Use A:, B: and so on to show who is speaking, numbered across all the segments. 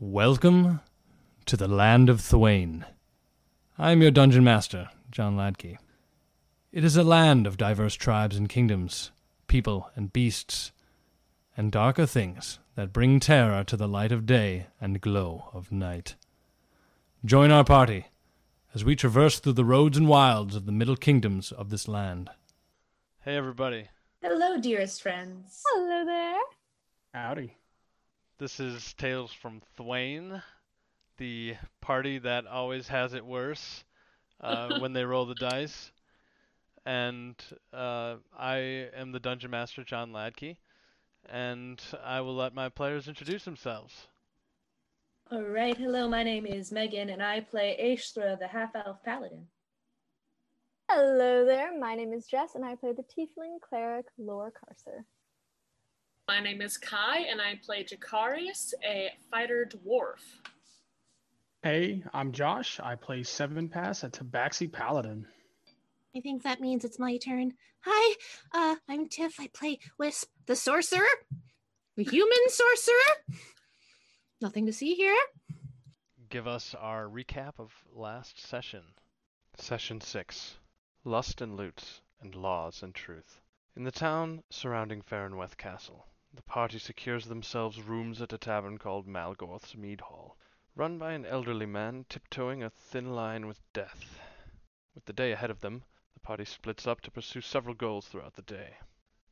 A: Welcome to the land of Thwain. I am your dungeon master, John Ladkey. It is a land of diverse tribes and kingdoms, people and beasts, and darker things that bring terror to the light of day and glow of night. Join our party as we traverse through the roads and wilds of the middle kingdoms of this land.
B: Hey everybody,
C: Hello, dearest friends.
D: Hello there.
E: Howdy.
B: this is Tales from Thwain, the party that always has it worse uh, when they roll the dice. And uh, I am the Dungeon Master, John Ladkey, and I will let my players introduce themselves.
C: All right, hello. My name is Megan, and I play Aishthra, the half-elf paladin.
D: Hello there. My name is Jess, and I play the Tiefling cleric Laura Carcer.
F: My name is Kai, and I play Jakarius, a fighter dwarf.
E: Hey, I'm Josh. I play Seven Pass, a Tabaxi Paladin.
G: I think that means it's my turn. Hi, uh, I'm Tiff. I play Wisp, the sorcerer, the human sorcerer. Nothing to see here.
B: give us our recap of last session. Session 6 Lust and Loots, and Laws and Truth. In the town surrounding Farinweth Castle, the party secures themselves rooms at a tavern called Malgorth's Mead Hall, run by an elderly man tiptoeing a thin line with death. With the day ahead of them, the party splits up to pursue several goals throughout the day.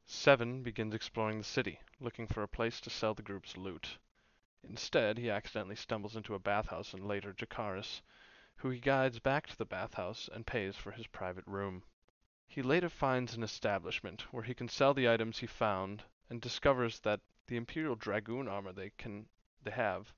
B: Seven begins exploring the city, looking for a place to sell the group's loot. Instead, he accidentally stumbles into a bathhouse and later Jacaris, who he guides back to the bathhouse and pays for his private room. He later finds an establishment where he can sell the items he found and discovers that the imperial dragoon armor they can they have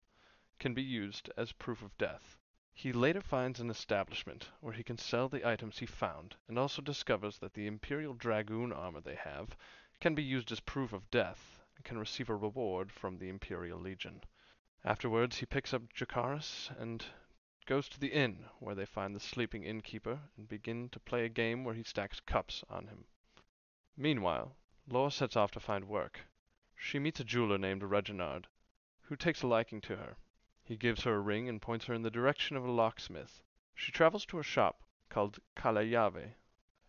B: can be used as proof of death. He later finds an establishment where he can sell the items he found and also discovers that the imperial dragoon armor they have can be used as proof of death and can receive a reward from the imperial legion. Afterwards, he picks up Jacaris and goes to the inn, where they find the sleeping innkeeper and begin to play a game where he stacks cups on him. Meanwhile, Laura sets off to find work. She meets a jeweler named Reginard, who takes a liking to her. He gives her a ring and points her in the direction of a locksmith. She travels to a shop called Kalayave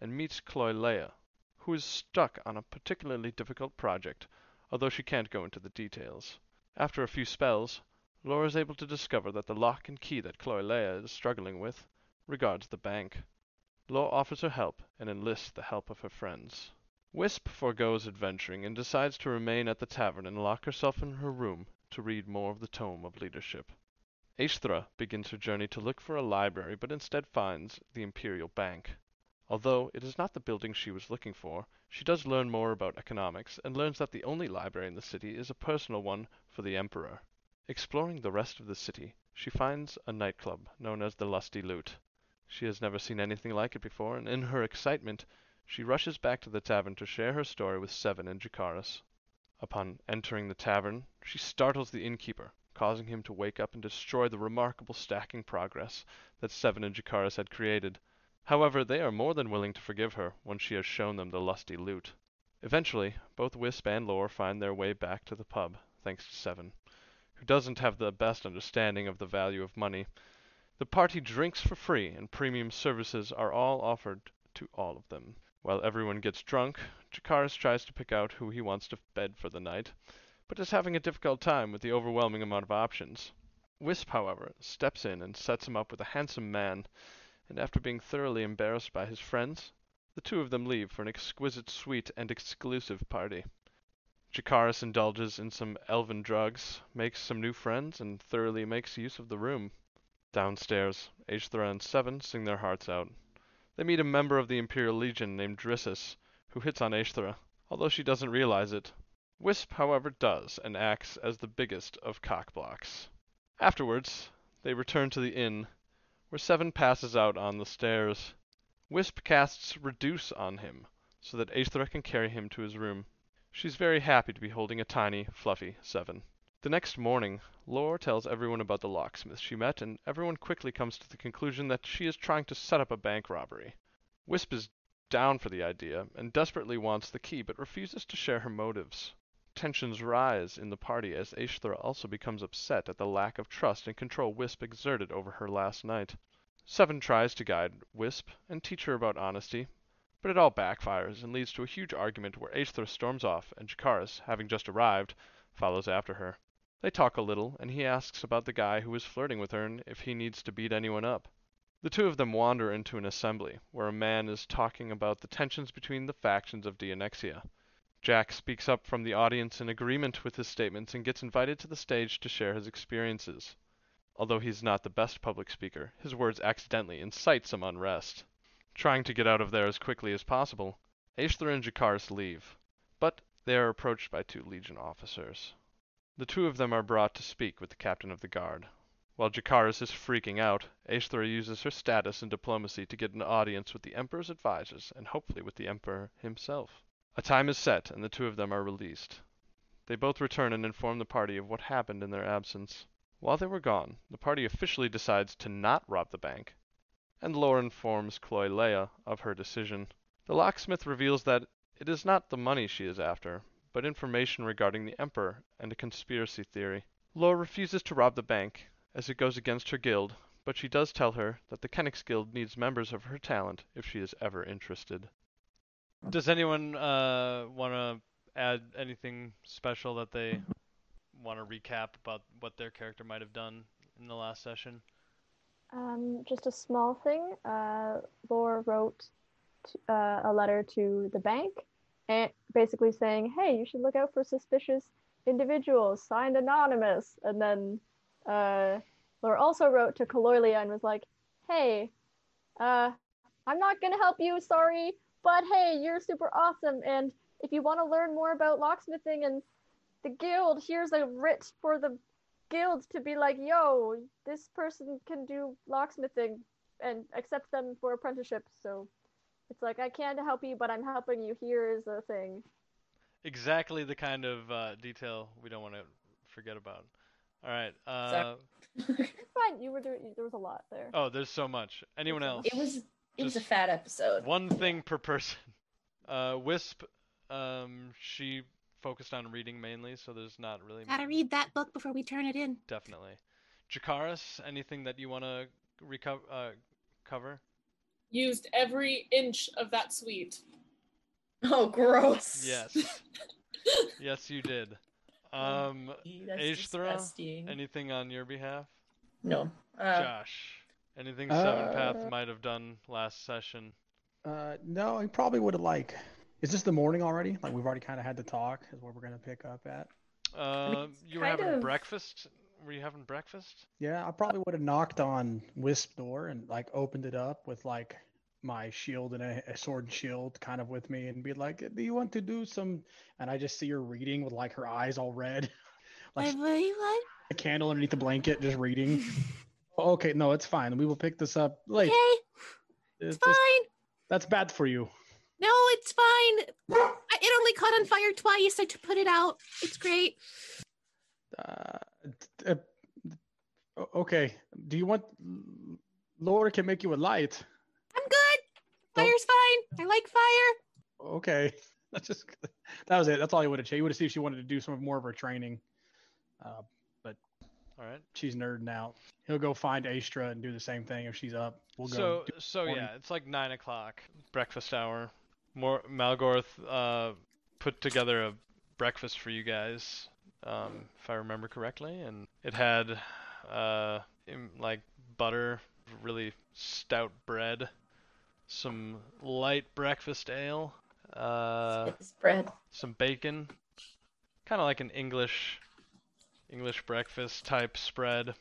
B: and meets Cloylea, who is stuck on a particularly difficult project, although she can't go into the details. After a few spells, Laura is able to discover that the lock and key that Cloylea is struggling with regards the bank. Laura offers her help and enlists the help of her friends. Wisp forgoes adventuring and decides to remain at the tavern and lock herself in her room to read more of the Tome of Leadership. Aishthra begins her journey to look for a library but instead finds the Imperial Bank. Although it is not the building she was looking for, she does learn more about economics and learns that the only library in the city is a personal one for the Emperor. Exploring the rest of the city, she finds a nightclub known as the Lusty Loot. She has never seen anything like it before, and in her excitement, she rushes back to the tavern to share her story with Seven and Jacaris. Upon entering the tavern, she startles the innkeeper, causing him to wake up and destroy the remarkable stacking progress that Seven and Jacaris had created. However, they are more than willing to forgive her once she has shown them the lusty loot. Eventually, both Wisp and Lore find their way back to the pub, thanks to Seven, who doesn't have the best understanding of the value of money. The party drinks for free, and premium services are all offered to all of them. While everyone gets drunk, Jakaris tries to pick out who he wants to bed for the night, but is having a difficult time with the overwhelming amount of options. Wisp, however, steps in and sets him up with a handsome man and after being thoroughly embarrassed by his friends, the two of them leave for an exquisite, sweet, and exclusive party. Jacaris indulges in some elven drugs, makes some new friends, and thoroughly makes use of the room. Downstairs, Aishthra and Seven sing their hearts out. They meet a member of the Imperial Legion named Drissus, who hits on Aishthra, although she doesn't realize it. Wisp, however, does, and acts as the biggest of cockblocks. Afterwards, they return to the inn, where Seven passes out on the stairs. Wisp casts Reduce on him, so that Aethra can carry him to his room. She's very happy to be holding a tiny, fluffy Seven. The next morning, Lore tells everyone about the locksmith she met, and everyone quickly comes to the conclusion that she is trying to set up a bank robbery. Wisp is down for the idea, and desperately wants the key, but refuses to share her motives. Tensions rise in the party as Aishthra also becomes upset at the lack of trust and control Wisp exerted over her last night. Seven tries to guide Wisp and teach her about honesty, but it all backfires and leads to a huge argument where Aishthra storms off and Jakaris, having just arrived, follows after her. They talk a little, and he asks about the guy who was flirting with her and if he needs to beat anyone up. The two of them wander into an assembly, where a man is talking about the tensions between the factions of Dianexia. Jack speaks up from the audience in agreement with his statements and gets invited to the stage to share his experiences. Although he's not the best public speaker, his words accidentally incite some unrest. Trying to get out of there as quickly as possible, Aishthar and Jakaris leave, but they are approached by two Legion officers. The two of them are brought to speak with the captain of the guard. While Jakaris is freaking out, Aishthra uses her status and diplomacy to get an audience with the Emperor's advisors and hopefully with the Emperor himself. A time is set, and the two of them are released. They both return and inform the party of what happened in their absence. While they were gone, the party officially decides to not rob the bank, and Lore informs Chloe Leia of her decision. The locksmith reveals that it is not the money she is after, but information regarding the Emperor and a conspiracy theory. Lore refuses to rob the bank, as it goes against her guild, but she does tell her that the Kenix Guild needs members of her talent if she is ever interested.
H: Does anyone uh, want to add anything special that they want to recap about what their character might have done in the last session?
D: Um, just a small thing. Uh, Lore wrote t- uh, a letter to the bank, and basically saying, "Hey, you should look out for suspicious individuals." Signed anonymous. And then uh, Lore also wrote to Calorlia and was like, "Hey, uh, I'm not gonna help you. Sorry, but hey, you're super awesome. And if you want to learn more about locksmithing and the guild, here's a writ for the guilds to be like, yo, this person can do locksmithing and accept them for apprenticeship. So it's like, I can't help you, but I'm helping you. Here is the thing.
H: Exactly the kind of uh, detail we don't want to forget about. All right. Uh,
D: It's fine. You were doing, there was a lot there.
H: Oh, there's so much. Anyone else?
I: It was it was a
H: Just-
I: fat episode.
H: One thing per person. Uh, Wisp, um, she focused on reading mainly, so there's not really
G: Gotta read that book before we turn it in.
H: definitely. Jakaris, anything that you want to reco- uh, cover?
F: Used every inch of that suite.
I: Oh, gross.
H: Yes. yes, you did. Um,
I: That's
H: Ashthra,
I: disgusting.
H: anything on your behalf?
I: No. Uh,
H: Josh, anything Seven
E: Uh,
H: Path might have done last session?
E: Uh, no, he probably would have like. Is this the morning already? Like we've already kind of had the talk. Is where we're gonna pick up at.
H: Um, you were
C: kind
H: having
C: of-
H: breakfast. Were you having breakfast?
E: Yeah, I probably would have knocked on Wisp door and like opened it up with like my shield and a, a sword and shield kind of with me and be like, "Do you want to do some?" And I just see her reading with like her eyes all red, like
G: Wait, wait, what?
E: a candle underneath the blanket, just reading. okay, no, it's fine. We will pick this up later.
G: Okay,
E: It's
G: it's
E: just-
G: fine.
E: that's bad for you.
G: No, it's fine. I- It only caught on fire twice. I t- put it out. It's great.
E: Uh, t- uh, o- okay. Do you want? Laura can make you a light.
G: I'm good.
I: Oh.
E: Don't-
G: Fire's fine. I like fire.
E: Okay. That's just that was it. That's all he would have changed. He would have seen if she wanted to do some more of her training. Uh,
H: All right.
E: she's nerding out. He'll go find Astra and do the same thing if she's up. We'll go.
H: so
E: do-
H: so
E: morning.
H: yeah, it's like nine o'clock breakfast hour. More Malgorth uh, put together a breakfast for you guys, um, if I remember correctly, and it had uh, im- like butter, really stout bread, some light breakfast ale, uh,
I: it's bread.
H: some bacon, kind of like an English English breakfast type spread,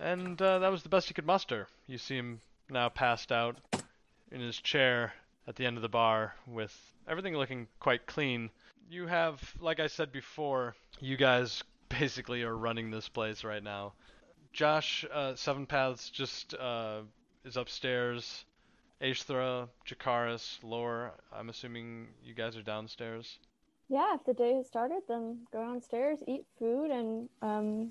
H: and uh, that was the best he could muster. You see him now passed out in his chair at the end of the bar with everything looking quite clean. You have, like I said before, you guys basically are running this place right now. Josh, uh, Seven Paths just uh, is upstairs. Ashthra, Jakaris, Lore, I'm assuming you guys are downstairs.
D: Yeah, if the day has started, then go downstairs, eat food, and um,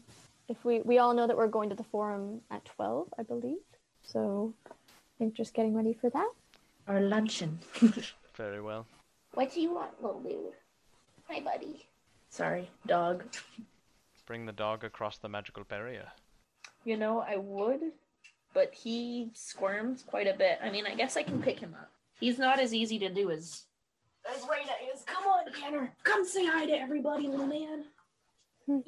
D: if we we all know that we're going to the forum at twelve, I believe. So I think just getting ready for that.
I: Our luncheon.
H: Very well.
J: What do you want, little dude? Hi, buddy.
I: Sorry, dog.
H: Bring the dog across the magical barrier.
I: You know, I would, but he squirms quite a bit. I mean, I guess I can pick him up. He's not as easy to do as as Raina is. Come on, Tanner. Come say hi to everybody, little man.
D: Big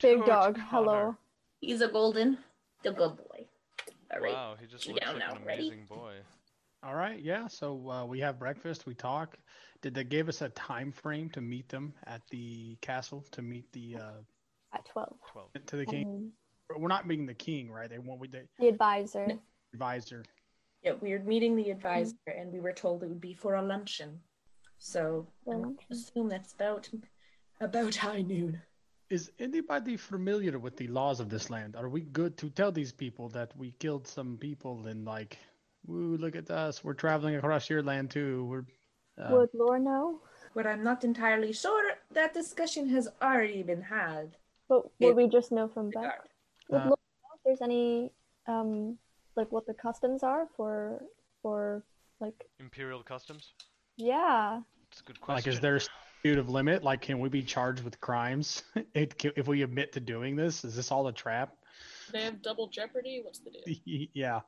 H: Good
D: dog, hello.
H: Connor.
I: He's a golden, the good boy. All right.
H: Wow, he just
I: You
H: looks
I: down
H: like
I: now,
H: an
I: ready?
H: amazing boy.
E: All right, yeah. So uh, we have breakfast. We talk. Did they give us a time frame to meet them at the castle to meet the uh,
D: At 12.
H: Twelve.
E: to the king?
D: Um,
E: We're not meeting the king, right? They want we the
D: the advisor.
E: advisor.
I: Yeah, we were meeting the advisor, and we were told it would be for a luncheon. So
D: For
I: I
D: luncheon.
I: assume that's about about high noon.
E: Is anybody familiar with the laws of this land? Are we good to tell these people that we killed some people and like, woo, look at us, we're traveling across your land too. We're uh,
D: Would Lore know?
C: But I'm not entirely sure that discussion has already been had.
D: But
I: Yeah.
D: would we just know from Beck?
I: Regard.
D: Would
E: Uh,
D: Lore know if there's any, um, like what the customs are for, for, like,
H: Imperial customs?
D: yeah.
H: It's a good
E: like,
H: question.
E: is there a statute of limit? Like, can we be charged with crimes it, if we admit to doing this? Is this all a trap?
F: They have double jeopardy. What's the deal?
E: yeah.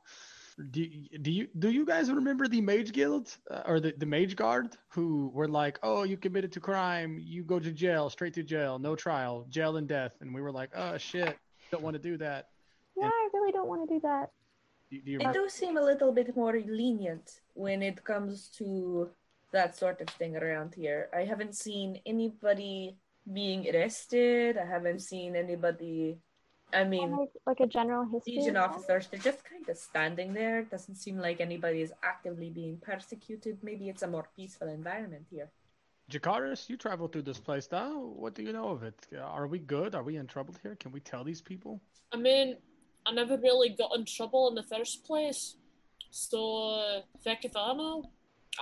E: Do, do you do you guys remember the mage guild uh, or the, the mage guard who were like, oh, you committed to crime, you go to jail, straight to jail, no trial, jail and death, and we were like, oh shit, don't want to do that.
D: Yeah, I really don't want to do that.
E: Do, do you
C: They
E: remember?
C: do seem a little bit more lenient when it comes to that sort of thing around here. I haven't seen anybody being arrested. I haven't seen anybody. I mean,
D: Like, like a general history.
C: Legion
D: of that?
C: officers, they're just kind of standing there. It doesn't seem like anybody is actively being persecuted. Maybe it's a more peaceful environment here.
E: Jacaris, you travel through this place now. What do you know of it? Are we good? Are we in trouble here? Can we tell these people?
F: I mean, I never really got in trouble in the first place. So, uh, heck if I know.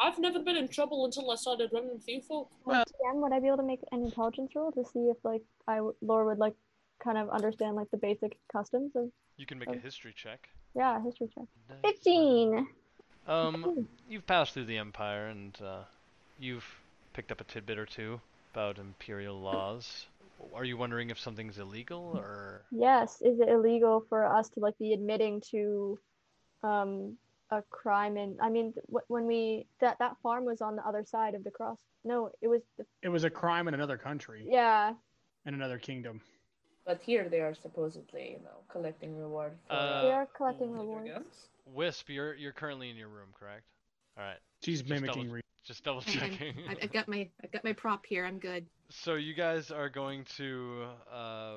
F: I've never been in trouble until I started running with you folk.
D: Um, TM, would I be able to make an intelligence roll to see if, like, I w- Lore would like kind of understand like the basic customs of
H: You can make a history check.
D: yeah history check.
H: Nice.
D: Fifteen.
H: Um, you've passed through the Empire and uh, you've picked up a tidbit or two about Imperial laws. Are you wondering if something's illegal or.
D: Yes, is it illegal for us to like be admitting to um a crime? And I mean, th- wh- when we that that farm was on the other side of the cross. No, it was the,
E: It was a crime in another country,
D: yeah.
E: in another kingdom.
C: But here they are supposedly, you know, collecting reward for
H: Uh,
D: we are collecting
C: their
D: rewards.
C: guns.
H: Wisp, you're, you're currently in your room, correct? Alright,
E: She's
H: Just
E: mimicking.
H: double-
E: Re-
H: just double
G: Hang on.
H: checking.
G: I- I've got my I've got my prop here. I'm good.
H: So you guys are going to uh,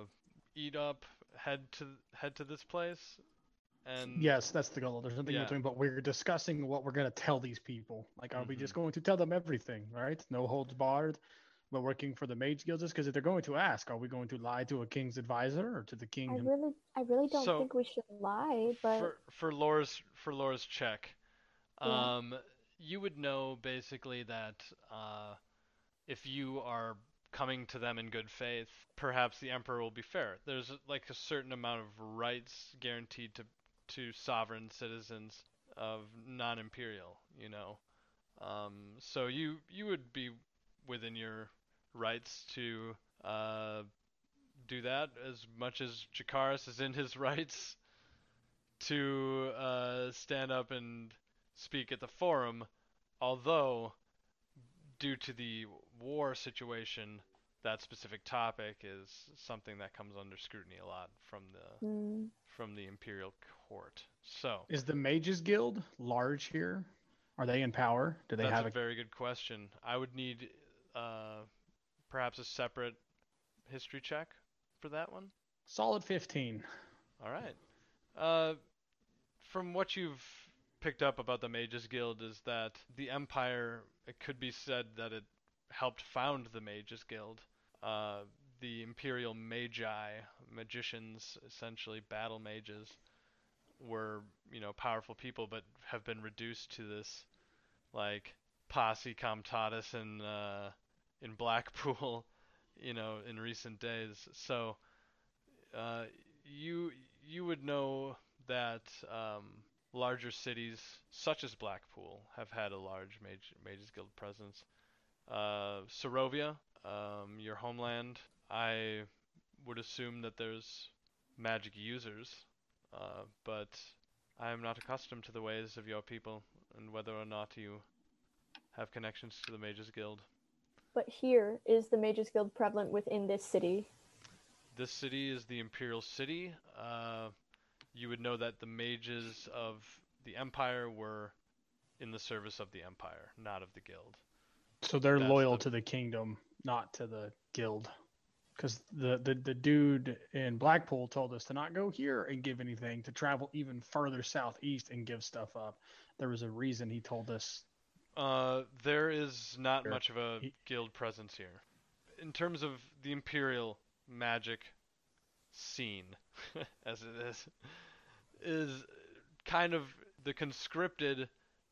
H: eat up, head to head to this place, and
E: yes, that's the goal. There's nothing
H: Yeah.
E: in between, but we're discussing what we're gonna tell these people. Like, are
H: Mm-hmm.
E: we just going to tell them everything? Right? No holds barred. We're working for the mage guild just because if they're going to ask, are we going to lie to a king's advisor or to the king?
D: I
E: him-
D: really, I really don't
H: So-
D: think we should lie, but
H: for for Laura's for Laura's check,
D: Yeah.
H: um, you would know basically that uh, if you are coming to them in good faith, perhaps the emperor will be fair. There's like a certain amount of rights guaranteed to to sovereign citizens of non-imperial, you know. Um, so you you would be within your rights to uh, do that as much as Jakaris is in his rights to uh, stand up and speak at the forum, although due to the war situation, that specific topic is something that comes under scrutiny a lot from the
D: Hmm.
H: from the imperial court. So
E: Is the mages guild large here? Are they in power? Do they
H: That's
E: have
H: a
E: a
H: very good question. I would need uh, perhaps a separate history check for that one.
E: solid fifteen?
H: All right. Uh, from what you've picked up about the Mages Guild is that the Empire, it could be said that it helped found the Mages Guild. Uh, the Imperial Magi, magicians, essentially battle mages, were, you know, powerful people, but have been reduced to this, like, posse comitatus in, uh, in Blackpool, you know, in recent days. So, uh, you you would know that um, larger cities such as Blackpool have had a large mage, mages guild presence. Uh, Sorovia um, your homeland, I would assume that there's magic users, uh, but I am not accustomed to the ways of your people and whether or not you have connections to the Mages Guild.
D: But here is the Mages Guild prevalent within this city.
H: This city is the Imperial City. Uh, you would know that the mages of the Empire were in the service of the Empire, not of the Guild.
E: So they're
H: That's
E: loyal
H: the-
E: to the kingdom, not to the guild. Because the, the, the dude in Blackpool told us to not go here and give anything, to travel even further southeast and give stuff up. There was a reason he told us.
H: Uh, there is not
E: Sure.
H: much of a
E: He-
H: guild presence here. In terms of the imperial magic scene, as it is, is kind of the conscripted,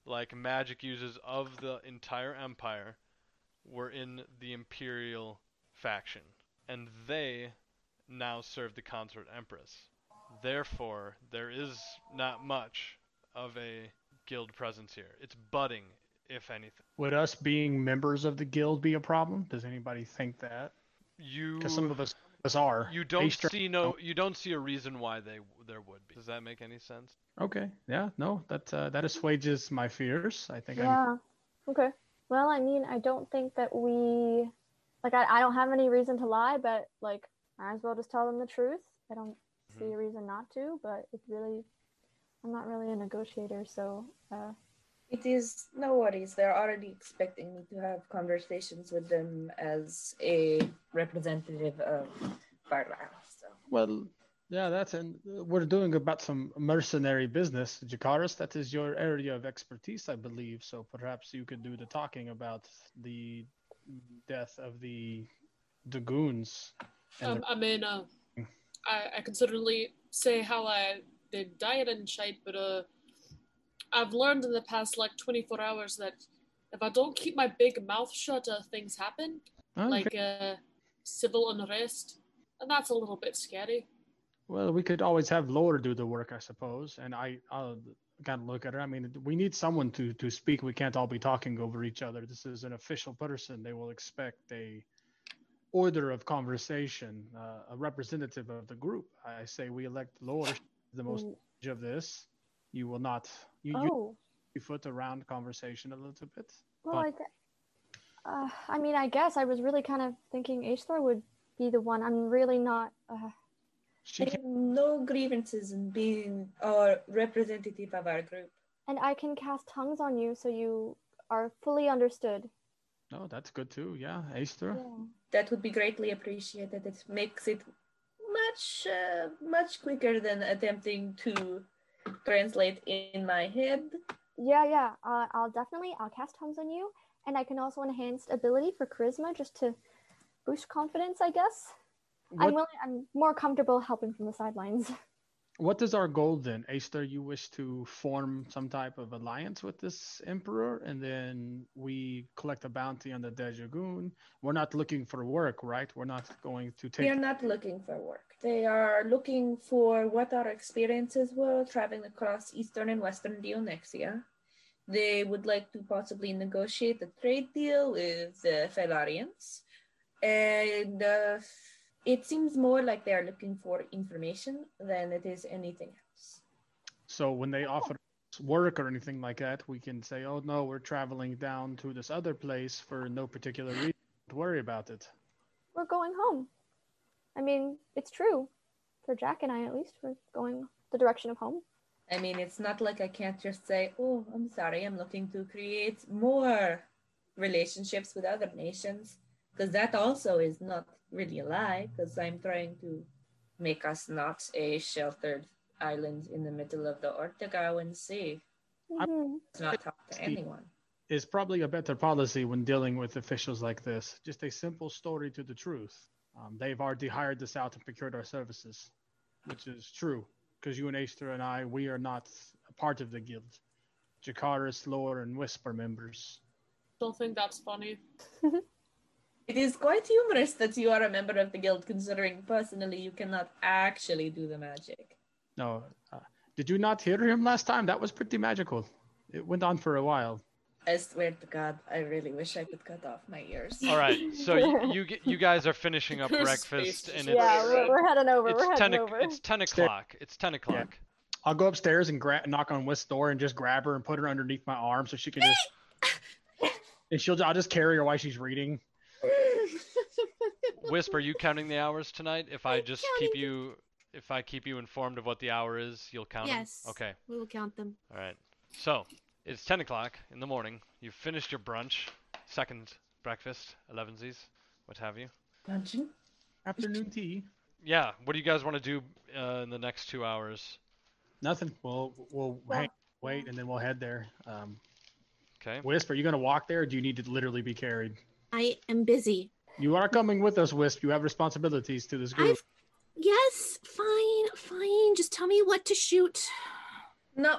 H: like magic users of the entire empire, were in the imperial faction, and they now serve the consort empress. Therefore, there is not much of a guild presence here. It's budding, if anything.
E: Would us being members of the guild be a problem? Does anybody think that?
H: You
E: Because some of us, us are.
H: you don't
E: Based on-
H: see no you don't see a reason why they there would be. Does that make any sense?
E: Okay. Yeah. No. That uh, that assuages my fears. I think. I'm,
D: Yeah. Okay. Well, I mean, I don't think that we, like, I, I don't have any reason to lie, but like, might as well just tell them the truth. I don't see a reason not to, but it really, I'm not really a negotiator, so uh,
C: It is no worries. They're already expecting me to have conversations with them as a representative of Barla. So
E: well. Yeah. That's and we're doing about some mercenary business, Jakaris. That is your area of expertise, I believe. So perhaps you could do the talking about the death of the dragoons. And
F: Um, I mean, uh, I, I can certainly say how I did diet and shite, but uh, I've learned in the past like 24 hours that if I don't keep my big mouth shut, uh, things happen,
E: their- Oh, Okay.
F: like uh, civil unrest, and that's a little bit scary.
E: Well, we could always have Laura do the work, I suppose. And I, I'll gotta look at her. I mean, we need someone to to speak. We can't all be talking over each other. This is an official person. They will expect a order of conversation, uh, a representative of the group. I say we elect Laura the most
D: mm,
E: of this. You will not you, you
D: oh,
E: you foot around conversation a little bit.
D: well, I, gue- uh, I mean, I guess I was really kind of thinking Aishthor would be the one. I'm really not. Uh,
E: She
C: I
E: can
C: have no grievances in being a representative of our group.
D: and I can cast tongues on you, so you are fully understood.
E: no, that's good too. Yeah, Aster.
C: That would be greatly appreciated. It makes it much, uh, much quicker than attempting to translate in my head.
D: Yeah, yeah. Uh, I'll definitely I'll cast tongues on you, and I can also enhance ability for charisma just to boost confidence. I guess I'm willing, I'm more comfortable helping from the sidelines.
E: What is our goal then, Aster? You wish to form some type of alliance with this emperor, and then we collect a bounty on the Dejagoon. We're not looking for work, right? We're not going to
C: They
E: take.
C: are not looking for work. They are looking for what our experiences were traveling across Eastern and Western Dionexia. They would like to possibly negotiate a trade deal with the Felarians. And uh, it seems more like they are looking for information than it is anything else.
E: So when they offer us work or anything like that, we can say, "Oh no, we're traveling down to this other place for no particular reason. Don't worry about it."
D: We're going home. I mean, it's true. For Jack and I, at least, we're going the direction of home.
C: I mean, it's not like I can't just say, oh, I'm sorry, I'm looking to create more relationships with other nations, because that also is not really a lie, because I'm trying to make us not a sheltered island in the middle of the Ortegawan Sea.
E: I'm-
D: Mhm.
C: It's not talk to anyone.
E: Is probably a better policy when dealing with officials like this. Just a simple story to the truth. Um, they've already hired us out and procured our services. which is true because you and Aster and I, we are not a part of the guild. Jakaris, Lore, and Wisp are members.
F: Don't think that's funny.
C: It is quite humorous that you are a member of the guild, considering personally you cannot actually do the magic.
E: No, uh, did you not hear him last time? That was pretty magical. It went on for a while.
C: I swear to God, I really wish I could cut off my ears.
H: All right, so you you, g- you guys are finishing up
F: Your
H: breakfast,
F: space
H: and
F: is
D: yeah,
H: it's
D: we're, we're heading over.
H: it's
D: we're heading
H: ten o-
D: over.
H: it's ten o'clock. It's ten o'clock.
E: I'll go upstairs and gra- knock on Wisp's door and just grab her and put her underneath my arm so she can just. and she'll. I'll just carry her while she's reading.
H: Wisp, are you counting the hours tonight? If I
G: I'm
H: just keep
G: counting
H: you, if I keep you informed of what the hour is, you'll count. 'em?
G: Yes.
H: Okay.
G: We will count them.
H: All right. So it's ten o'clock in the morning. You've finished your brunch, second breakfast, elevensies, what have you.
C: Dungeon?
E: Afternoon tea.
H: Yeah. What do you guys want to do uh, in the next two hours?
E: Nothing. We'll we'll
D: Well-
E: hang, wait and then we'll head there. Um,
H: Okay.
E: Wisp, are you gonna walk there? Or do you need to literally be carried?
G: I am busy.
E: You are coming with us, Wisp. You have responsibilities to this group.
G: I've yes, fine, fine. Just tell me what to shoot.
C: No.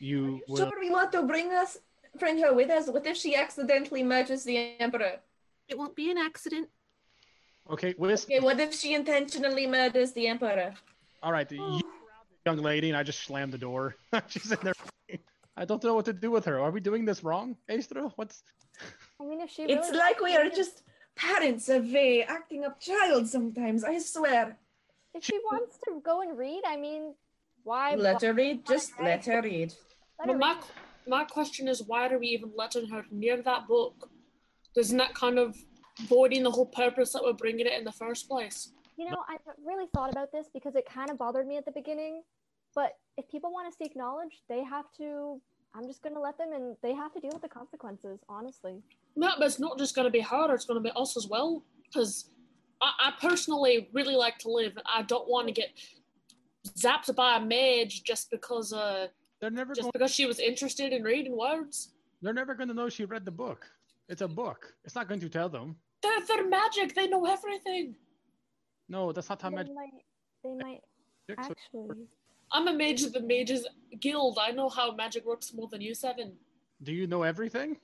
E: You will.
C: Sure, we want to bring us, bring her with us. What if she accidentally murders the Emperor?
G: It won't be an accident.
E: Okay, Wisp.
C: Okay, what if she intentionally murders the Emperor?
E: All right. You, young lady, and I just slammed the door. she's in there. I don't know what to do with her. Are we doing this wrong, Astra? What's
D: I mean, if she
C: It's
D: really
C: like we are
D: wanted-
C: just parents away, acting up child sometimes, I swear.
D: If she wants to go and read, I mean, why?
C: Let her read, just let her read.
D: let her
F: But my,
D: read.
F: my question is, why are we even letting her near that book? Doesn't that kind of voiding the whole purpose that we're bringing it in the first place?
D: You know, I've really thought about this because it kind of bothered me at the beginning. But if people want to seek knowledge, they have to. I'm just going to let them, and they have to deal with the consequences. Honestly,
F: No, but it's not just going to be her; it's going to be us as well. Because I, I personally really like to live, and I don't want to get zapped by a mage just because uh
E: they're never
F: just
E: going?
F: because she was interested in reading words.
E: They're never going to know she read the book. It's a book. It's not going to tell them.
F: They're, they're magic; they know everything.
E: No, that's not how
D: they
E: magic
D: might. They might
E: works.
D: actually.
F: I'm a mage of the Mages Guild. I know how magic works more than you seven.
E: Do you know everything?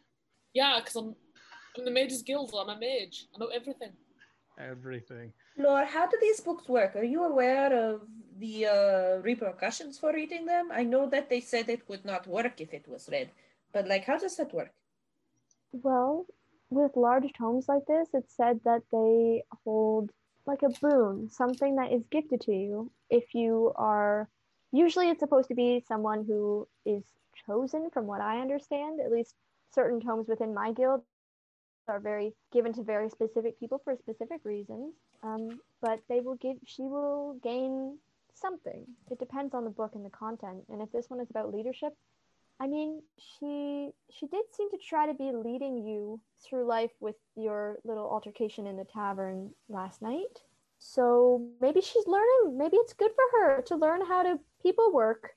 F: Yeah, because I'm I'm the Mages Guild. I'm a mage. I know everything.
E: Everything.
C: Laura, how do these books work? Are you aware of the uh, repercussions for reading them? I know that they said it would not work if it was read, but like, how does that work?
D: Well, with large tomes like this, it's said that they hold like a boon, something that is gifted to you if you are. Usually, it's supposed to be someone who is chosen, from what I understand. At least certain tomes within my guild are very given to very specific people for specific reasons. Um, but they will give. She will gain something. It depends on the book and the content. And if this one is about leadership, I mean, she she did seem to try to be leading you through life with your little altercation in the tavern last night. So maybe she's learning. Maybe it's good for her to learn how to people work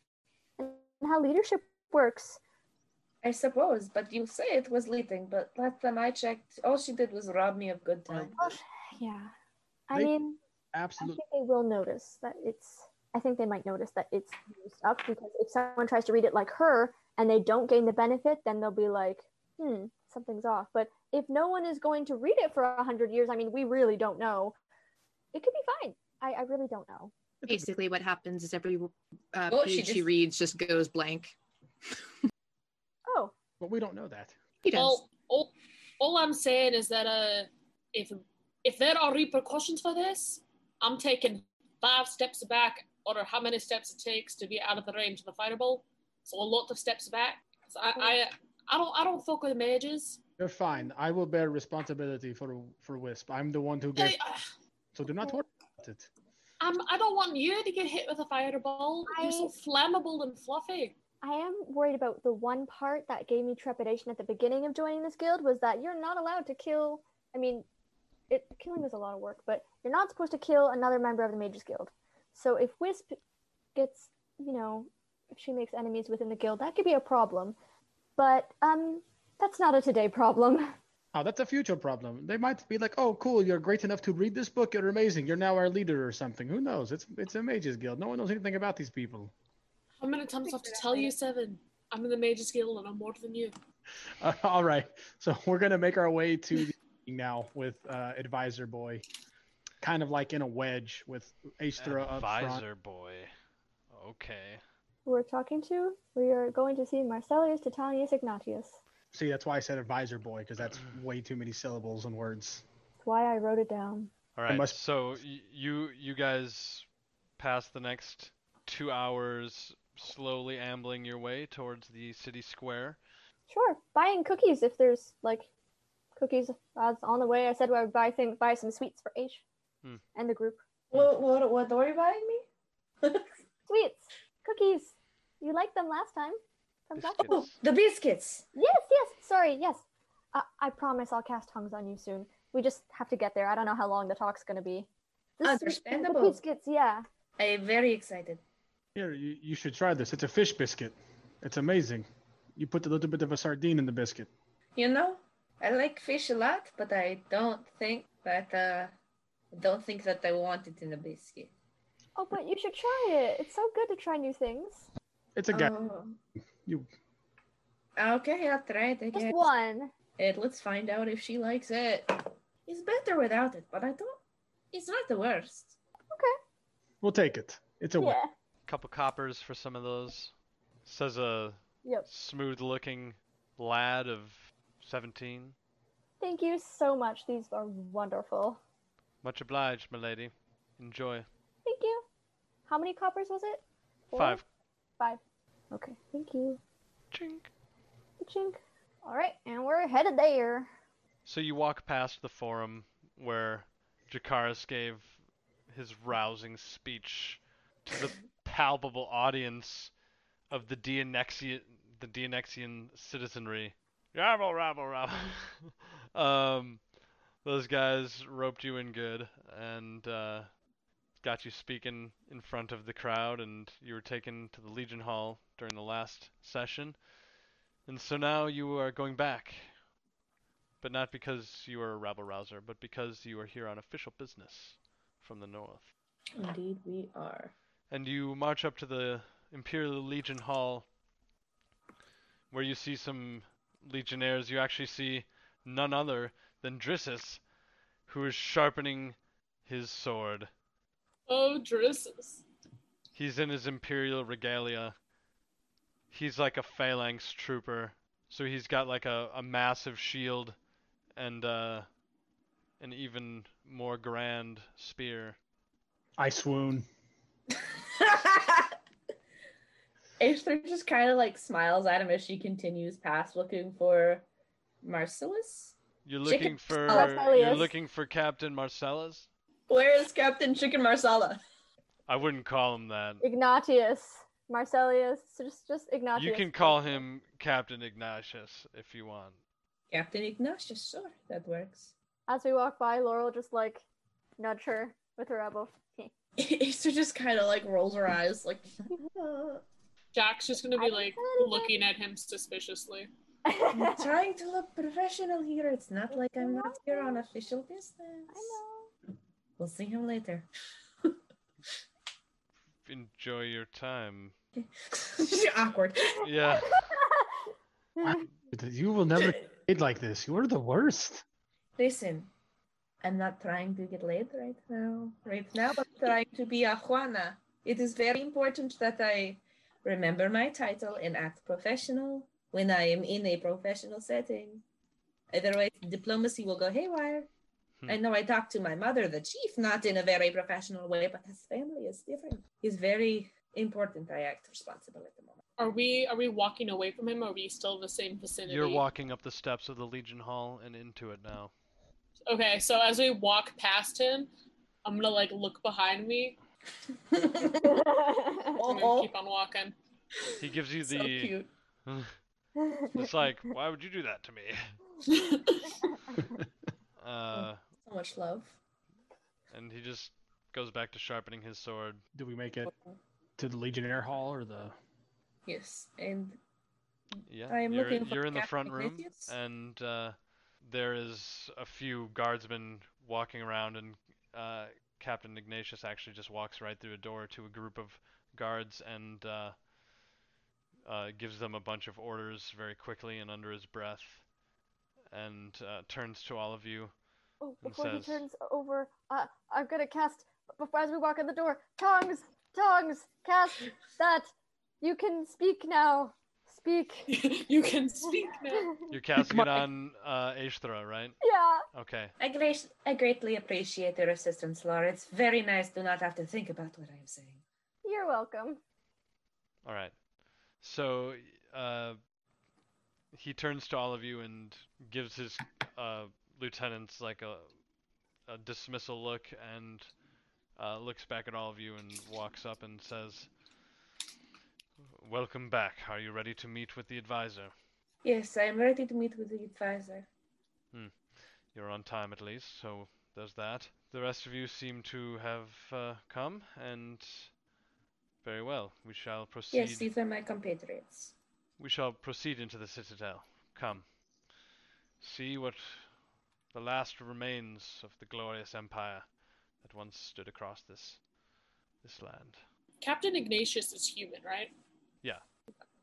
D: and how leadership works.
C: I suppose, but you say it was leading, but last time I checked, all she did was rob me of good time.
D: Yeah. Oh I
E: They-
D: mean, I think
E: Absolutely.
D: they will notice that it's. I think they might notice that it's used up because if someone tries to read it like her and they don't gain the benefit, then they'll be like, hmm, something's off. But if no one is going to read it for a hundred years, I mean, we really don't know. It could be fine. I, I really don't know.
J: Basically, what happens is every uh,
C: Oh,
J: page she,
C: she just-
J: reads just goes blank.
D: Oh,
E: But we don't know that.
J: He does.
C: Oh,
F: Well, all, all I'm saying is that uh, if if there are repercussions for this, I'm taking five steps back, or how many steps it takes to be out of the range of the fireball. So a lot of steps back. 'Cause I, I I don't I don't fuck with mages.
E: You're fine. I will bear responsibility for for Wisp. I'm the one who gave.
F: Hey, uh,
E: So do not worry about it.
F: I'm, I don't want you to get hit with a fireball. You're so flammable and fluffy.
D: I am worried about the one part that gave me trepidation at the beginning of joining this guild was that you're not allowed to kill. I mean, it killing is a lot of work, but you're not supposed to kill another member of the Mages Guild. So if Wisp gets, you know, if she makes enemies within the guild, that could be a problem. But um, that's not a today problem.
E: Oh, that's a future problem. They might be like, "Oh, cool! You're great enough to read this book. You're amazing. You're now our leader or something." Who knows? It's it's a mages guild. No one knows anything about these people.
F: How many times do I have to tell you, Seven? I'm in the mages guild and I'm more than you.
E: Uh, all right, so we're gonna make our way to the meeting now with uh, advisor boy, kind of like in a wedge with Astra up front.
H: Advisor boy. Okay.
D: We're talking to. We are going to see Marcellius Titanius Ignatius.
E: See, that's why I said advisor boy, because that's way too many syllables and words.
D: That's why I wrote it down.
H: All right.
E: must-
H: So y- you you guys pass the next two hours slowly ambling your way towards the city square.
D: Sure, buying cookies if there's like cookies as on the way. I said I would buy things, buy some sweets for H
H: Hmm.
D: and the group.
C: What, what, what are you buying me?
D: Sweets, cookies. You liked them last time. From Jack-
H: Biscuits.
C: Oh, the biscuits.
D: Yes, yes. Sorry, yes. I, I promise I'll cast tongues on you soon. We just have to get there. I don't know how long the talk's gonna be. The sweets and the
C: Understandable.
D: biscuits, yeah.
C: I am very excited.
E: Here, you, you should try this. It's a fish biscuit. It's amazing. You put a little bit of a sardine in the biscuit.
C: You know, I like fish a lot, but I don't think that uh, I don't think that I want it in a biscuit.
D: Oh, but you should try it. It's so good to try new things.
E: It's a guy.
C: Oh.
E: You-
C: Okay, I'll try it
D: Just
C: again.
D: one.
C: And let's find out if she likes it. It's better without it, but I don't. It's not the worst.
E: We'll take it. It's a win.
D: Yeah.
H: Couple coppers for some of those. Says a
D: Yep.
H: smooth-looking lad of 17.
D: Thank you so much. These are wonderful.
H: Much obliged, my lady. Enjoy.
D: Thank you. How many coppers was it? Four?
H: Five.
D: Five. Okay. Thank you.
H: Chink.
D: Chink. All right, and we're headed there.
H: So you walk past the forum where Jacaris gave his rousing speech to the palpable audience of the Dionysian, the Dionysian citizenry. Rabble, rabble, rabble. um, those guys roped you in good and uh, got you speaking in front of the crowd, and you were taken to the Legion Hall during the last session. And so now you are going back but not because you are a rabble rouser, but because you are here on official business from the north.
C: Indeed, we are.
H: And you march up to the Imperial Legion Hall, where you see some legionnaires. You actually see none other than Drissus, who is sharpening his sword.
F: Oh, Drissus.
H: He's in his Imperial regalia. He's like a phalanx trooper, so he's got like a, a massive shield and uh, an even more grand spear.
E: I swoon.
C: Aether just kind of like smiles at him as she continues past looking for Marcellus.
H: You're
C: Chicken
H: looking for you're
D: Marcellus.
H: looking for Captain Marcellus.
C: Where is Captain Chicken Marsala?
H: I wouldn't call him that.
D: Ignatius, Marcellius, so just just Ignatius.
H: You can call him Captain Ignatius if you want.
C: Captain Ignatius, sure, that works.
D: As we walk by, Laurel just like nudge her with her elbow.
C: Aether just kind of like rolls her eyes, like,
D: Oh,
F: Jack's just gonna be
D: I
F: like
D: decided-
F: looking at him suspiciously.
D: I
C: I'm
D: know.
C: trying to look professional here. It's not like I'm not here on official business. We'll see him later.
H: Enjoy your time.
C: Awkward.
H: Yeah.
C: Ah.
E: You will never get paid like this. You are the worst.
C: Listen, I'm not trying to get laid right now. Right now, I'm trying to be a Juana. It is very important that I remember my title and act professional when I am in a professional setting. Otherwise, diplomacy will go haywire.
H: Hmm.
C: I know I talked to my mother, the chief, not in a very professional way, but his family is different. It's very important I act responsible at the moment.
F: Are we are we walking away from him? Or are we still in the same vicinity?
H: You're walking up the steps of the Legion Hall and into it now.
F: Okay, so as we walk past him, I'm gonna like look behind me and then keep on walking.
H: He gives you
C: So
H: the
C: cute.
H: it's like, why would you do that to me? Uh,
C: So much love.
H: and he just goes back to sharpening his sword.
E: Do we make it to the Legionnaire Hall or the?
C: Yes. And
H: Yeah,
C: I am
H: you're,
C: looking for
H: you're in the
C: Captain
H: front room,
C: Ignatius.
H: and uh, there is a few guardsmen walking around, and uh, Captain Ignatius actually just walks right through a door to a group of guards and uh, uh, gives them a bunch of orders very quickly and under his breath, and uh, turns to all of you.
D: oh,
H: and
D: before he
H: says-
D: turns over, uh, I'm gonna cast before as we walk in the door. Tongues, tongues, cast that. You can speak now. speak.
F: you can speak now.
H: You're casting it on uh, Ashthra, right?
D: Yeah.
H: Okay.
C: I, gra- I greatly appreciate your assistance, Laura. It's very nice to not have to think about what I am saying.
D: You're welcome.
H: All right. So uh, he turns to all of you and gives his uh, lieutenants like a, a dismissal look and uh, looks back at all of you and walks up and says, "Welcome back. Are you ready to meet with the advisor?
C: Yes, I am ready to meet with the advisor.
H: Hmm. You're on time at least, so there's that. The rest of you seem to have uh, come, and very well. We shall proceed.
C: Yes, these are my compatriots.
H: We shall proceed into the citadel. Come. See what the last remains of the glorious empire that once stood across this this land.
F: Captain Ignatius is human, right?
H: Yeah.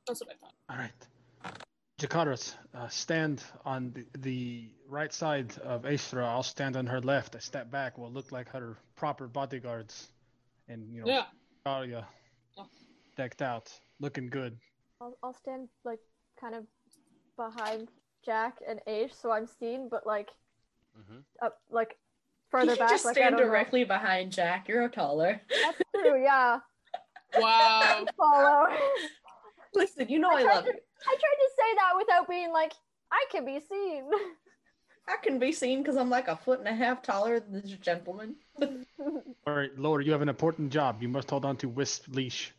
F: That's what I thought.
E: All right. Jacaras, uh, stand on the, the right side of Aethra. I'll stand on her left. I step back. We'll look like her proper bodyguards. And, you know,
F: Yeah.
E: Arya
F: Oh.
E: decked out, looking good.
D: I'll, I'll stand like kind of behind Jack and Age, so I'm seen, but like
H: Mhm.
D: up like
I: You
D: further
I: can
D: back.
I: just
D: like, I
I: stand
D: don't know.
I: directly behind Jack. You're taller.
D: That's true. Yeah.
F: Wow.
D: Follow.
I: Listen, you know
D: I
I: I,
D: tried
I: love
D: to-
I: you.
D: I tried to say that without being like I can be seen.
I: I can be seen because I'm like a foot and a half taller than this gentleman.
E: All right, Laura, you have an important job. You must hold on to Wisp leash.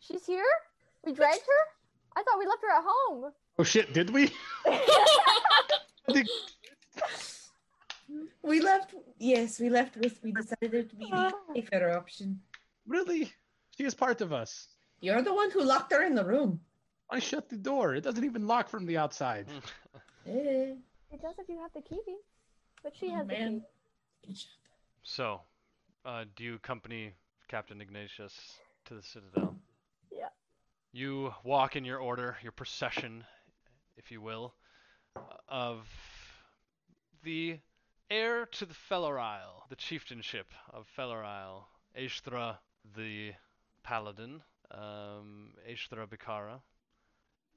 D: She's here. We dragged her. I thought we left her at home.
E: Oh shit, did we?
C: We left. Yes, we left with. We decided to be
F: Ah.
C: the safer option.
E: really? She is part of us.
I: You're the one who locked her in the room.
E: I shut the door. It doesn't even lock from the outside.
I: Eh.
D: It does if you have the key, but she
I: Oh,
D: has the
I: man.
D: key.
H: So, uh, do you accompany Captain Ignatius to the citadel?
D: Yeah.
H: You walk in your order, your procession, if you will, of the heir to the Feller Isle, the chieftainship of Feller Isle, Ashthra the Paladin, um, Ashthra Bikara,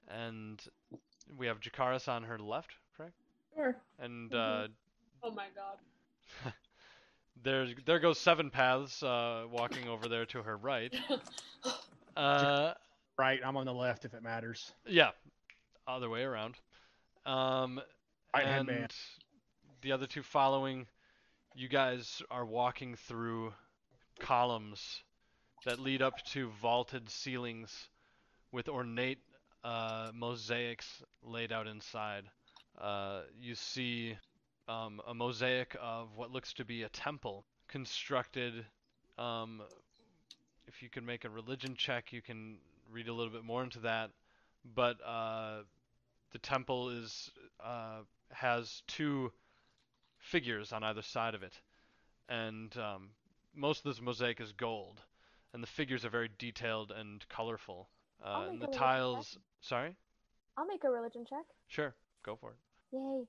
H: and we have Jakaris on her left, correct?
I: Sure.
H: And
D: Mhm.
H: uh,
F: Oh my god.
H: there, there goes seven paths uh, walking over there to her right. Uh,
E: Right, I'm on the left if it matters.
H: yeah, other way around. Um,
E: Right hand
H: and
E: man.
H: the other two following, you guys are walking through columns that lead up to vaulted ceilings with ornate uh, mosaics laid out inside. Uh, you see um, a mosaic of what looks to be a temple constructed. Um, if you can make a religion check, you can read a little bit more into that. But uh, the temple is uh, has two figures on either side of it, and um, most of this mosaic is gold, and the figures are very detailed and colorful. Uh,
D: I'll make
H: and the
D: a religion check.
H: tiles. Sorry.
D: I'll make a religion check.
H: Sure. Go for it
D: Yay.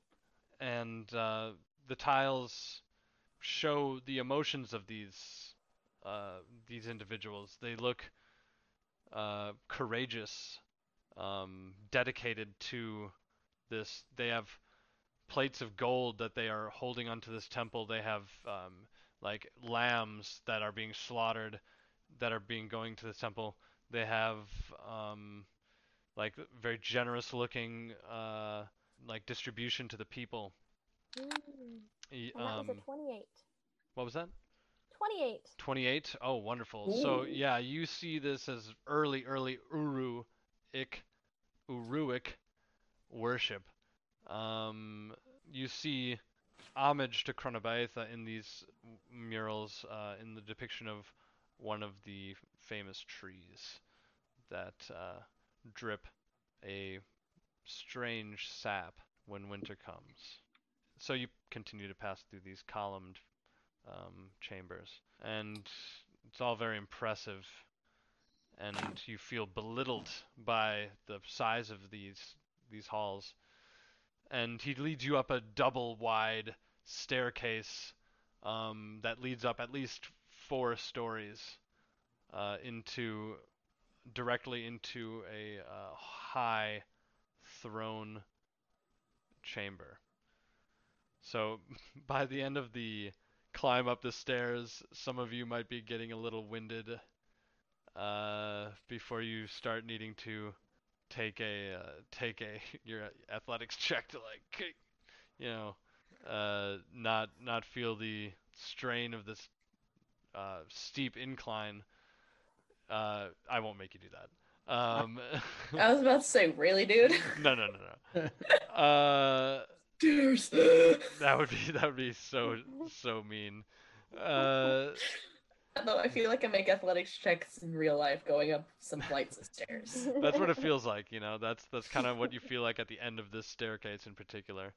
H: and uh, the tiles show the emotions of these uh, these individuals. They look uh, courageous, um, dedicated to this. They have plates of gold that they are holding onto this temple. They have um, like lambs that are being slaughtered, that are being going to this temple. They have um, like very generous looking uh, like distribution to the people.
D: Mm.
H: Y-
D: And that was
H: um,
D: a 28.
H: what was that?
D: 28.
H: 28? Oh, wonderful. So,
I: Ooh.
H: yeah, you see this as early, early Uru ik Uruic worship. Um, you see homage to Chronobaitha in these m- murals uh, in the depiction of one of the famous trees that uh, drip a strange sap when winter comes. So you continue to pass through these columned um, chambers, and it's all very impressive. And you feel belittled by the size of these these halls. And he leads you up a double wide staircase um, that leads up at least four stories uh, into directly into a uh, high throne chamber. So by the end of the climb up the stairs, some of you might be getting a little winded uh, before you start needing to take a uh, take a your athletics check to like kick- you know uh, not not feel the strain of this uh, steep incline. Uh, I won't make you do that. Um,
C: I was about to say, really, dude?
H: no, no, no, no. Uh,
C: Cheers.
H: that would be that would be so so mean. Uh,
C: Although I feel like I make athletics checks in real life going up some flights of stairs.
H: that's what it feels like, you know. That's that's kind of what you feel like at the end of this staircase in particular.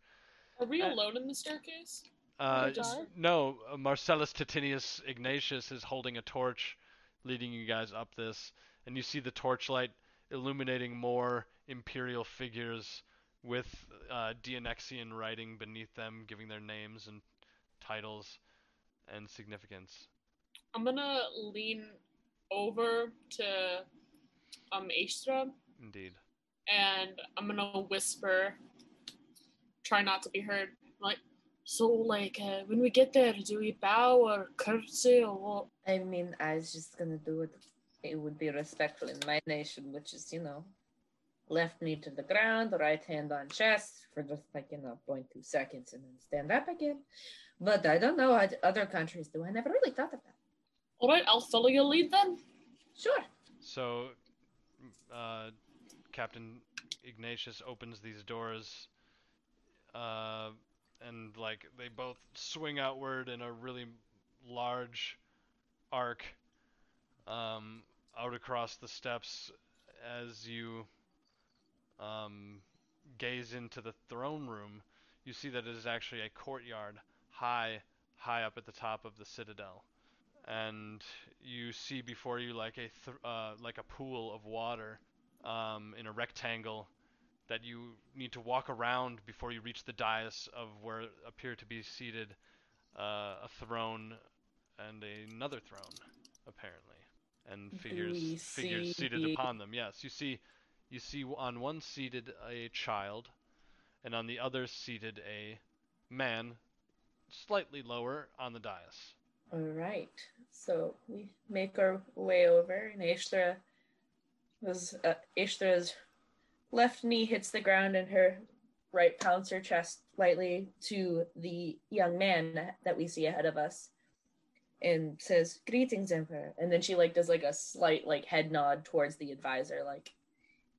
F: Are we alone in the staircase?
H: Uh,
F: Other
H: s-
F: door?
H: no, uh, Marcellus Titinius Ignatius is holding a torch, leading you guys up this, and you see the torchlight illuminating more imperial figures with uh, Dionysian writing beneath them, giving their names and titles and significance.
F: I'm gonna lean over to um Astra
H: Indeed.
F: and I'm gonna whisper, try not to be heard. Like, so like uh, when we get there, do we bow or curtsy or what?
C: I mean, I was just gonna do it. It would be respectful in my nation, which is, you know, left knee to the ground, right hand on chest for just like, you know, 0.2 seconds and then stand up again. But I don't know what other countries do. I never really thought of that.
F: All right, I'll follow your lead then.
C: Sure.
H: So, uh, Captain Ignatius opens these doors, uh, and like they both swing outward in a really large arc um, out across the steps as you um, gaze into the throne room. You see that it is actually a courtyard high, high up at the top of the citadel and you see before you like a th- uh, like a pool of water um, in a rectangle that you need to walk around before you reach the dais of where appear to be seated uh, a throne and another throne apparently and
C: we
H: figures figures seated
C: see-
H: upon them yes you see you see on one seated a child and on the other seated a man slightly lower on the dais
C: All right. So we make our way over, and Ishtra was uh, Ishtra's left knee hits the ground, and her right pounds her chest lightly to the young man that we see ahead of us, and says, "Greetings, Emperor." And then she like does like a slight like head nod towards the advisor, like,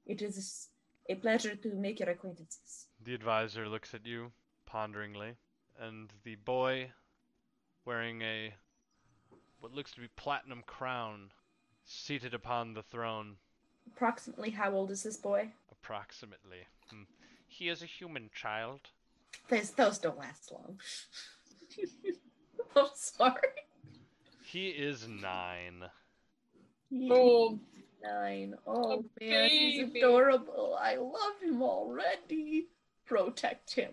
C: "It is a pleasure to make your acquaintances."
H: The advisor looks at you ponderingly, and the boy, wearing a what looks to be platinum crown, seated upon the throne,
C: Approximately, how old is this boy?
H: approximately. Hmm. He is a human child.
C: Those, those don't last long. I'm sorry.
H: He is nine.
F: Oh,
C: Nine. Oh
F: A
C: man, he's
F: baby.
C: adorable. I love him already. Protect him.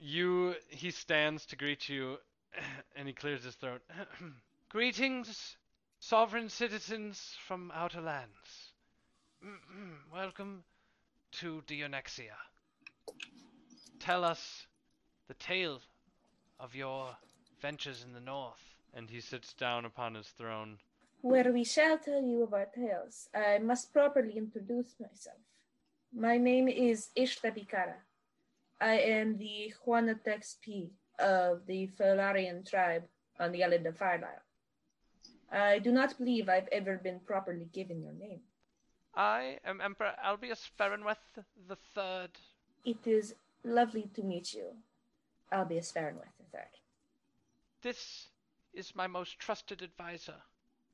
H: You. He stands to greet you, and he clears his throat. Greetings, sovereign citizens from outer lands. Welcome to Dionysia. Tell us the tale of your ventures in the north. And he sits down upon his throne.
C: Where we shall tell you of our tales. I must properly introduce myself. My name is Ishta Bikara. I am the Huanatex P of the Felarian tribe on the island of Fairlisle. I do not believe I've ever been properly given your name.
H: I am Emperor Albius Ferenweth the Third.
C: It is lovely to meet you. I'll be a Sparenweth, in fact.
H: This is my most trusted advisor,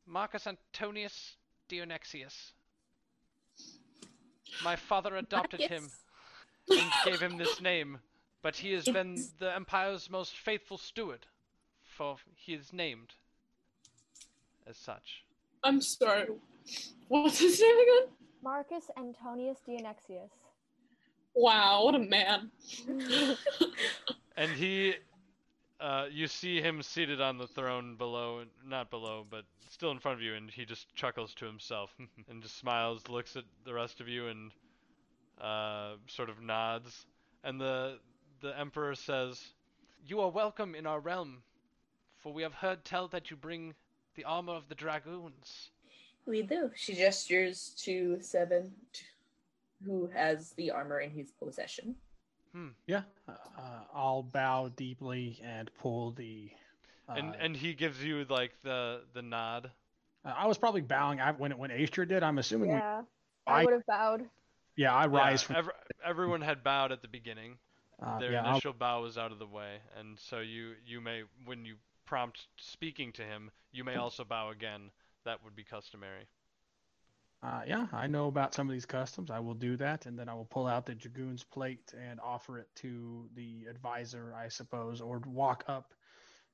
H: Marcus Antonius Dionysius. My father adopted him and gave him this name, but he has been
C: It's-
H: the Empire's most faithful steward, for he is named as such.
F: I'm sorry. What's his name again?
D: Marcus Antonius Dionysius.
F: Wow, what a man.
H: And he Uh, you see him seated on the throne below, not below, but still in front of you, and he just chuckles to himself and just smiles, looks at the rest of you, and uh, sort of nods. And the the emperor says, "You are welcome in our realm, for we have heard tell that you bring the armor of the dragoons."
C: We do. She gestures to Seven, who has the armor in his possession.
E: Yeah, uh, I'll bow deeply and pull the. Uh,
H: and and he gives you like the the nod.
E: uh, I was probably bowing I, when when Astra did. I'm assuming. Yeah,
D: Yeah, I
E: I-
D: would have bowed.
E: we, yeah I
H: Yeah,
E: rise from.
H: ev- everyone had bowed at the beginning.
E: Uh,
H: Their
E: yeah, I'll-
H: initial bow is out of the way, and so you you may when you prompt speaking to him, you may also bow again. That would be customary.
E: Uh, yeah, I know about some of these customs. I will do that, and then I will pull out the dragoon's plate and offer it to the advisor, I suppose, or walk up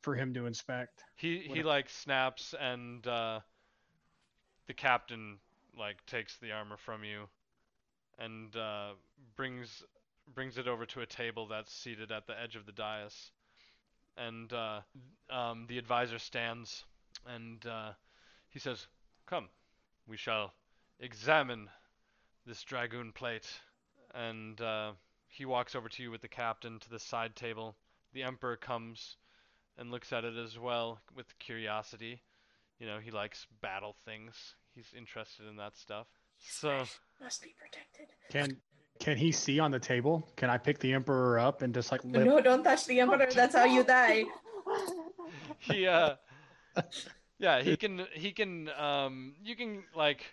E: for him to inspect.
H: He
E: What
H: he
E: if-
H: like snaps and uh, the captain like takes the armor from you and uh, brings brings it over to a table that's seated at the edge of the dais. And uh, um, the advisor stands and uh, he says, "Come, we shall examine this dragoon plate." And uh, he walks over to you with the captain to the side table. The emperor comes and looks at it as well with curiosity. You know, he likes battle things. He's interested in that stuff. So
I: Must be protected.
E: Can can he see on the table? Can I pick the emperor up and just like lift?
C: No, don't touch the emperor. That's how you die.
H: he uh yeah, he can he can um you can like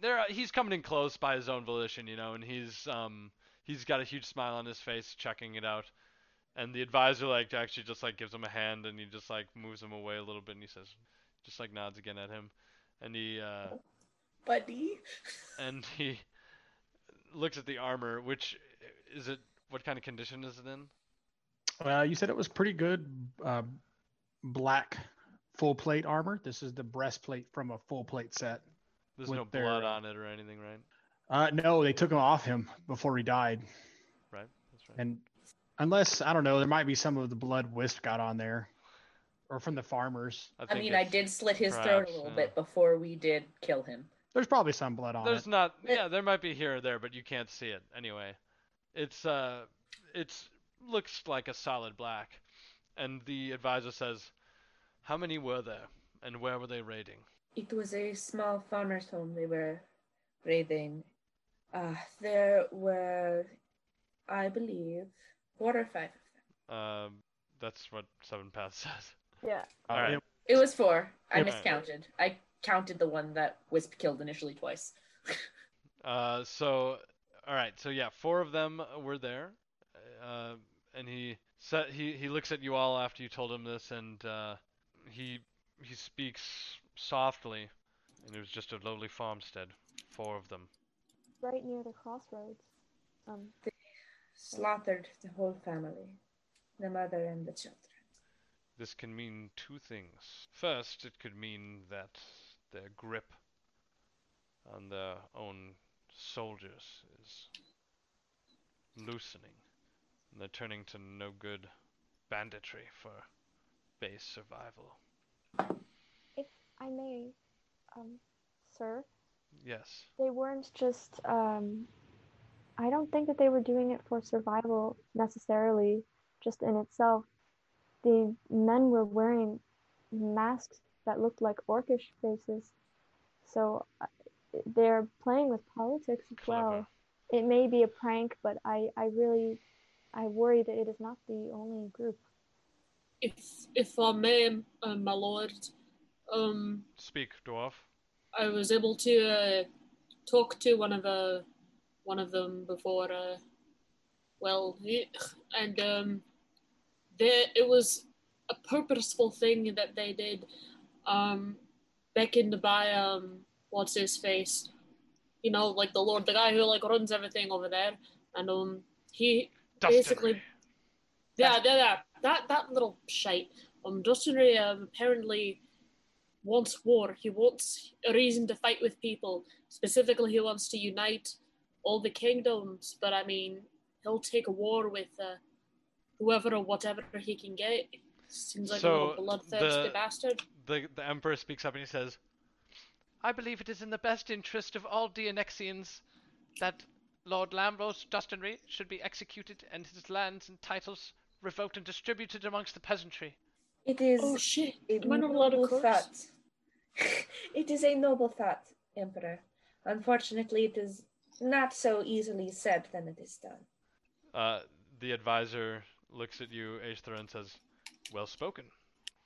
H: there he's coming in close by his own volition, you know, and he's um he's got a huge smile on his face checking it out. And the advisor like actually just like gives him a hand and he just like moves him away a little bit and he says just like nods again at him. And he uh
C: Buddy.
H: and he looks at the armor, which is it. What kind of condition is it in?
E: Well, you said it was pretty good, uh, black full plate armor. This is the breastplate from a full plate set.
H: There's
E: With
H: no
E: their,
H: blood
E: uh,
H: on it or anything, right?
E: Uh, no, they took him off him before he died,
H: Right. That's right.
E: and unless I don't know, there might be some of the blood wisp got on there, or from the farmers.
H: I,
C: I
H: think
C: mean, I
H: it's-
C: did slit his throat
H: perhaps,
C: a little
H: yeah.
C: bit before we did kill him.
E: There's probably some blood on
H: There's
E: it.
H: not.
C: Eh.
H: Yeah, there might be here or there, but you can't see it anyway. It's uh, it's looks like a solid black, and the advisor says, "How many were there, and where were they raiding?"
C: It was a small farmer's home they were raiding. Uh, there were, I believe, four or five of them.
H: Um, that's what Seven Path says.
D: Yeah.
H: All right.
E: Uh, It-
C: It was four. I
E: Yeah.
C: miscounted. I counted the one that Wisp killed initially twice.
H: Uh, so, all right. So yeah, four of them were there, uh, and he set, he he looks at you all after you told him this, and uh, he he speaks softly, and it was just a lowly farmstead, four of them.
D: right near the crossroads. Um,
C: Slaughtered the whole family, the mother and the children.
H: This can mean two things. First, it could mean that their grip on their own soldiers is loosening, and they're turning to no good banditry for base survival.
D: I may, um, sir,
H: Yes.
D: they weren't just. Um, I don't think that they were doing it for survival necessarily, just in itself. The men were wearing masks that looked like orcish faces, so uh, they're playing with politics as well.
H: Clever.
D: it may be a prank, but I, I really I worry that it is not the only group.
F: If if I may, um, my lord, um,
H: Speak, dwarf.
F: I was able to uh, talk to one of the one of them before. Uh, well, and um, there it was a purposeful thing that they did, um, beckoned by um, what's his face, you know, like the Lord, the guy who like runs everything over there, and um, he Basically-
H: Dustinry.
F: yeah, yeah, yeah. That that little shite. Um, Dustinry um, apparently wants war. He wants a reason to fight with people. Specifically, he wants to unite all the kingdoms. But I mean, he'll take a war with uh, whoever or whatever he can get. Seems like
H: So,
F: a little bloodthirsty
H: the-
F: bastard.
H: The the emperor speaks up and he says, "I believe it is in the best interest of all Dionysians that Lord Lambros Dustinry should be executed and his lands and titles revoked and distributed amongst the peasantry."
C: It is
F: Oh shit!
C: a
F: Am I not allowed to
C: noble
F: curse?
C: thought. it is a noble thought, Emperor. Unfortunately, it is not so easily said than it is done.
H: Uh, the advisor looks at you, Aesthra, and says, "Well spoken,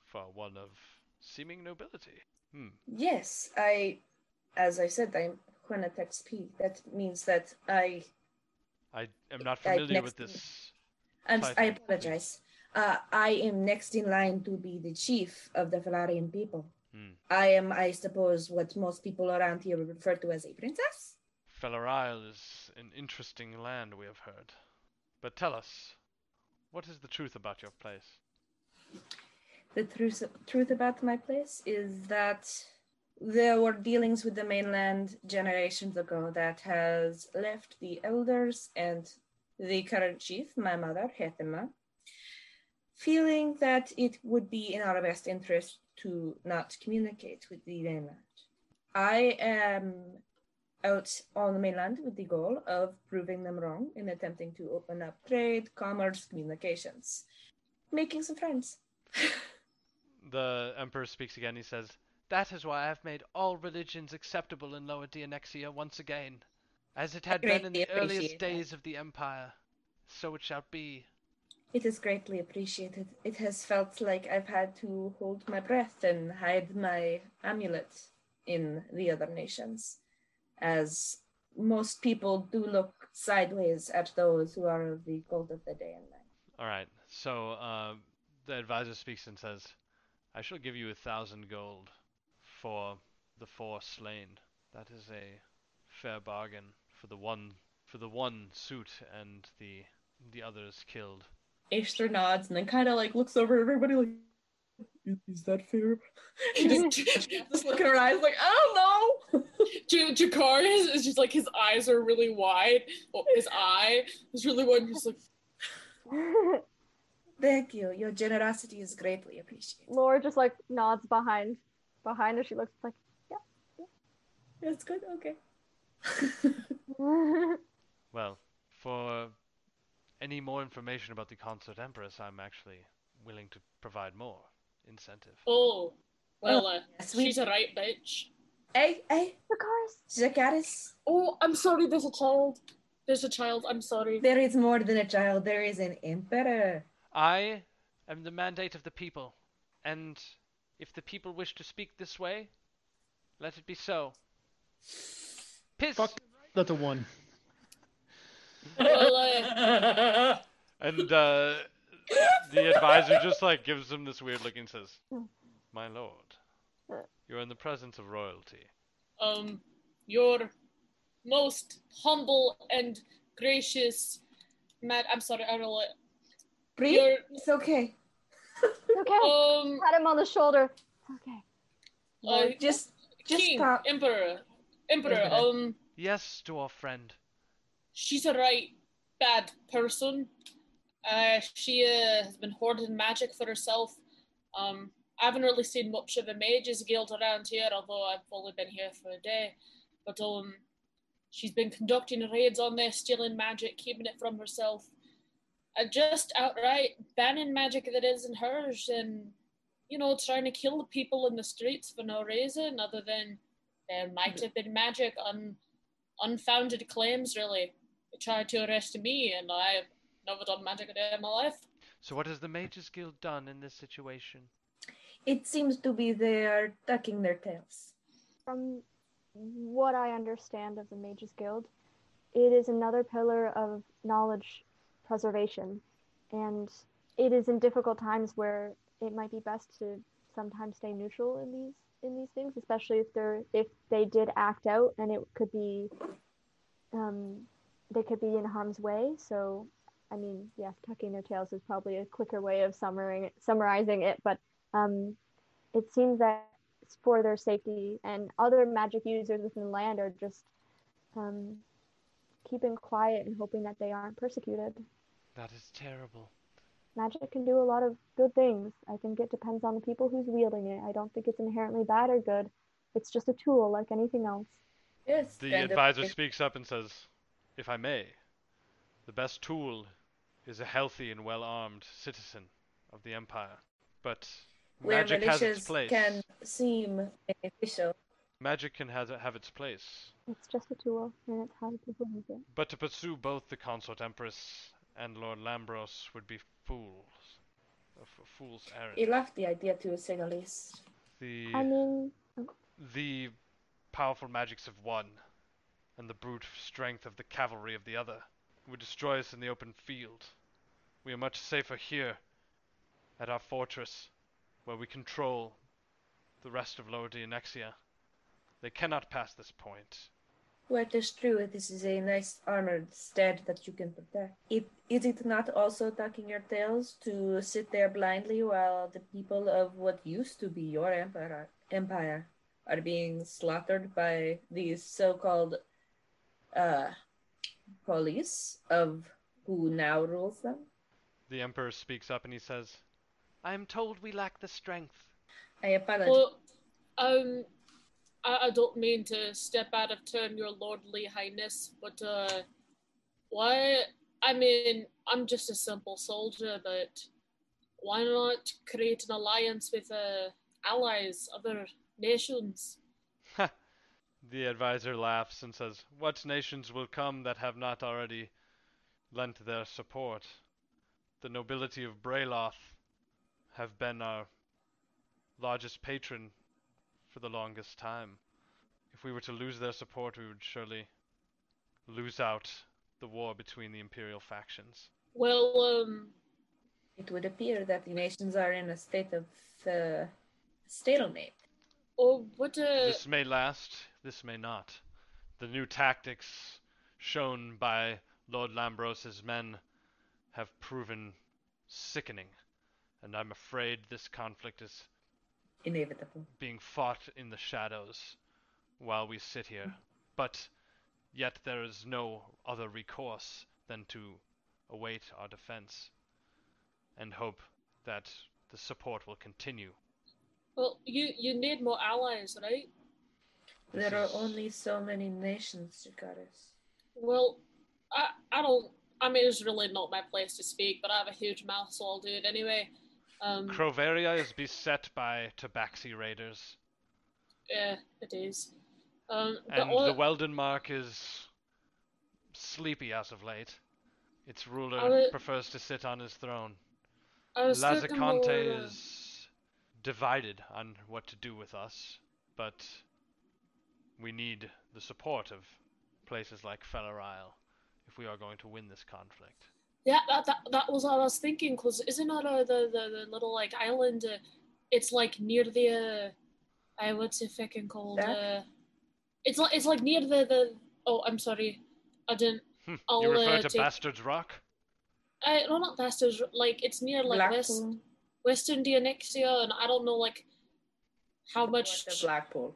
H: for one of seeming nobility." Hmm.
C: Yes, I, as I said, I'm Hornet XP. That means that I,
H: I am not
C: Right,
H: familiar with
C: next to
H: this.
C: I'm,
H: Sorry,
C: I
H: sorry.
C: apologize. Uh, I am next in line to be the chief of the Valarian people.
H: Hmm.
C: I am, I suppose, what most people around here refer to as a princess.
H: Fellerial is an interesting land, we have heard. But tell us, what is the truth about your place?
C: The truth, truth about my place is that there were dealings with the mainland generations ago that has left the elders and the current chief, my mother, Hethema, feeling that it would be in our best interest to not communicate with the mainland. I am out on the mainland with the goal of proving them wrong in attempting to open up trade, commerce, communications, making some friends.
H: The Emperor speaks again. He says, That is why I have made all religions acceptable in Lower Dianexia once again, as it had been in
C: greatly
H: the earliest
C: appreciate that.
H: days of the Empire. So it shall be.
C: It is greatly appreciated. It has felt like I've had to hold my breath and hide my amulet in the other nations, as most people do look sideways at those who are of the gold of the day and night.
H: All right. So uh, the advisor speaks and says, I shall give you a thousand gold for the four slain. That is a fair bargain for the one for the one suit and the the others killed.
C: Ishtar nods and then kind of like looks over at everybody like, "Is- "Is that fair?" She just, she just look in her eyes like, "Oh, "I don't know."
F: J- Jakar is, is just like his eyes are really wide. Well, his eye is really wide. He's like,
C: Thank you. Your generosity is greatly appreciated.
D: Laura just like nods behind behind her. She looks like
C: That's good. Okay.
H: Well, for any more information about the Consort Empress, I'm actually willing to provide more incentive.
F: oh, well, uh,
C: Yes, we-
F: she's a right bitch.
C: Hey, hey,
D: Zakaris.
C: Zacharis.
F: Oh, I'm sorry. There's a child. There's a child. I'm sorry.
C: There is more than a child, there is an emperor.
H: I am the mandate of the people, and if the people wish to speak this way, let it be so. Piss!
E: Fuck. That's a one.
F: Well, uh,
H: And uh, the advisor just like gives him this weird look and says, "My lord, you're in the presence of royalty."
F: um, your most humble and gracious, Matt. I'm sorry. I don't know. what-
C: Breathe.
F: Your
C: It's okay.
D: It's okay.
F: um,
D: Pat him on the shoulder. It's okay.
F: uh,
C: just just
F: king,
C: pop.
F: emperor, emperor.
C: Emperor.
F: Um,
H: Yes, dwarf friend.
F: she's a right bad person. Uh, she uh, has been hoarding magic for herself. Um, I haven't really seen much of a mages guild around here, although I've only been here for a day. But um, she's been conducting raids on there, stealing magic, keeping it from herself, and just outright banning magic that isn't hers, and you know, trying to kill people in the streets for no reason other than there might have been magic on unfounded claims, really. They tried to arrest me, and I've never done magic a day in my life.
H: So, what has the Mages Guild done in this situation?
C: It seems to be they are tucking their tails.
D: From what I understand of the Mages Guild, it is another pillar of knowledge preservation. And it is in difficult times where it might be best to sometimes stay neutral in these in these things, especially if they're if they did act out and it could be um, they could be in harm's way. So I mean, yes, tucking their tails is probably a quicker way of summarizing it, summarizing it but um, it seems that it's for their safety and other magic users within the land are just um, keeping quiet and hoping that they aren't persecuted.
H: That is terrible.
D: magic can do a lot of good things. I think it depends on the people who's wielding it. I don't think it's inherently bad or good. It's just a tool like anything else.
C: Yes.
H: The
C: Brando-
H: advisor speaks up and says, If I may, the best tool is a healthy and well armed citizen of the Empire. But
C: Where
H: magic has its
C: militias
H: place.
C: can seem beneficial.
H: Magic can has, have its place.
D: It's just a tool, and it's how people use it.
H: But to pursue both the Consort Empress and Lord Lambros would be fools. A f- fool's errand.
C: He left the idea to a signalist.
H: the
D: I mean,
H: the powerful magics of one and the brute strength of the cavalry of the other would destroy us in the open field. We are much safer here at our fortress where we control the rest of Lower Dianexia. They cannot pass this point.
C: Well, that's true. This is a nice armored stead that you can protect. It, is it not also tucking your tails to sit there blindly while the people of what used to be your empire, empire are being slaughtered by these so-called uh, police of who now rules them?
H: The Emperor speaks up and he says, I am told we lack the strength.
C: I apologize.
F: Well, um, I, I don't mean to step out of turn, Your Lordly Highness, but uh, why? I mean, I'm just a simple soldier, but why not create an alliance with uh, allies, other nations?
H: The advisor laughs and says, What nations will come that have not already lent their support? The nobility of Brailoth have been our largest patron for the longest time. If we were to lose their support, we would surely lose out the war between the imperial factions.
F: Well, um,
C: it would appear that the nations are in a state of uh, stalemate.
F: or what? Uh,
H: This may last, this may not. The new tactics shown by Lord Lambros's men have proven sickening, and I'm afraid this conflict is
C: Inevitable.
H: being fought in the shadows while we sit here. But yet there is no other recourse than to await our defense and hope that the support will continue.
F: well, you you need more allies, right?
C: There are
H: is-
C: only so many nations, Jakaris.
F: Well, I I don't. I mean, it's really not my place to speak, but I have a huge mouth, so I'll do it anyway. Um,
H: Crovaria is beset by Tabaxi raiders.
F: yeah, it is. Um, but
H: And
F: all-
H: the Weldon Mark is sleepy as of late. Its ruler
F: Our-
H: prefers to sit on his throne.
F: I was thinking more,
H: Lazicante
F: uh,
H: is divided on what to do with us, but we need the support of places like Feller Isle if we are going to win this conflict.
F: Yeah, that, that that was what I was thinking. Cause isn't that uh, the, the the little like island? Uh, it's like near the. Uh, I what's it fucking called?
C: Back?
F: Uh, it's like it's like near the the. Oh, I'm sorry, I didn't.
H: Hmm,
F: I'll,
H: you refer
F: uh,
H: to
F: take-
H: Bastard's Rock?
F: I no not Bastards. Like it's near like west
C: Blackpool.
F: Western Dianexia, and I don't know like how much
C: North of Blackpool.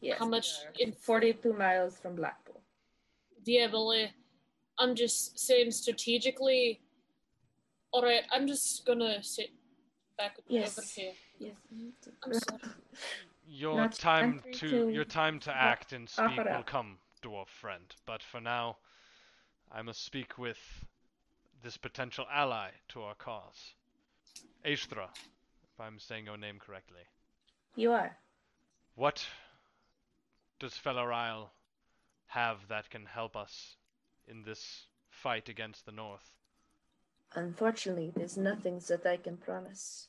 C: Yes.
F: how much
C: we are
F: in
C: Forty-two miles from Blackpool.
F: Yeah, but like, I'm just saying strategically. All right, I'm just gonna sit back
C: Yes.
F: over here.
C: Yes.
F: I'm sorry.
H: Your
C: Not
H: time
C: contrary
H: to,
C: to
H: your time to act and speak
C: opera.
H: will come, dwarf friend. But for now, I must speak with this potential ally to our cause, Aethra, if I'm saying your name correctly.
C: You are.
H: What does Feller Isle have that can help us in this fight against the North?
C: Unfortunately, there's nothing that I can promise.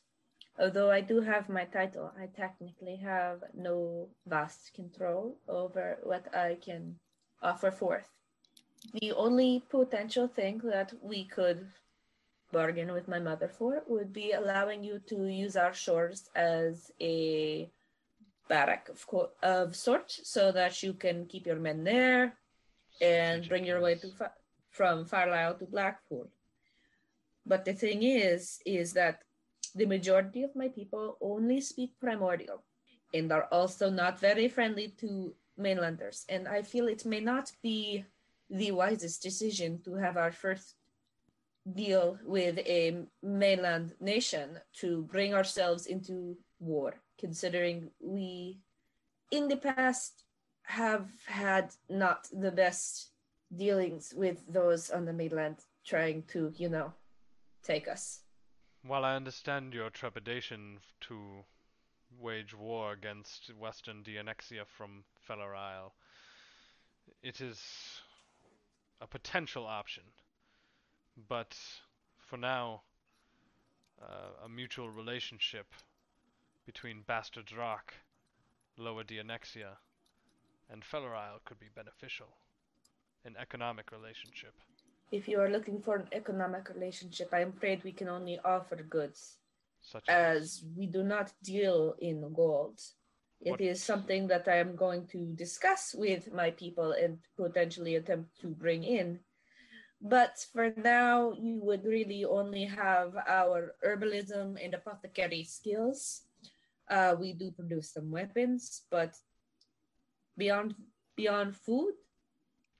C: Although I do have my title, I technically have no vast control over what I can offer forth. The only potential thing that we could bargain with my mother for would be allowing you to use our shores as a barrack of, co- of sort so that you can keep your men there and
H: Strategic
C: bring your way to
H: choice.
C: fa- from Carlisle to Blackpool. But the thing is, is that the majority of my people only speak primordial and are also not very friendly to mainlanders. And I feel it may not be the wisest decision to have our first deal with a mainland nation to bring ourselves into war, considering we in the past have had not the best dealings with those on the mainland trying to, you know, take us.
H: While I understand your trepidation f- to wage war against Western Dianexia from Feller Isle, it is a potential option. But for now, uh, a mutual relationship between Bastard Drak, Lower Dianexia, and Feller Isle could be beneficial. An economic relationship.
C: If you are looking for an economic relationship, I am afraid we can only offer goods,
H: Such
C: as we do not deal in gold. It is
H: What-
C: something that I am going to discuss with my people and potentially attempt to bring in. But for now, you would really only have our herbalism and apothecary skills. Uh, we do produce some weapons, but beyond beyond food,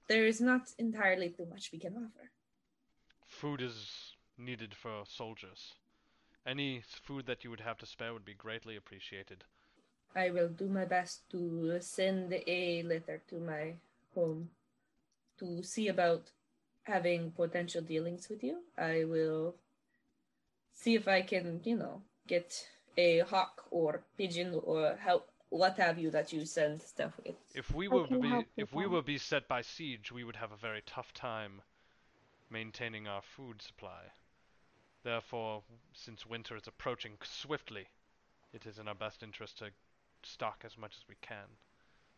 C: there is not entirely too much we can offer.
H: food is needed for soldiers. Any s- food that you would have to spare would be greatly appreciated.
C: I will do my best to send a letter to my home to see about having potential dealings with you. I will see if I can, you know, get a hawk or pigeon or how what have you that you send stuff with.
H: If we
D: I
H: were
D: can
H: be
D: help with
H: if we
D: that.
H: were beset by siege, we would have a very tough time maintaining our food supply. Therefore, since winter is approaching swiftly, it is in our best interest to stock as much as we can.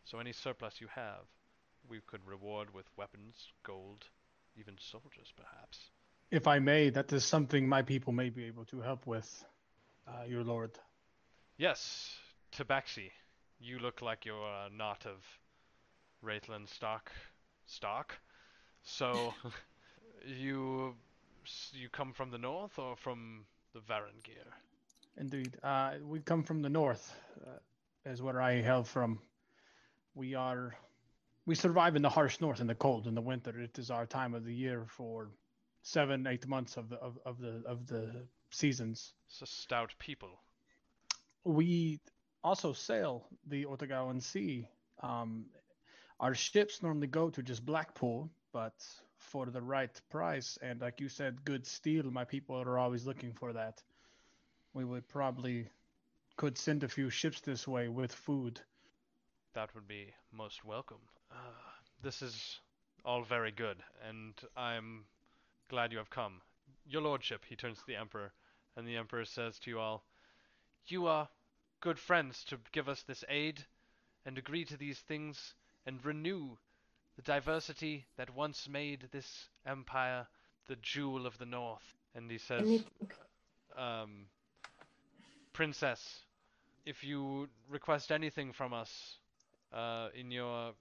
H: So any surplus you have, we could reward with weapons, gold, even soldiers perhaps.
E: If I may, that is something my people may be able to help with, uh, your lord.
H: Yes, Tabaxi, you look like you're uh, not of Wraithlin stock. Stock? So, you s- you come from the north or from the Varangir?
E: Indeed. Uh, we come from the north, uh, is where I hail from. We are, we survive in the harsh north in the cold in the winter. It is our time of the year for seven, eight months of the of, of the of the seasons.
H: It's a stout people.
E: We also sail the Otagowan Sea. Um, our ships normally go to just Blackpool, but for the right price and like you said, good steel, my people are always looking for that. We would probably could send a few ships this way with food.
H: That would be most welcome. Uh, this is all very good, and I'm glad you have come. Your lordship, he turns to the emperor, and the emperor says to you all, You are good friends to give us this aid, and agree to these things, and renew the diversity that once made this empire the jewel of the north. And he says,
C: Anything.
H: um, Princess, if you request anything from us uh, in your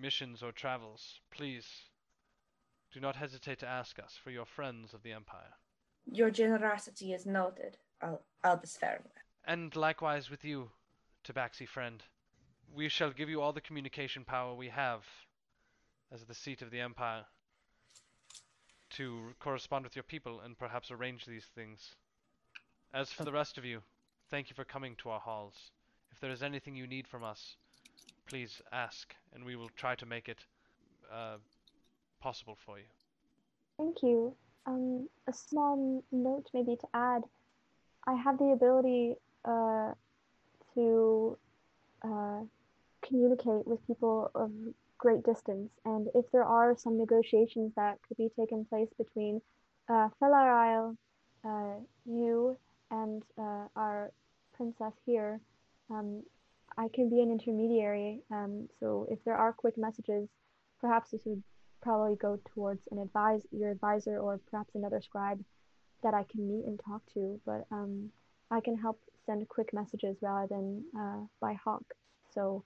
H: missions or travels, please do not hesitate to ask us for your friends of the Empire.
C: Your generosity is noted, Al- Albus Farrell.
H: And likewise with you, Tabaxi friend. We shall give you all the communication power we have as the seat of the Empire to correspond with your people and perhaps arrange these things. As for the rest of you, thank you for coming to our halls. If there is anything you need from us, please ask, and we will try to make it uh, possible for you.
D: Thank you. Um, a small n- note maybe to add. I have the ability uh, to uh, communicate with people of great distance, and if there are some negotiations that could be taken place between uh, Felar Isle, uh, you, and uh, our princess here, um, I can be an intermediary. Um, so if there are quick messages, perhaps this would probably go towards an advise your advisor or perhaps another scribe that I can meet and talk to. But um, I can help send quick messages rather than uh, by hawk. So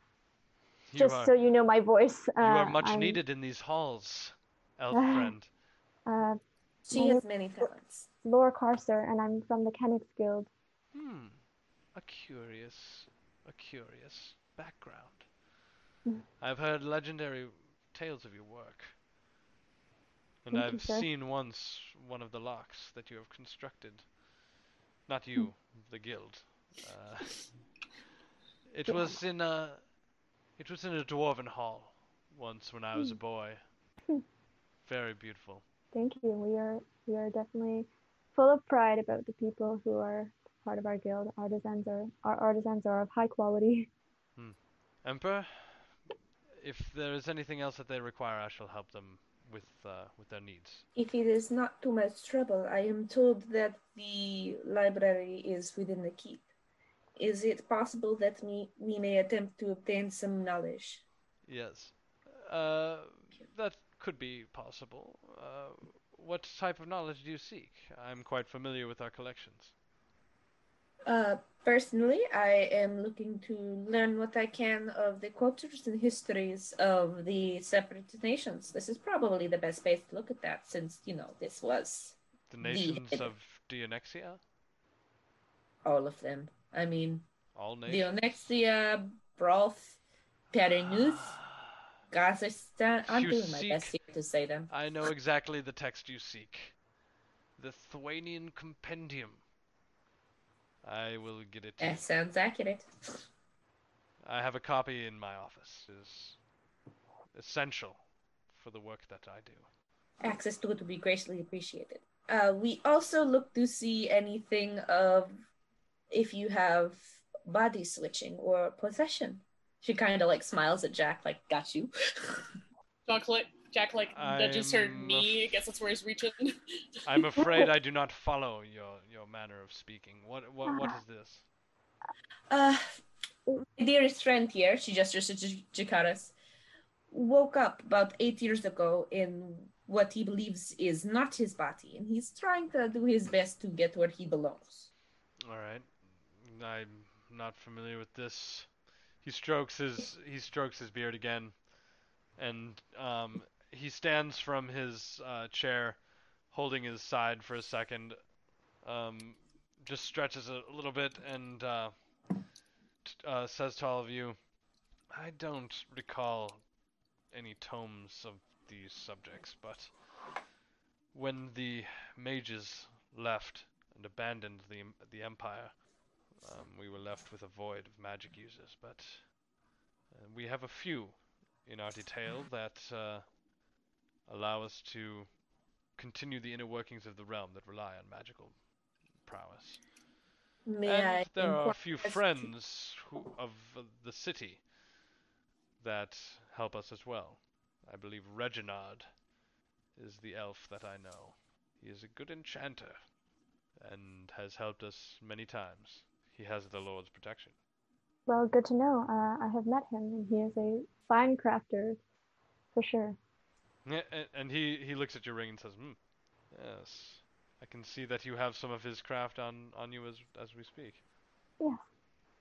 H: You
D: just
H: are,
D: so you know my voice, uh,
H: you are much
D: I'm,
H: needed in these halls, elf friend.
D: Uh,
C: She has many talents.
D: Laura Carcer, and I'm from the Kennex Guild.
H: Hmm. A curious, a curious background.
D: Mm.
H: I've heard legendary tales of your work. And
D: Thank you,
H: I've
D: sir.
H: seen once one of the locks that you have constructed. Not you, the guild. Uh, it
D: Yeah.
H: was in a, it was in a dwarven hall once when I was a boy.
D: Hmm.
H: Very beautiful.
D: Thank you. We are we are definitely full of pride about the people who are part of our guild. Artisans are our artisans are of high quality.
H: Hmm. Emperor, if there is anything else that they require, I shall help them with uh, with their needs.
C: If it is not too much trouble, I am told that the library is within the keep. Is it possible that me, we may attempt to obtain some knowledge?
H: Yes. Uh, that could be possible. Uh, what type of knowledge do you seek? I'm quite familiar with our collections.
C: Uh, personally, I am looking to learn what I can of the cultures and histories of the separate nations. This is probably the best place to look at that since, you know, this was
H: The
C: The-
H: nations of Dionexia?
C: all of them. I mean,
H: All nations?
C: Leonexia, Broth, Perinuth, Kazakhstan. I'm
H: You
C: doing my
H: seek-
C: best here to say them.
H: I know exactly the text you seek. The Thwaian Compendium. I will get it. to you.
C: That sounds accurate.
H: I have a copy in my office. It is essential for the work that I do.
C: Access to it would be greatly appreciated. Uh, we also look to see anything of if you have body switching or possession. She kind of like smiles at Jack, like, got you.
F: Jack like, Jack, like nudges her
H: I'm
F: knee. I guess that's where he's reaching.
H: I'm afraid I do not follow your, your manner of speaking. What what what is this?
C: Uh, my dearest friend here, she gestures to J- Jacaras, woke up about eight years ago in what he believes is not his body, and he's trying to do his best to get where he belongs.
H: All right, I'm not familiar with this. He strokes his he strokes his beard again, and um, he stands from his uh, chair, holding his side for a second, um, just stretches a little bit and uh, t- uh, says to all of you, "I don't recall any tomes of these subjects, but when the mages left." and abandoned the em- the empire. Um, we were left with a void of magic users, but uh, we have a few in our detail that uh, allow us to continue the inner workings of the realm that rely on magical prowess.
C: May I
H: and there are
C: inquire
H: a few
C: as to-
H: friends who, of uh, the city that help us as well. I believe Reginald is the elf that I know. He is a good enchanter and has helped us many times. He has the Lord's protection.
D: Well, good to know. Uh, I have met him, and he is a fine crafter, for sure.
H: Yeah, a- And he, he looks at your ring and says, hmm, yes, I can see that you have some of his craft on, on you as, as we speak.
D: Yeah.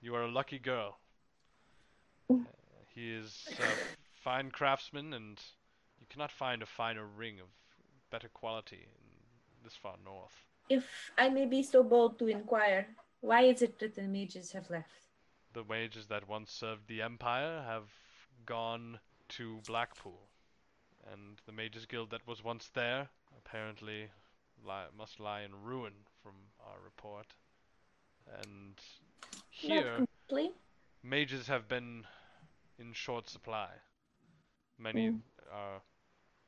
H: You are a lucky girl. Uh,
D: Mm.
H: he is a fine craftsman, and you cannot find a finer ring of better quality in this far north.
C: If I may be so bold to inquire, why is it that the mages have left?
H: The wages that once served the Empire have gone to Blackpool, and the Mages Guild that was once there apparently li- must lie in ruin from our report. And here,
C: Not completely.
H: mages have been in short supply. Many
C: Hmm.
D: Mm.
H: are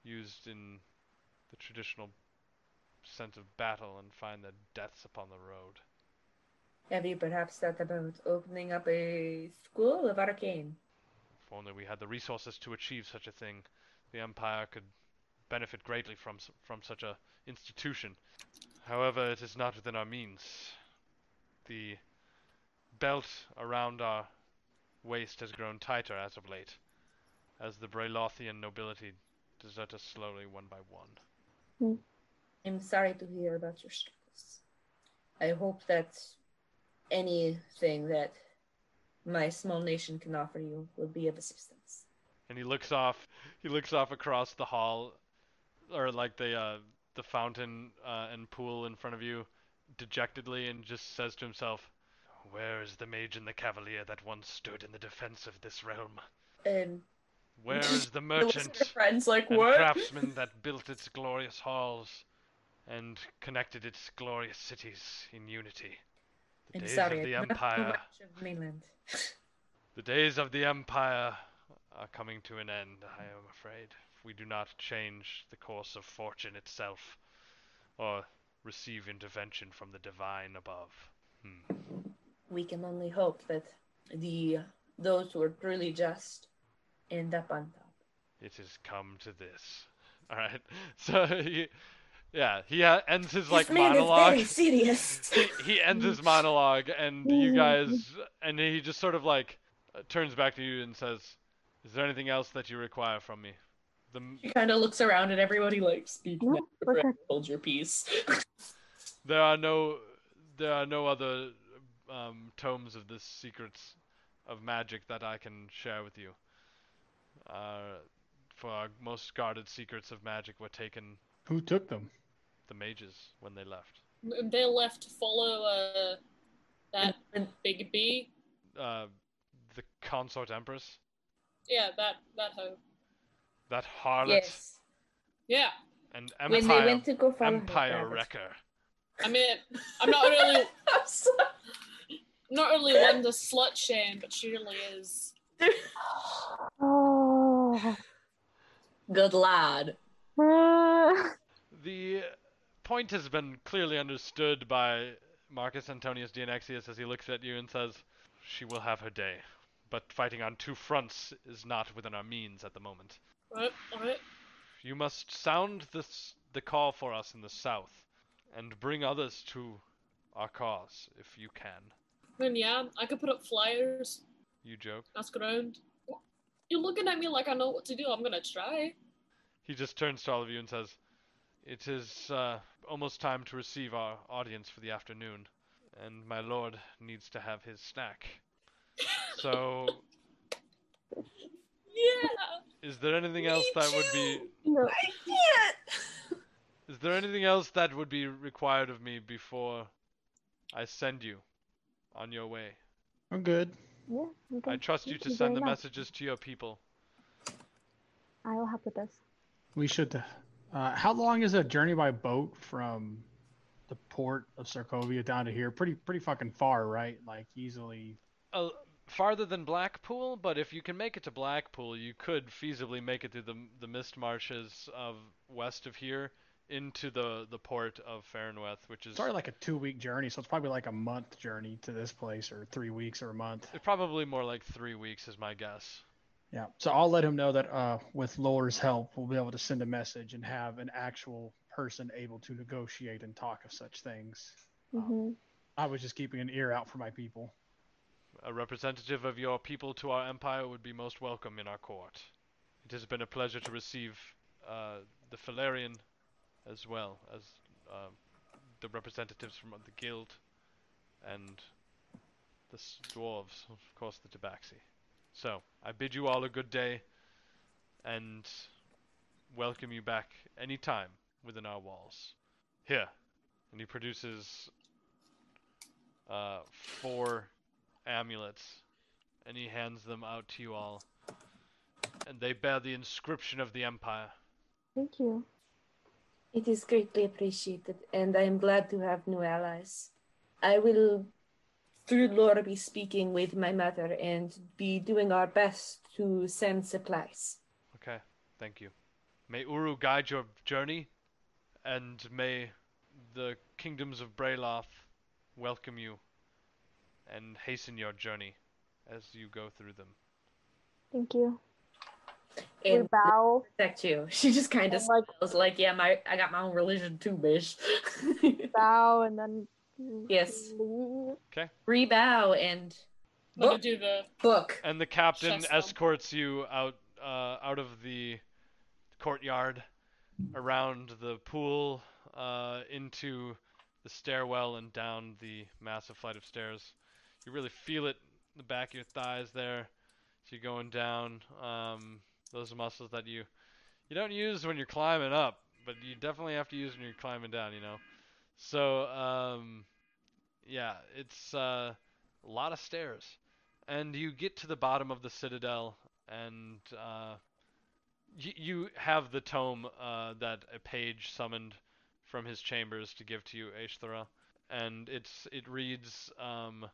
H: used in the traditional sense of battle and find their deaths upon the road.
C: Have you perhaps thought about opening up a school of arcane?
H: If only we had the resources to achieve such a thing, the Empire could benefit greatly from s- from such a institution. However, it is not within our means. The belt around our waist has grown tighter as of late, as the Braelothian nobility desert us slowly one by one.
C: I'm sorry to hear about your struggles. I hope that anything that my small nation can offer you will be of assistance.
H: and he looks off he looks off across the hall or like the uh the fountain uh, and pool in front of you dejectedly and just says to himself where is the mage and the cavalier that once stood in the defense of this realm
C: Um,
H: Where is the
C: The whisper
H: merchant
C: friend's like,
H: and
C: what?
H: craftsman that built its glorious halls and connected its glorious cities in unity? The
C: I'm
H: days
C: sorry,
H: of the
C: I cannot do
H: empire.
C: much of mainland.
H: The days of the empire are coming to an end, I am afraid. If we do not change the course of fortune itself or receive intervention from the divine above. Hmm.
C: We can only hope that the those who are truly just end up on top.
H: It has come to this. All right. So he, yeah, he uh, ends his like
C: this man
H: monologue.
C: is very serious. Mm.
H: he ends his monologue and you guys and he just sort of like uh, turns back to you and says is there anything else that you require from me the m-
K: He kind of looks around at everybody, like, speak
D: No,
K: now,
D: we're
K: friend,
D: good.
K: hold your peace.
H: there are no there are no other um, tomes of the secrets of magic that I can share with you uh, for our most guarded secrets of magic were taken
E: Who took them?
H: the mages when they left
F: And They left to follow uh, that big bee.
H: uh, the consort empress
F: Yeah, that that hoe.
H: that harlot
C: yes.
F: Yeah,
H: and
C: When they
H: empire
C: went to go follow her,
H: empire
C: Travis.
H: wrecker
F: I mean, I'm not really
C: I'm sorry.
F: not really one to slut shame, but she really is.
D: Oh.
K: Good lad.
D: Ah.
H: The point has been clearly understood by Marcus Antonius Dionysius as he looks at you and says, She will have her day, but fighting on two fronts is not within our means at the moment.
F: Right, right.
H: You must sound this, the call for us in the south and bring others to our cause if you can.
F: Then yeah, I could put up flyers,
H: You joke.
F: ask around. You're looking at me like I know what to do. I'm gonna try.
H: He just turns to all of you and says, It is uh, almost time to receive our audience for the afternoon, and my lord needs to have his snack. So,
F: Yeah.
H: is there anything else that would be
D: No.
H: Is there anything else that would be required of me before I send you on your way?
E: I'm good.
D: Yeah, I'm
H: I
D: good.
H: trust you
D: Thank
H: to
D: you
H: send
D: very
H: the
D: much.
H: messages to your people.
D: I will help with this.
E: We should. Uh, how long is a journey by boat from the port of Sarkovia down to here? Pretty, pretty fucking far, right? Like easily.
H: Uh, farther than Blackpool, but if you can make it to Blackpool, you could feasibly make it through the the mist marshes of west of here into the the port of Farnworth, which is
E: It's already like a two-week journey, so it's probably like a month journey to this place, or three weeks, or a month.
H: probably more like three weeks, is my guess.
E: Yeah. So I'll let him know that uh, with Lore's help, we'll be able to send a message and have an actual person able to negotiate and talk of such things. Um,
D: hmm
I: Mm-hmm.
E: I was just keeping an ear out for my people.
H: A representative of your people to our empire would be most welcome in our court. It has been a pleasure to receive uh, the Falarian as well as uh, the representatives from the guild and the s- dwarves, of course, the Tabaxi. So, I bid you all a good day and welcome you back anytime within our walls. Here. And he produces uh, four amulets and he hands them out to you all. And they bear the inscription of the Empire.
D: Thank you.
C: It is greatly appreciated, and I am glad to have new allies. I will, through Laura, be speaking with my mother and be doing our best to send supplies.
H: Okay, thank you. May Uru guide your journey, and may the kingdoms of Brailoth welcome you and hasten your journey as you go through them.
D: Thank you. We
K: And
D: bow.
K: protect you. She just kind of
D: And like
K: was like, yeah, my I got my own religion too, bitch.
D: bow and then.
K: Yes.
D: leave.
K: Rebow and
F: I'm
E: Oh.
F: gonna
K: Book.
F: do the
K: book.
H: And the captain
F: Shucks, Mom.
H: escorts you out uh, out of the courtyard, around the pool, uh, into the stairwell, and down the massive flight of stairs. You really feel it in the back of your thighs there. So you're going down. Um, those are muscles that you you don't use when you're climbing up, but you definitely have to use when you're climbing down. You know. So um, yeah, it's uh, a lot of stairs and you get to the bottom of the citadel and uh, Y- you have the tome uh, that a page summoned from his chambers to give to you, Aishthara, and it's it reads um,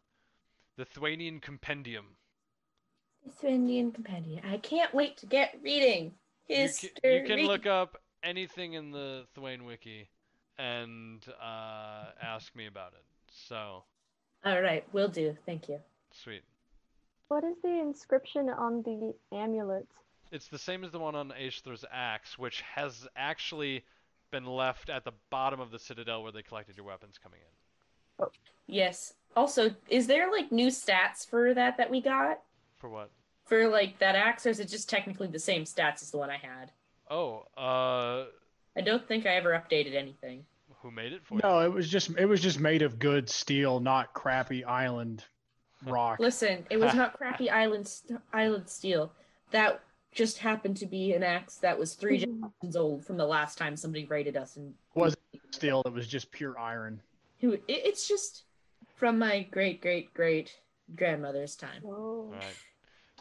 H: the Thwanian Compendium.
I: It's an Indian companion. I can't wait to get reading.
H: You
I: History.
H: can, you can look up anything in the Thwain Wiki and uh, ask me about it. So
K: All right, will do. Thank you.
H: sweet.
D: What is the inscription on the amulet?
H: It's the same as the one on Aishthra's axe, which has actually been left at the bottom of the citadel where they collected your weapons coming in.
I: Yes. Also, is there like new stats for that that we got
H: For what?
K: For like that axe, or is it just technically the same stats as the one I had?
H: Oh, uh,
K: I don't think I ever updated anything.
H: who made it for you?
E: No, it was just it was just made of good steel, not crappy island rock.
I: Listen, it was not crappy island st- island steel. That just happened to be an axe that was three generations old from the last time somebody raided us, and
E: wasn't steel. It was just pure iron.
I: who it, it's just from my great great great grandmother's time.
D: Oh
H: All right.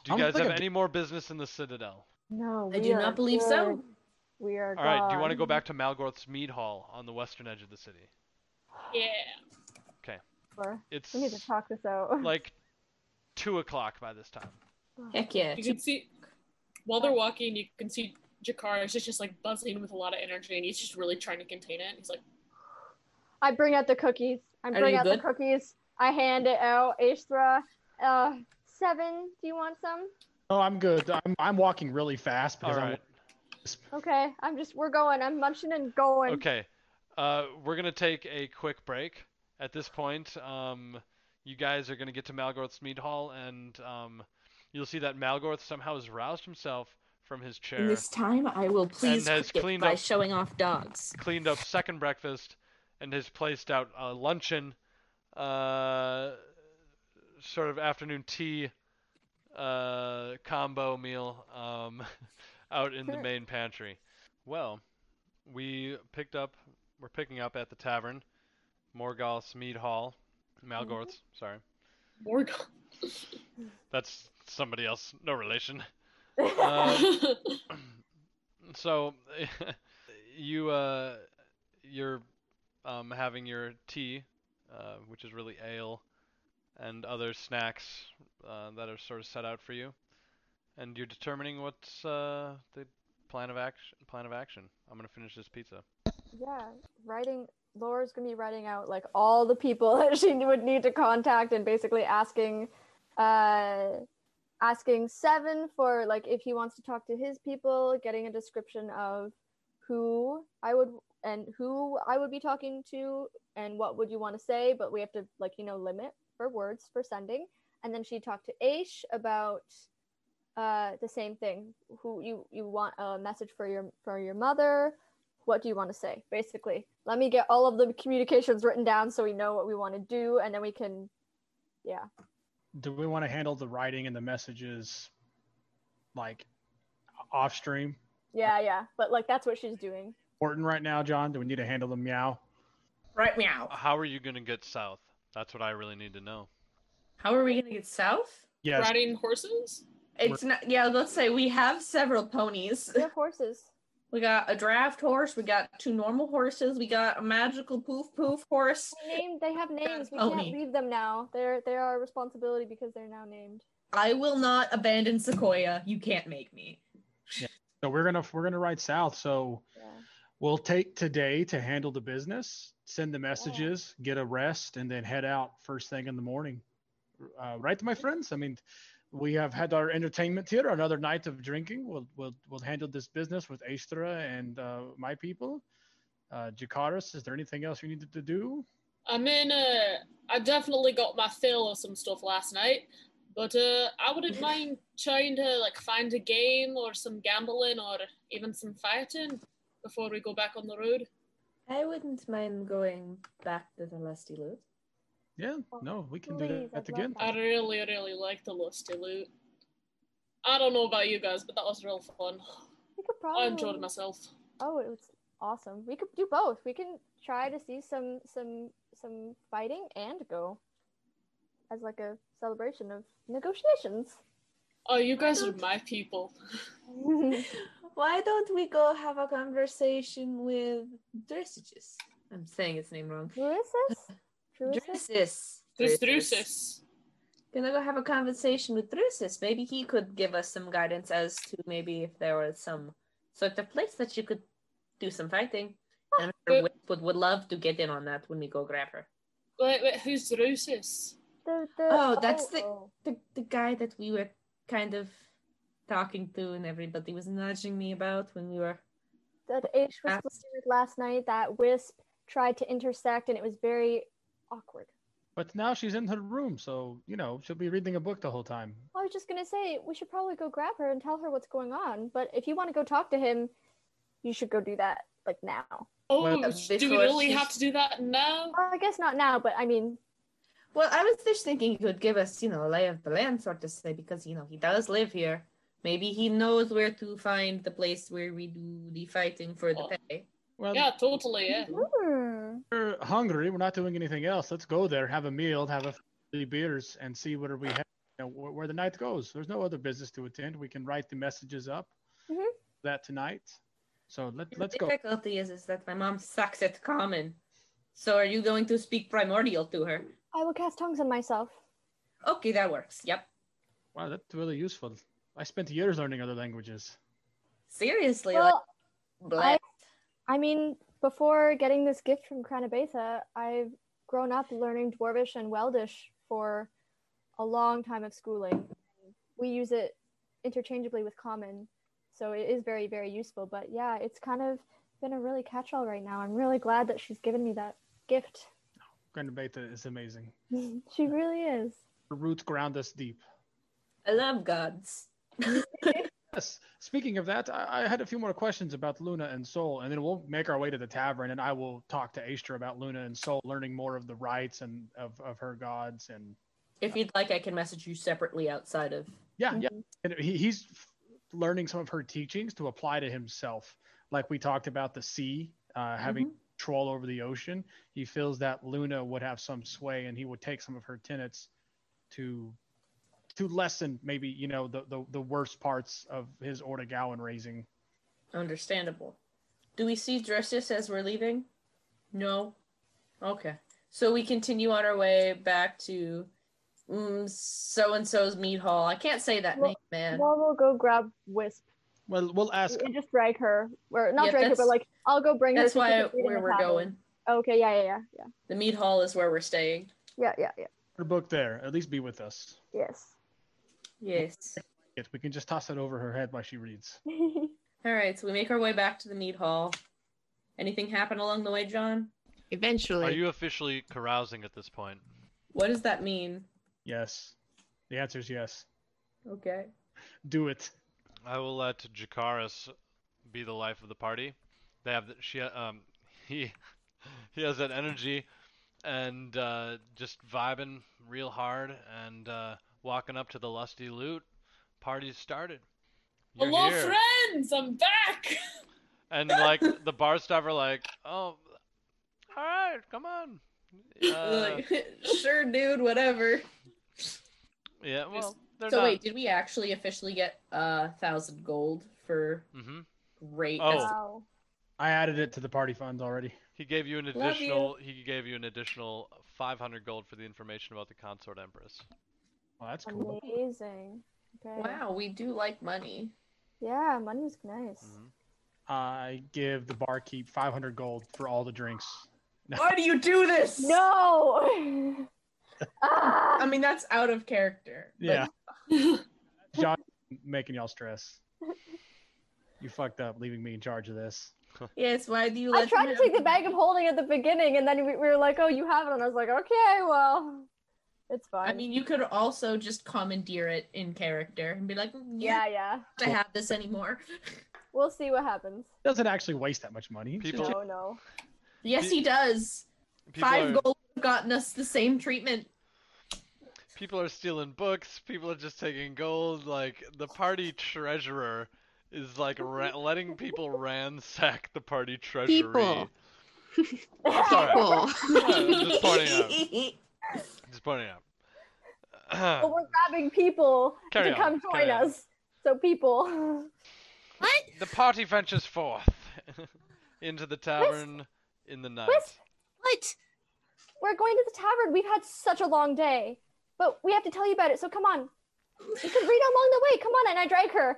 H: Do
E: I'm
H: you guys have
E: thinking-
H: any more business in the citadel?
D: no,
I: I
D: we
I: do
D: are
I: not believe so.
D: good. We are.
H: All right. Do you want to
D: gone.
H: go back to Malgorth's Mead Hall on the western edge of the city?
F: Yeah.
D: Or-
H: It's
D: We need to talk this out.
H: like two o'clock by this time.
I: Heck yeah.
F: You can see while they're walking, you can see Jakar is just like buzzing with a lot of energy, and he's just really trying to contain it. He's like,
D: I bring out the cookies. I
I: Are
D: bring
I: you
D: out
I: good?
D: the cookies. I hand it out. Ishtra, uh, seven. Do you want some?
E: No, I'm good. I'm I'm walking really fast
H: All
E: because
H: right.
D: Okay, I'm just. We're going. I'm munching and going.
H: Okay. Uh, we're gonna take a quick break. At this point, um, you guys are gonna get to Malgorth's Mead Hall, and um, you'll see that Malgorth somehow has roused himself from his chair,
K: And this time, I will please
H: has
K: quit
H: cleaned
K: by
H: up-
K: showing off dogs.
H: cleaned up second breakfast, and has placed out a luncheon, uh, sort of afternoon tea, uh, combo meal, um, out in the main pantry. Well, we picked up. We're picking up at the tavern, Morgoth's Mead Hall, Malgorth's. Sorry,
F: "Morg."
H: that's somebody else. No relation. Uh, so you uh you're um having your tea uh which is really ale and other snacks uh, that are sort of set out for you and you're determining what's uh the plan of action plan of action i'm gonna finish this pizza
D: Yeah, writing. Laura's gonna be writing out like all the people that she would need to contact and basically asking, uh, asking Seven for like if he wants to talk to his people, getting a description of who I would and who I would be talking to and what would you want to say, but we have to like you know limit for words for sending. And then she talked to Aish about uh, the same thing. Who you you want a message for your for your mother what do you want to say basically let me get all of the communications written down so we know what we want to do and then we can yeah
E: do we want to handle the writing and the messages like off stream?
D: yeah yeah but like that's what she's doing
E: Important right now, John. Do we need to handle the meow?
K: Right meow.
H: how are you gonna get south that's what i really need to know
K: How are we going to get south?
E: Yes.
F: Riding horses?
K: It's not. Yeah, let's say we have several ponies.
D: we have horses
K: We got a draft horse. We got two normal horses. We got a magical poof poof horse.
D: They named they have names we can't
K: Pony.
D: leave them now they're they are our responsibility because they're now named
K: I will not abandon Sequoia. You can't make me.
E: So we're gonna we're gonna ride south. So
D: yeah
E: we'll take today to handle the business, send the messages, get a rest, and then head out first thing in the morning. Uh, right, my friends. I mean, we have had our entertainment here. Another night of drinking. We'll we'll we'll handle this business with Astra and uh, my people. Uh, Jakaris, is there anything else you needed to do?
F: I mean, uh, I definitely got my fill of some stuff last night, but uh, I wouldn't mind trying to like find a game or some gambling or even some fighting before we go back on the road.
C: I wouldn't mind going back to the Lusty Loot.
E: Yeah, no, Oh, we can do
D: Please,
E: that
D: I'd love
E: again.
D: that.
F: I really, really like the lusty loot. I don't know about you guys, but that was real fun.
D: we could
F: I
D: probably
F: enjoyed myself.
D: oh it was awesome we could do both we can try to see some some some fighting and go as like a celebration of negotiations
F: Oh, you guys are my people.
K: Why don't we go have a conversation with Drusages? I'm saying his name wrong.
D: Drusus?
K: Drusus.
F: There's Drusus.
K: Gonna go have a conversation with Drusus. Maybe he could give us some guidance as to maybe if there was some sort of place that you could do some fighting. And I'm sure Wisp would, would love to get in on that when we go grab her.
F: Wait, wait, who's Drusus?
D: The, the,
K: Oh, that's the,
D: oh,
K: the the guy that we were kind of talking to and everybody was nudging me about when we were
D: that H was listed last night. That Wisp tried to intersect, and it was very awkward.
E: But now she's in her room, so you know she'll be reading a book the whole time.
D: I was just gonna say we should probably go grab her and tell her what's going on. But if you want to go talk to him, you should go do that like now.
F: Oh,
E: Well,
F: do we
K: before
F: really
K: she's-
F: have to do that now?
D: Well, I guess not now, but I mean,
K: Well, I was just thinking he could give us, you know, a lay of the land sort of say because you know he does live here. Maybe he knows where to find the place where we do the fighting for the
F: Oh.
K: pay.
E: Well,
F: Yeah, totally, yeah.
D: hmm,
E: we're hungry. We're not doing anything else. Let's go there, have a meal, have a few beers, and see where we have, you know, where, where the night goes. There's no other business to attend. We can write the messages up
D: Mhm.
E: that tonight. So let let's
K: the
E: go.
K: difficulty is is that my mom sucks at common. So are you going to speak primordial to her?
D: I will cast tongues on myself.
K: Okay, that works. Yep.
E: Wow, that's really useful. I spent years learning other languages.
K: Seriously,
D: Well,
K: like black.
D: I mean, before getting this gift from Cranabetha, I've grown up learning Dwarvish and Weldish for a long time of schooling. We use it interchangeably with Common, so it is very, very useful. But yeah, it's kind of been a really catch all right now. I'm really glad that she's given me that gift.
E: Grand Beta is amazing.
D: she really is.
E: Her roots ground us deep.
K: I love gods.
E: Yes. Speaking of that, I, I had a few more questions about Luna and Soul, and then we'll make our way to the tavern, and I will talk to Aistra about Luna and Soul, learning more of the rites and of, of her gods. And
K: If you'd like, I can message you separately outside of.
E: yeah, yeah.
D: Mm-hmm.
E: And he, he's f- learning some of her teachings to apply to himself. Like we talked about the sea, uh, having control over the ocean. He feels that Luna would have some sway, and he would take some of her tenets to to lessen maybe you know the the, the worst parts of his Ortegowan raising.
K: Understandable. Do we see Drusus as we're leaving? No. Okay. So we continue on our way back to so and so's meat hall. I can't say that
D: Well-
K: name, man.
D: Well, we'll go grab Wisp
E: Well, we'll ask
D: and just drag her, or not
K: Yeah,
D: drag her, but
K: that's-
D: like I'll go bring
K: That's
D: her. so she
K: why
D: can read in
K: where
D: the
K: we're
D: tavern.
K: going.
D: Okay, yeah, yeah, yeah, yeah,
K: The meat hall is where we're staying.
D: yeah, yeah, yeah.
E: her book there. At least be with us.
D: Yes.
K: Yes.
E: Yes, we can just toss it over her head while she reads.
K: All right. So we make our way back to the meat hall. Anything happen along the way, John?
J: Eventually.
H: Are you officially carousing at this point?
K: What does that mean?
E: Yes. The answer is yes.
K: Okay.
E: Do it.
H: I will let Jakaris be the life of the party. They have the, she um he he has that energy and uh, just vibing real hard and uh, walking up to the lusty loot. Party's started. You're
F: Hello,
H: here.
F: friends! I'm back!
H: And like the bar staff are like, oh, all right, come on. Uh,
K: Like, sure, dude. Whatever.
H: yeah, well, they're
K: So
H: not.
K: wait, did we actually officially get a uh, thousand gold for
H: hmm
K: rate?
H: Oh.
K: That's-
D: Wow.
E: I added it to the party funds already.
H: He gave you an
K: you.
H: additional. He gave you an additional 500 gold for the information about the consort empress.
E: Well, that's cool.
D: Amazing. Okay.
K: Wow, we do like money.
D: Yeah, money's nice.
E: Mm-hmm.
H: Mhm.
E: I give the barkeep 500 gold for all the drinks.
K: Why do you do this?
D: No. ah,
K: I mean that's out of character. but-
E: Yeah. John, making y'all stress. You fucked up leaving me in charge of this.
K: yes. Why do you?
D: I
K: let
D: tried
K: him
D: to take the
K: have-
D: bag of holding at the beginning, and then we, we were like, "Oh, you have it," and I was like, "Okay, well, it's fine."
K: I mean, you could also just commandeer it in character and be like, "Yeah,
D: yeah, yeah.
K: I don't have this anymore."
D: We'll see what happens.
E: Doesn't actually waste that much money.
H: People,
D: No, no.
K: Yes, he does.
H: people
K: Five
H: are,
K: gold have gotten us the same treatment.
H: people are stealing books. People are just taking gold. Like the party treasurer is like ra- letting people ransack the party treasury.
J: People.
H: Sorry,
J: Cool.
H: I'm just pointing out. Just pointing out.
D: But we're grabbing people
H: Carry
D: to
H: on,
D: come join
H: carry on.
D: us. So people,
G: What?
H: The party ventures forth into the tavern in the night.
D: Wisp?
G: What?
D: We're going to the tavern. We've had such a long day, but we have to tell you about it. So come on. You can read along the way. Come on, and I drag her.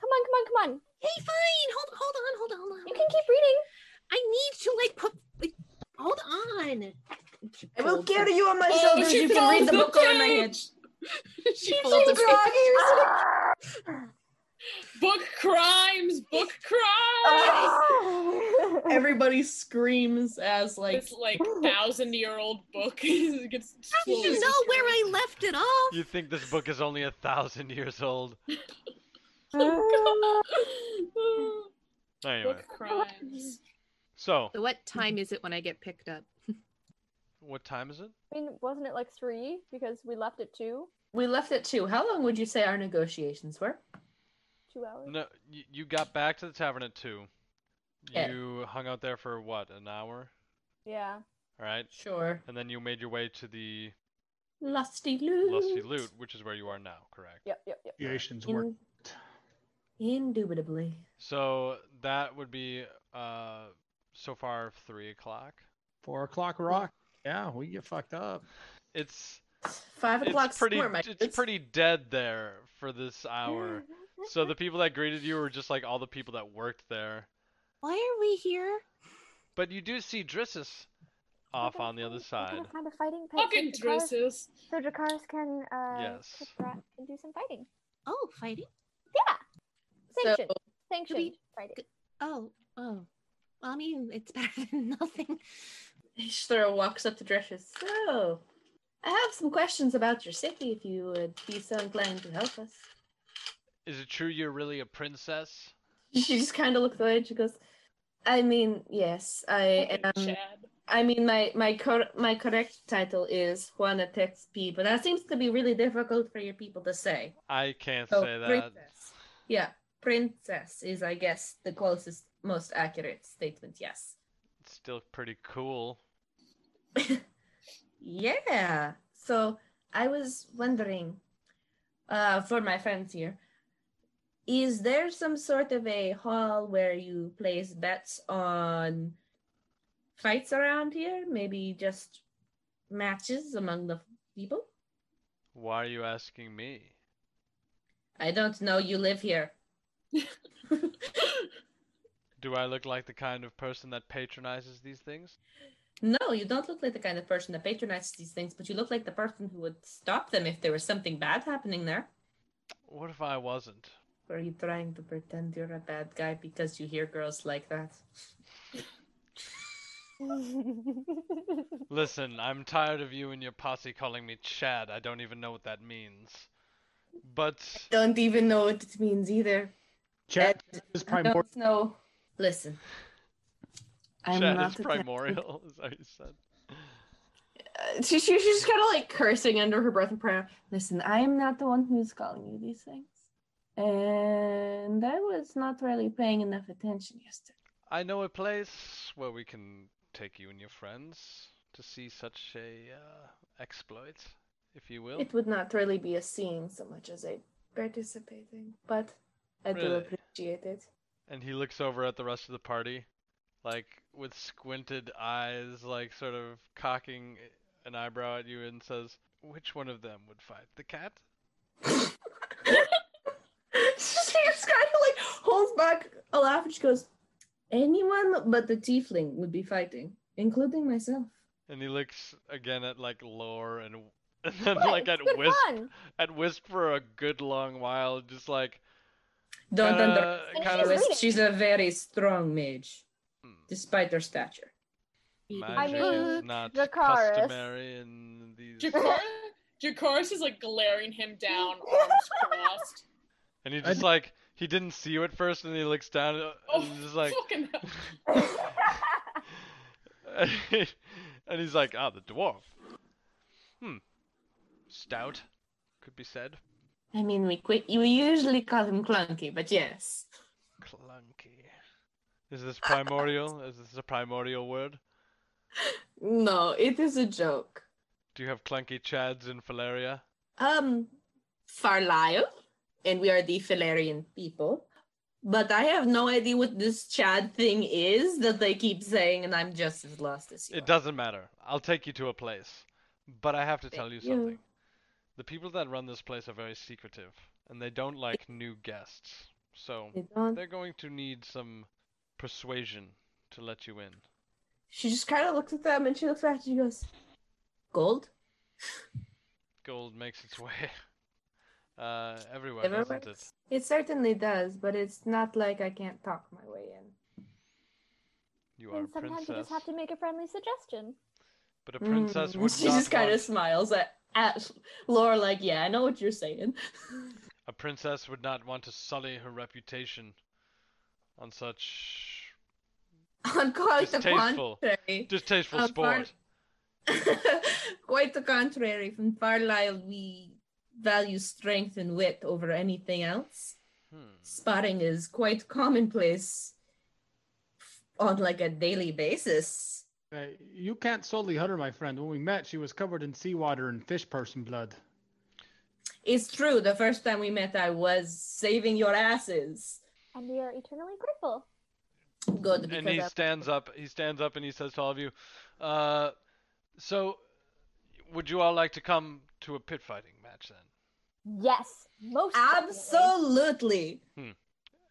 D: Come on, come on, come on.
G: Hey, fine. Hold, hold on, hold on, hold on.
D: You can keep reading.
G: I need to like put. Like, hold on.
C: I will carry you on my shoulders. You can read the book over my head.
F: Oh, she
D: She's so groggy. You're so
F: Book crimes, book crimes.
D: Ah!
C: Everybody screams as like
F: This like thousand year old book gets
G: How do you
F: slowly-
G: know where I left it off?
H: You think this book is only a thousand years old? Anyway,
F: book crimes.
H: so
J: So what time is it when I get picked up?
H: what time is it?
D: I mean, wasn't it like three because we left at two,
C: we left at two. How long would you say our negotiations were?
D: two hours?
H: No, you, you got back to the tavern at two.
C: Yeah.
H: You hung out there for what, an hour?
D: Yeah.
H: All right,
C: Sure.
H: and then you made your way to the
C: Lusty loot.
H: Lusty Loot, which is where you are now, correct?
D: Yep, yep, yep.
E: Negotiations work.
C: Indubitably.
H: So that would be uh so far three o'clock.
E: Four o'clock rock. Yeah, we get fucked up.
H: It's
C: Five o'clock.
H: it's pretty
C: somewhere, my
H: it's
C: dudes.
H: pretty dead there for this hour. so the people that greeted you were just like all the people that worked there.
G: Why are we here?
H: But you do see Drissus off on the other
D: We
H: side.
D: gotta find a fighting pit.
F: Fucking
D: so Dracarys-
F: dresses.
D: So Dracaris can uh,
H: Yes.
D: kick Brat and do some fighting.
G: Oh, fighting.
D: Yeah.
C: So,
D: Sanctioned. Sanctioned
G: we-
D: fighting.
G: Oh, oh. Well, I mean, it's better than nothing.
C: Ishthra walks up to Drescher. So, I have some questions about your city. If you would be so inclined to help us.
H: Is it true you're really a princess?
C: She just kind of looks away. and She goes, "I mean, yes, I
F: Fucking
C: am."
F: Chad.
C: I mean, my my cor- my correct title is Juana Tex P, but that seems to be really difficult for your people to say.
H: I can't
C: So,
H: say that.
C: princess. Yeah, princess is, I guess, the closest, most accurate statement. Yes.
H: It's still pretty cool.
C: Yeah. So I was wondering, uh, for my friends here, is there some sort of a hall where you place bets on fights around here? Maybe just matches among the people?
H: Why are you asking me?
C: I don't know. You live here.
H: Do I look like the kind of person that patronizes these things?
C: No, you don't look like the kind of person that patronizes these things, but you look like the person who would stop them if there was something bad happening there.
H: What if I wasn't?
C: Are you trying to pretend you're a bad guy because you hear girls like that?
H: Listen, I'm tired of you and your posse calling me Chad. I don't even know what that means. But
C: Don't even know what it means either.
E: Chat is probably more.
C: know. Listen. I'm
H: Chad
C: not
H: is
C: a-
H: primordial, is that what you said?
C: Uh, She, she, she's kind of like cursing under her breath and prayer. Listen, I am not the one who's calling you these things. And I was not really paying enough attention yesterday.
H: I know a place where we can take you and your friends to see such a uh, exploit, if you will.
C: It would not really be a seeing so much as a participating, but I do
H: Really?
C: appreciate it.
H: And he looks over at the rest of the party, like with squinted eyes, like sort of cocking an eyebrow at you and says, "Which one of them would fight? The cat?"
C: She just kind of like holds back a laugh and she goes, Anyone but the tiefling would be fighting, including myself.
H: And he looks again at like lore and and then
D: What?
H: like at
D: It's good
H: wisp
D: fun.
H: at wisp for a good long while, just like
C: Don't
H: kinda,
D: And
H: kinda
D: she's reading.
C: She's a very strong mage,
H: Hmm.
C: despite her stature.
H: magic is
D: mean,
H: not
D: Dracarys.
H: customary in these.
F: Jakar Jacaris is like glaring him down, arms crossed.
H: And he
E: I
H: just
E: d-
H: like he didn't see you at first, and he looks down and
F: Oh,
H: and just like.
F: fucking hell.
H: and he's like, ah, the dwarf. Hmm. Stout, could be said.
C: I mean, we quit. You usually call him clunky, but yes.
H: Clunky. Is this primordial? Is this a primordial word?
C: No, it is a joke.
H: Do you have clunky chads in Valeria?
C: Um, Farlyle, and we are the Falarian people,
K: But I have no idea what this Chad thing is that they keep saying, and I'm just as lost as you.
H: It doesn't matter. I'll take you to a place. But I have to tell you
K: you.
H: something. The people that run this place are very secretive, and they don't like new guests. So
K: They don't.
H: they're going to need some persuasion to let you in.
K: She just kind of looks at them and she looks back and she goes, Gold?
H: Gold makes its way uh, everywhere,
K: Everywhere?
H: doesn't it?
K: It certainly does, but it's not like I can't talk my way in.
H: You are a
L: And sometimes you
H: princess,
L: just have to make a friendly suggestion.
H: but a princess
K: Mm,
H: would
K: she
H: not
K: just kind of
H: want-
K: smiles at, at Laura, like, yeah, I know what you're saying.
H: A princess would not want to sully her reputation on such
K: On quite the
H: distasteful,
K: contrary.
H: distasteful
K: Uh,
H: sport.
K: par- quite the contrary. From Carlisle, we value strength and wit over anything else.
H: Hmm.
K: Spotting is quite commonplace on like a daily basis.
E: Hey, Uh, you can't solely hurt her, my friend. When we met, she was covered in seawater and fish person blood.
K: It's true. The first time we met, I was saving your asses.
L: And we are eternally grateful.
K: Good.
H: and
K: because
H: he
K: of-
H: stands up. He stands up and he says to all of you, uh, "So, would you all like to come to a pit fighting match then?"
L: Yes, most
K: Absolutely.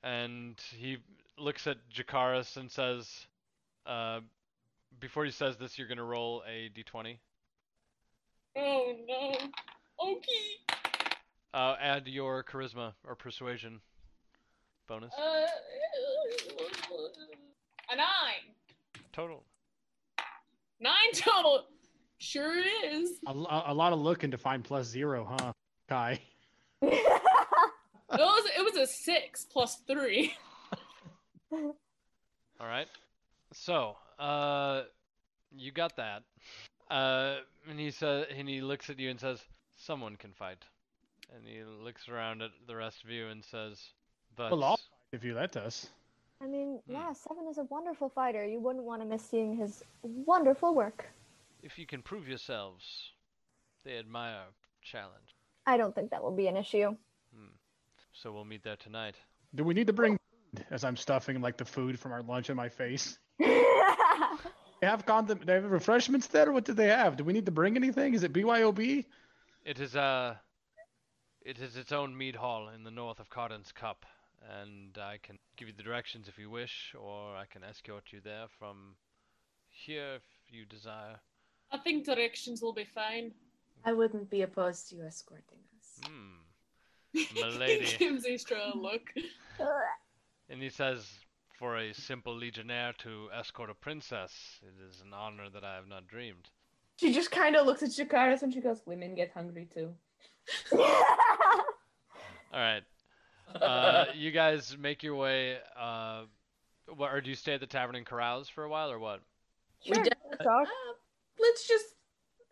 H: And he looks at Jacaris and says, uh, "Before he says this, you're gonna roll a d20.
F: Oh no. Okay.
H: Uh, add your charisma or persuasion bonus
F: Uh, a nine.
H: total."
F: Nine total. Sure is.
E: A, lo- a lot of looking to find plus zero, huh, Kai?
F: It was it was a six plus three.
H: All right. So, uh, you got that. Uh, and he says, and he looks at you and says, "Someone can fight." And he looks around at the rest of you and says, "But
E: Well, I'll if you let us.
L: I mean,
H: Hmm.
L: yeah, Seven is a wonderful fighter. You wouldn't want to miss seeing his wonderful work.
H: if you can prove yourselves, they admire challenge.
L: I don't think that will be an issue.
H: So we'll meet there tonight."
E: Do we need to bring as I'm stuffing like the food from our lunch in my face? they have condom. They have refreshments there. What do they have? Do we need to bring anything? Is it BYOB?
H: It is uh it is its own mead hall in the north of Carden's Cup, and I can give you the directions if you wish, or I can escort you there from here if you desire.
F: I think directions will be fine.
K: I wouldn't be opposed to you escorting us.
H: Hmm. Milady.
F: Gives Istra a look.
H: and he says, For a simple legionnaire to escort a princess, it is an honor that I have not dreamed.
K: She just kind of looks at Jakaris and she goes, "Women get hungry too."
H: Alright. Uh, you guys make your way uh what, or do you stay at the tavern and carouse for a while or what?
K: We just, Uh, let's just,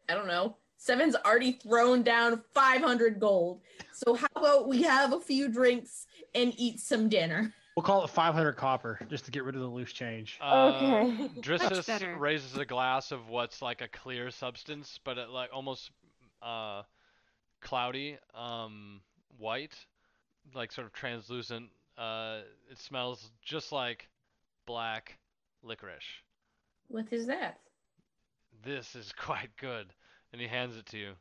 K: I don't know. Seven's already thrown down 500 gold. So how about we have a few drinks and eat some dinner?
E: We'll call it 500 copper just to get rid of the loose change.
H: Uh,
K: Okay. Much better.
H: Drissus raises a glass of what's like a clear substance, but it like almost uh, cloudy, um, white, like sort of translucent. Uh, it smells just like black licorice.
K: What is that?
H: This is quite good. And he hands it to you.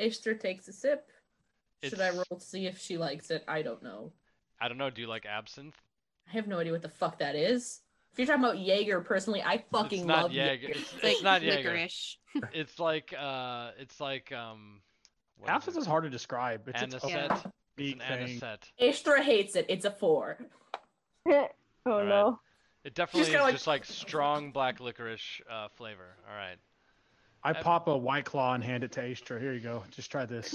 K: Ishtar takes a sip. Should I
H: It's-
K: roll to see if she likes it? I don't know.
H: I don't know. Do you like absinthe?
K: I have no idea what the fuck that is. If you're talking about Jaeger, personally, I fucking
H: it's not
K: love
H: Jaeger.
K: Jaeger.
H: It's, it's not Jaeger. It's like uh, it's like um,
E: Absinthe is hard to describe. It's its own
H: anisette. It's
E: unique
H: an
E: thing.
H: anisette.
K: Ishtar hates it. It's a four.
L: oh no.
H: It definitely is
K: kinda like-
H: just like strong black licorice uh, flavor. All right.
E: I pop a white claw and hand it to Astra. Here you go. Just try this.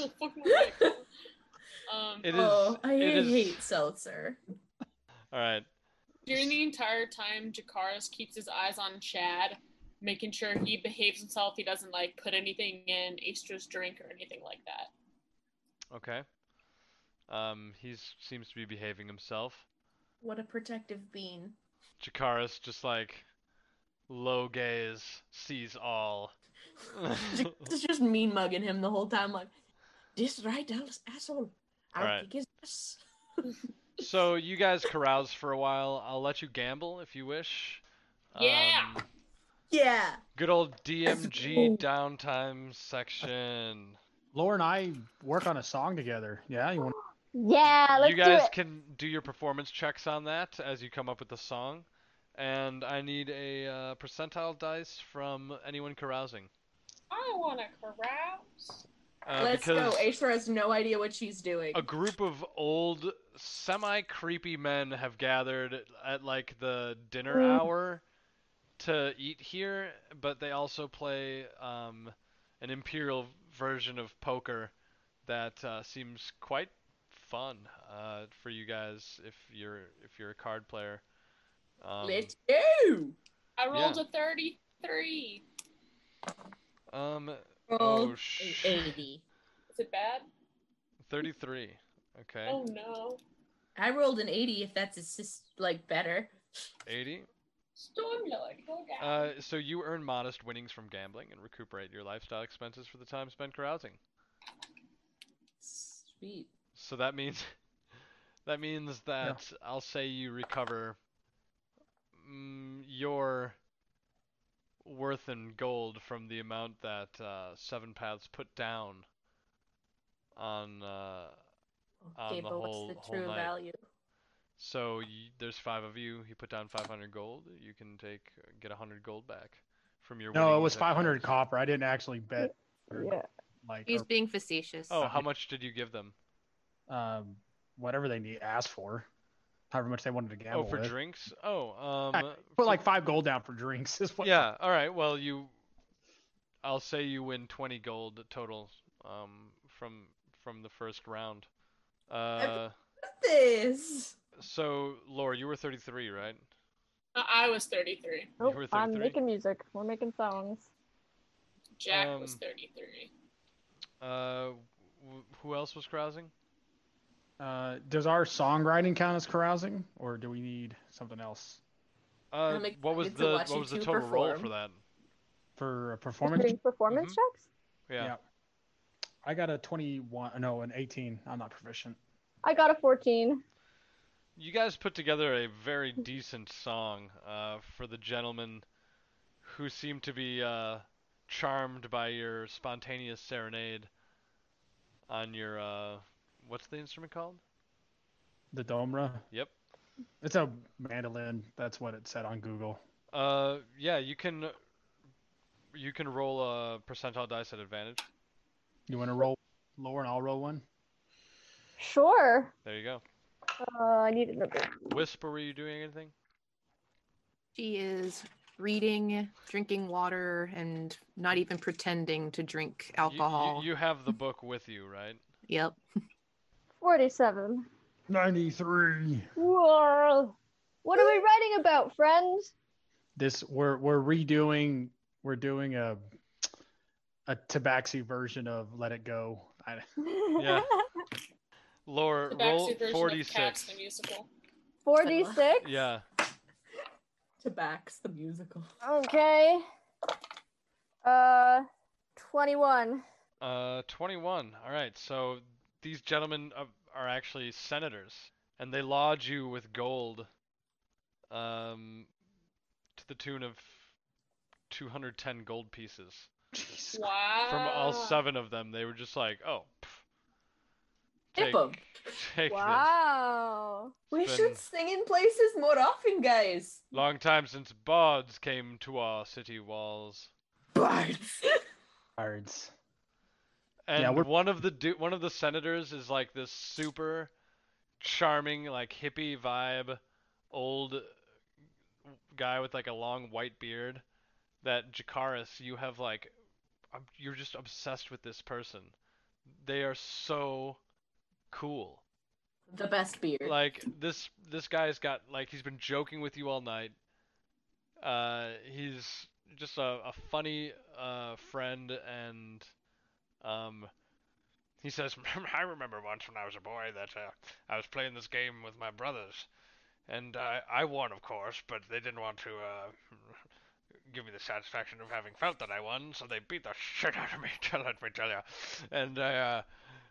F: Um,
H: It is.
K: oh, I
H: it is.
K: hate seltzer.
H: All right.
F: During the entire time, Jakaris keeps his eyes on Chad, making sure he behaves himself. He doesn't like put anything in Astra's drink or anything like that.
H: Okay. Um, he seems to be behaving himself.
K: What a protective bean.
H: Jakaris just like low gaze sees all.
K: It's just mean mugging him the whole time, like, this right, Dallas asshole. I
H: All right.
K: think it's us.
H: So you guys carouse for a while. I'll let you gamble if you wish.
F: Yeah.
H: Um,
I: yeah.
H: good old DMG downtime section.
E: Laura and I work on a song together. Yeah, you want?
L: Yeah, let's
H: you guys
L: do it.
H: can do your performance checks on that as you come up with the song. And I need a uh, percentile dice from anyone carousing.
F: I want to carouse.
H: Uh,
I: Let's
H: because
I: go. Ashra has no idea what she's doing.
H: a group of old, semi creepy men have gathered at like the dinner
I: Mm.
H: hour to eat here, but they also play um, an imperial version of poker that uh, seems quite fun uh, for you guys if you're if you're a card player. Um,
I: Let's go.
F: I rolled
H: Yeah.
F: a 33.
H: um
I: Roll
H: oh sh-
I: eighty.
F: Is it bad?
H: 33. Okay.
F: Oh no.
I: I rolled an eighty. If that's assist, like better.
H: 80.
F: Stormlord, go down.
H: Uh, so you earn modest winnings from gambling and recuperate your lifestyle expenses for the time spent carousing.
I: Sweet.
H: So that means that means that I'll say you recover mm, your worth in gold from the amount that uh, Seven Paths put down on uh, on
I: Okay,
H: the
I: but
H: whole
I: what's the
H: whole
I: true
H: night.
I: value?
H: So you, there's five of you. You put down 500 gold. You can take get 100 gold back from your.
E: No, it
H: winnings
E: was
H: at
E: 500
H: cards.
E: copper. I didn't actually bet. or,
D: Yeah.
E: Like uh,
J: He's being facetious.
H: Oh, how much did you give them?
E: or, um, whatever they need asked for, however much they wanted to gamble
H: Oh, for
E: with.
H: drinks. Oh,
E: Yeah,
H: um,
E: Put like five gold down for drinks. Is what.
H: yeah. All right. Well, you, I'll say you win 20 gold total, um, from from the first round. Uh,
I: This.
H: so Laura, you were 33, right?
F: Uh, I was 33.
H: You were
D: Nope, I'm
H: 33?
D: making music. We're making songs.
F: Jack was
H: Um,
F: 33.
H: Uh, w- who else was carousing?
E: Uh, does our songwriting count as carousing, or do we need something else
H: Uh,
I: excited
H: what was
I: to
H: the
I: watch
H: what
I: you
H: was the
I: two
H: total roll for
I: perform.
H: that? Mm-hmm.
E: for a performance?
D: Doing performance checks?
H: Yeah.
E: Yeah. I got a 21. No, an 18. I'm not proficient.
D: I got a 14.
H: You guys put together a very decent song uh, for the gentleman who seemed to be uh, charmed by your spontaneous serenade on your uh, what's the instrument called?
E: The Domra.
H: Yep.
E: It's a mandolin. That's what it said on Google.
H: Uh, yeah, you can you can roll a percentile dice at advantage.
E: You want to roll lower and I'll roll one?
D: Sure.
H: There you go.
D: Uh, I need another.
H: Whisper, were you doing anything?
J: She is reading, drinking water, and not even pretending to drink
H: You- you-
J: alcohol.
H: You, have the book with you, right?
J: Yep.
D: 47.
E: 93.
D: Whoa. What are we writing about, friends?
E: This we're we're redoing we're doing a a Tabaxi version of Let It Go. I,
H: Yeah. Laura,
F: The
H: roll
F: backseat version of Cats
H: 46.
F: the musical.
D: 46?
H: Yeah.
I: Tabax the musical.
D: Okay. Uh, 21.
H: Uh, 21. All right. So these gentlemen are, are actually senators, and they lodge you with gold, um, to the tune of 210 gold pieces.
E: jeez.
F: Wow.
H: From all seven of them, they were just like, "Oh, pff,
I: Tip
H: take,
I: 'em.
H: take this.
D: Wow.
I: We
H: Then-
I: should sing in places more often, guys.
H: Long time since bards came to our city walls."
I: Bards.
E: Cards.
H: And
E: we're-
H: one of the du- one of the senators is like this super charming, like hippie vibe, old guy with like a long white beard. That Jacaris, you have like, um, you're just obsessed with this person. They are so cool.
I: the best beer.
H: Like this this guy's got like he's been joking with you all night. Uh, he's just a, a funny uh friend and um he says I remember once when I was a boy that uh, I was playing this game with my brothers and I I won of course but they didn't want to uh give me the satisfaction of having felt that I won so they beat the shit out of me let me tell you and I uh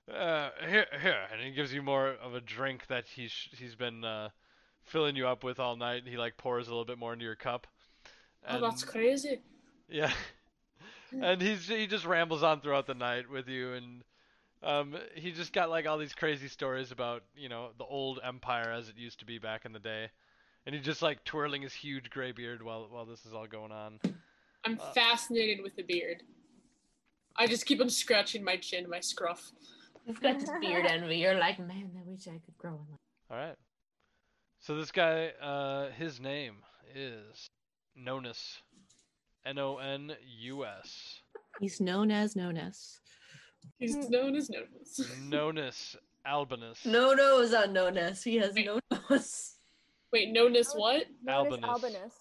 H: uh, here, here, and he gives you more of a drink that he's he's been uh, filling you up with all night. He like pours a little bit more into your cup.
F: Oh, that's crazy.
H: Yeah, and he's he just rambles on throughout the night with you, and um, he just got like all these crazy stories about you know the old empire as it used to be back in the day, and he's just like twirling his huge gray beard while while this is all going on.
F: I'm
H: Uh,
F: fascinated with the beard. I just keep on scratching my chin, my scruff.
I: You've got this beard envy. You're like, man, I wish I could grow one. Like
H: All right. So this guy, uh, his name is Nonus, N-O-N-U-S.
J: He's known as known as.
F: He's known as Nonus.
H: Nonus Albinus.
I: no nose on no nose. He has no nose.
F: Wait, Nonus what?
H: Albinus.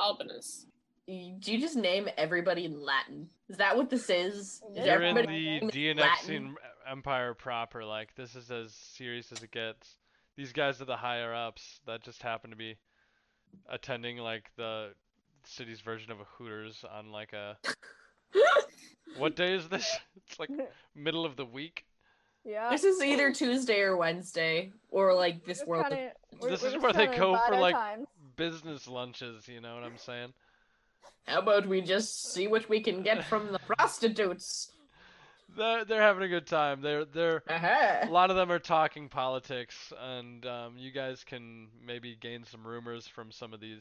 F: Albinus.
I: Do you just name everybody in Latin? Is that what this is? Is
H: You're in
I: everybody
H: the
I: named
H: DNXian Empire proper. Like this is as serious as it gets. These guys are the higher ups that just happen to be attending like the city's version of a Hooters on like a. what day is this? It's like middle of the week.
D: Yeah.
I: This is either Tuesday or Wednesday, or like this world. of-
D: kinda- we're-
H: this
D: we're
H: is
D: just
H: where they
D: kinda
H: go
D: bide
H: for
D: our
H: like
D: time.
H: business lunches. You know what I'm saying?
I: How about we just see what we can get from the prostitutes?
H: They're they're having a good time. They're they're a lot of them are talking politics, and um, you guys can maybe gain some rumors from some of these.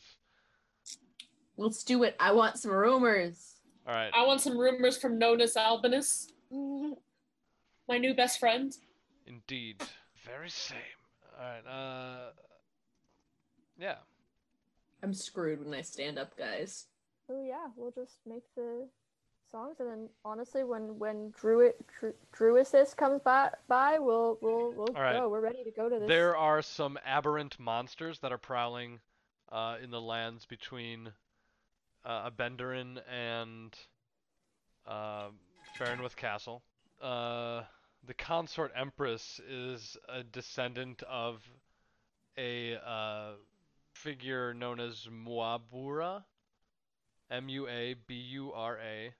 I: Let's do it. I want some rumors.
H: All right.
F: I want some rumors from Nonus Albinus, my new best friend.
H: Indeed. Very same. Alright, uh Yeah.
I: I'm screwed when I stand up, guys.
D: Oh yeah, we'll just make the songs, and then honestly, when when Druid Dru- Druisis comes by, by we'll we'll we'll
H: All right.
D: go. We're ready to go to this.
H: There are some aberrant monsters that are prowling uh in the lands between uh Abenderin and uh Farrenwith Castle. Uh the consort empress is a descendant of a uh figure known as Muabura. M U A B U R A,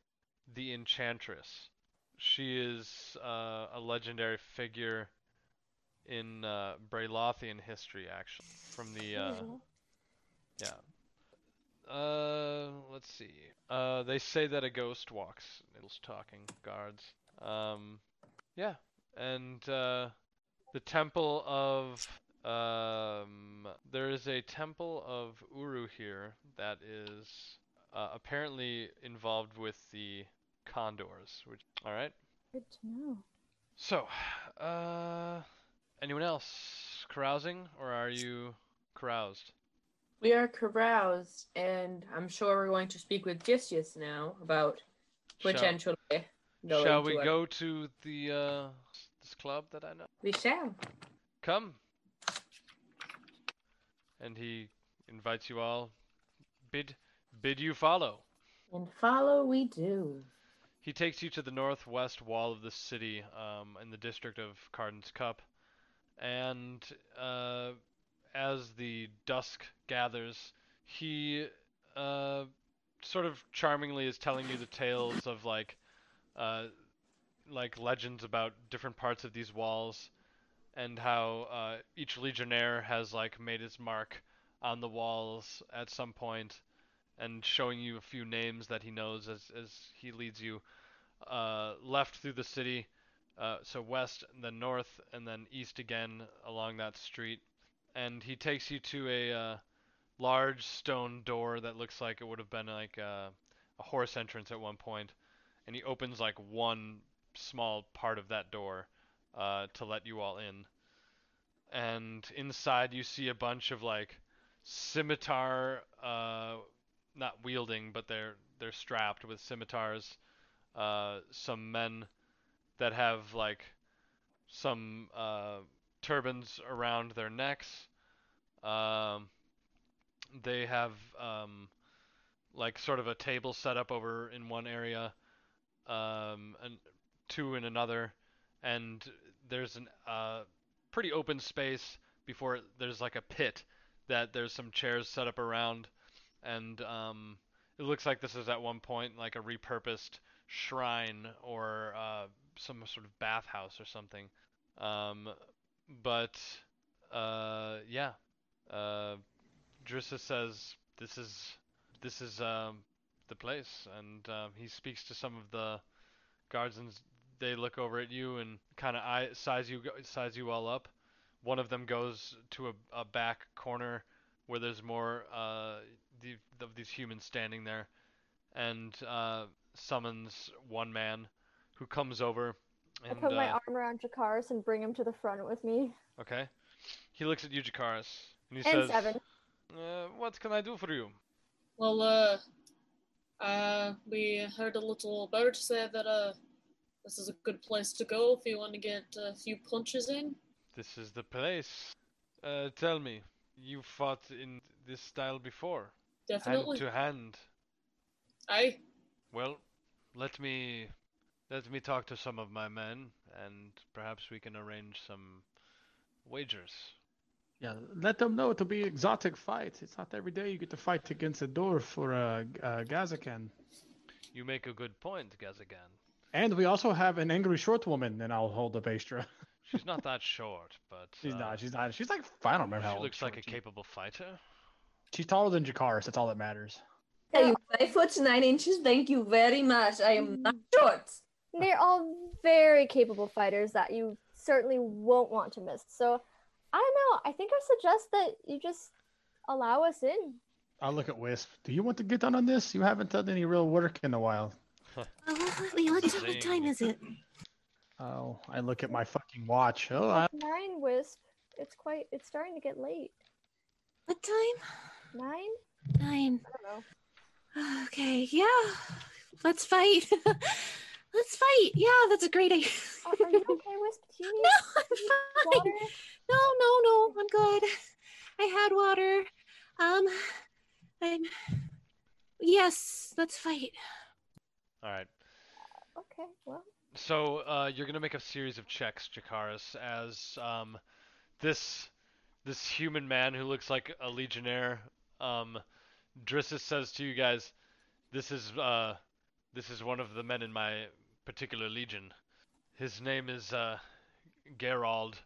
H: the Enchantress. She is uh, a legendary figure in uh, Braylothian history, actually, from the uh, yeah. Uh, let's see. Uh, they say that a ghost walks. It's talking guards. Um, yeah, and uh, the temple of um, there is a temple of Uru here that is uh, apparently involved with the Condors. Which all right.
D: Good to know.
H: So, uh, anyone else carousing, or are you caroused?
I: We are caroused, and I'm sure we're going to speak with Gisius now about
H: Shall-
I: potentially going
H: Shall we
I: to our-
H: go to the uh, s- this club that I know?
I: We shall.
H: Come. And he invites you all. Bid, bid you follow.
I: And follow we do.
H: He takes you to the northwest wall of the city, um, in the district of Carden's Cup, and uh, as the dusk gathers, he uh, sort of charmingly is telling you the tales of like, uh, like legends about different parts of these walls, and how uh, each legionnaire has like made his mark on the walls at some point and showing you a few names that he knows as, as he leads you uh, left through the city. Uh, so west, and then north, and then east again along that street. And he takes you to a uh, large stone door that looks like it would have been like a, a horse entrance at one point. And he opens like one small part of that door uh, to let you all in. And inside you see a bunch of like scimitar uh not wielding but they're they're strapped with scimitars uh some men that have like some uh turbans around their necks um they have um like sort of a table set up over in one area um and two in another and there's an uh pretty open space before it- there's like a pit that there's some chairs set up around and um it looks like this is at one point like a repurposed shrine or uh some sort of bathhouse or something. Um, but uh, yeah, uh, Drissa says this is this is um, the place, and um, he speaks to some of the guards, and they look over at you and kind of size you size you all up. One of them goes to a, a back corner where there's more uh, the, of these humans standing there, and uh, summons one man who comes over. And,
D: I put my
H: uh,
D: arm around Jakaris and bring him to the front with me.
H: Okay. He looks at you, Jakaris, and he
D: and
H: says,
D: seven.
H: Uh, "What can I do for you?"
F: Well, uh, uh, we heard a little bird say that uh, this is a good place to go if you want to get a few punches in.
H: This is the place. Uh, tell me, you fought in this style before?
F: Definitely.
H: Hand to hand.
F: Aye.
H: Well, let me let me talk to some of my men, and perhaps we can arrange some wagers.
E: Yeah, let them know it'll be exotic fight. It's not every day you get to fight against a door for a, a Gazakan.
H: You make a good point, Gazagan.
E: And we also have an angry short woman, and I'll hold up Astra.
H: She's not that short, but
E: She's
H: uh,
E: not. She's not. She's like I don't remember how
H: she
E: old
H: looks
E: she-
H: like a capable fighter.
E: She's taller than Jakaris. That's all that matters.
K: Hey, my foot's nine inches. Thank you very much. I am not short.
D: They're all very capable fighters that you certainly won't want to miss. So, I don't know. I think I suggest that you just allow us in.
E: I look at Wisp. Do you want to get on on this? You haven't done any real work in a while.
G: Oh, what, what, wait, what, what time is it?
E: Oh, I look at my fucking watch. Oh, I,
D: Nine wisp. It's quite. It's starting to get late.
G: What time?
D: Nine.
G: Nine.
D: I don't know.
G: Okay, yeah. Let's fight. Let's fight. Yeah, that's a great idea.
D: Are, are you okay, Wisp? Do you need
G: No, I'm fine.
D: water?
G: No, no, no. I'm good. I had water. Um, I'm. Yes, let's fight.
H: All right.
D: Okay. Well,
H: So uh, you're gonna make a series of checks, Jakaris, as um, this this human man who looks like a legionnaire. Um, Drissus says to you guys, "This is uh, this is one of the men in my particular legion. His name is uh, Gerald,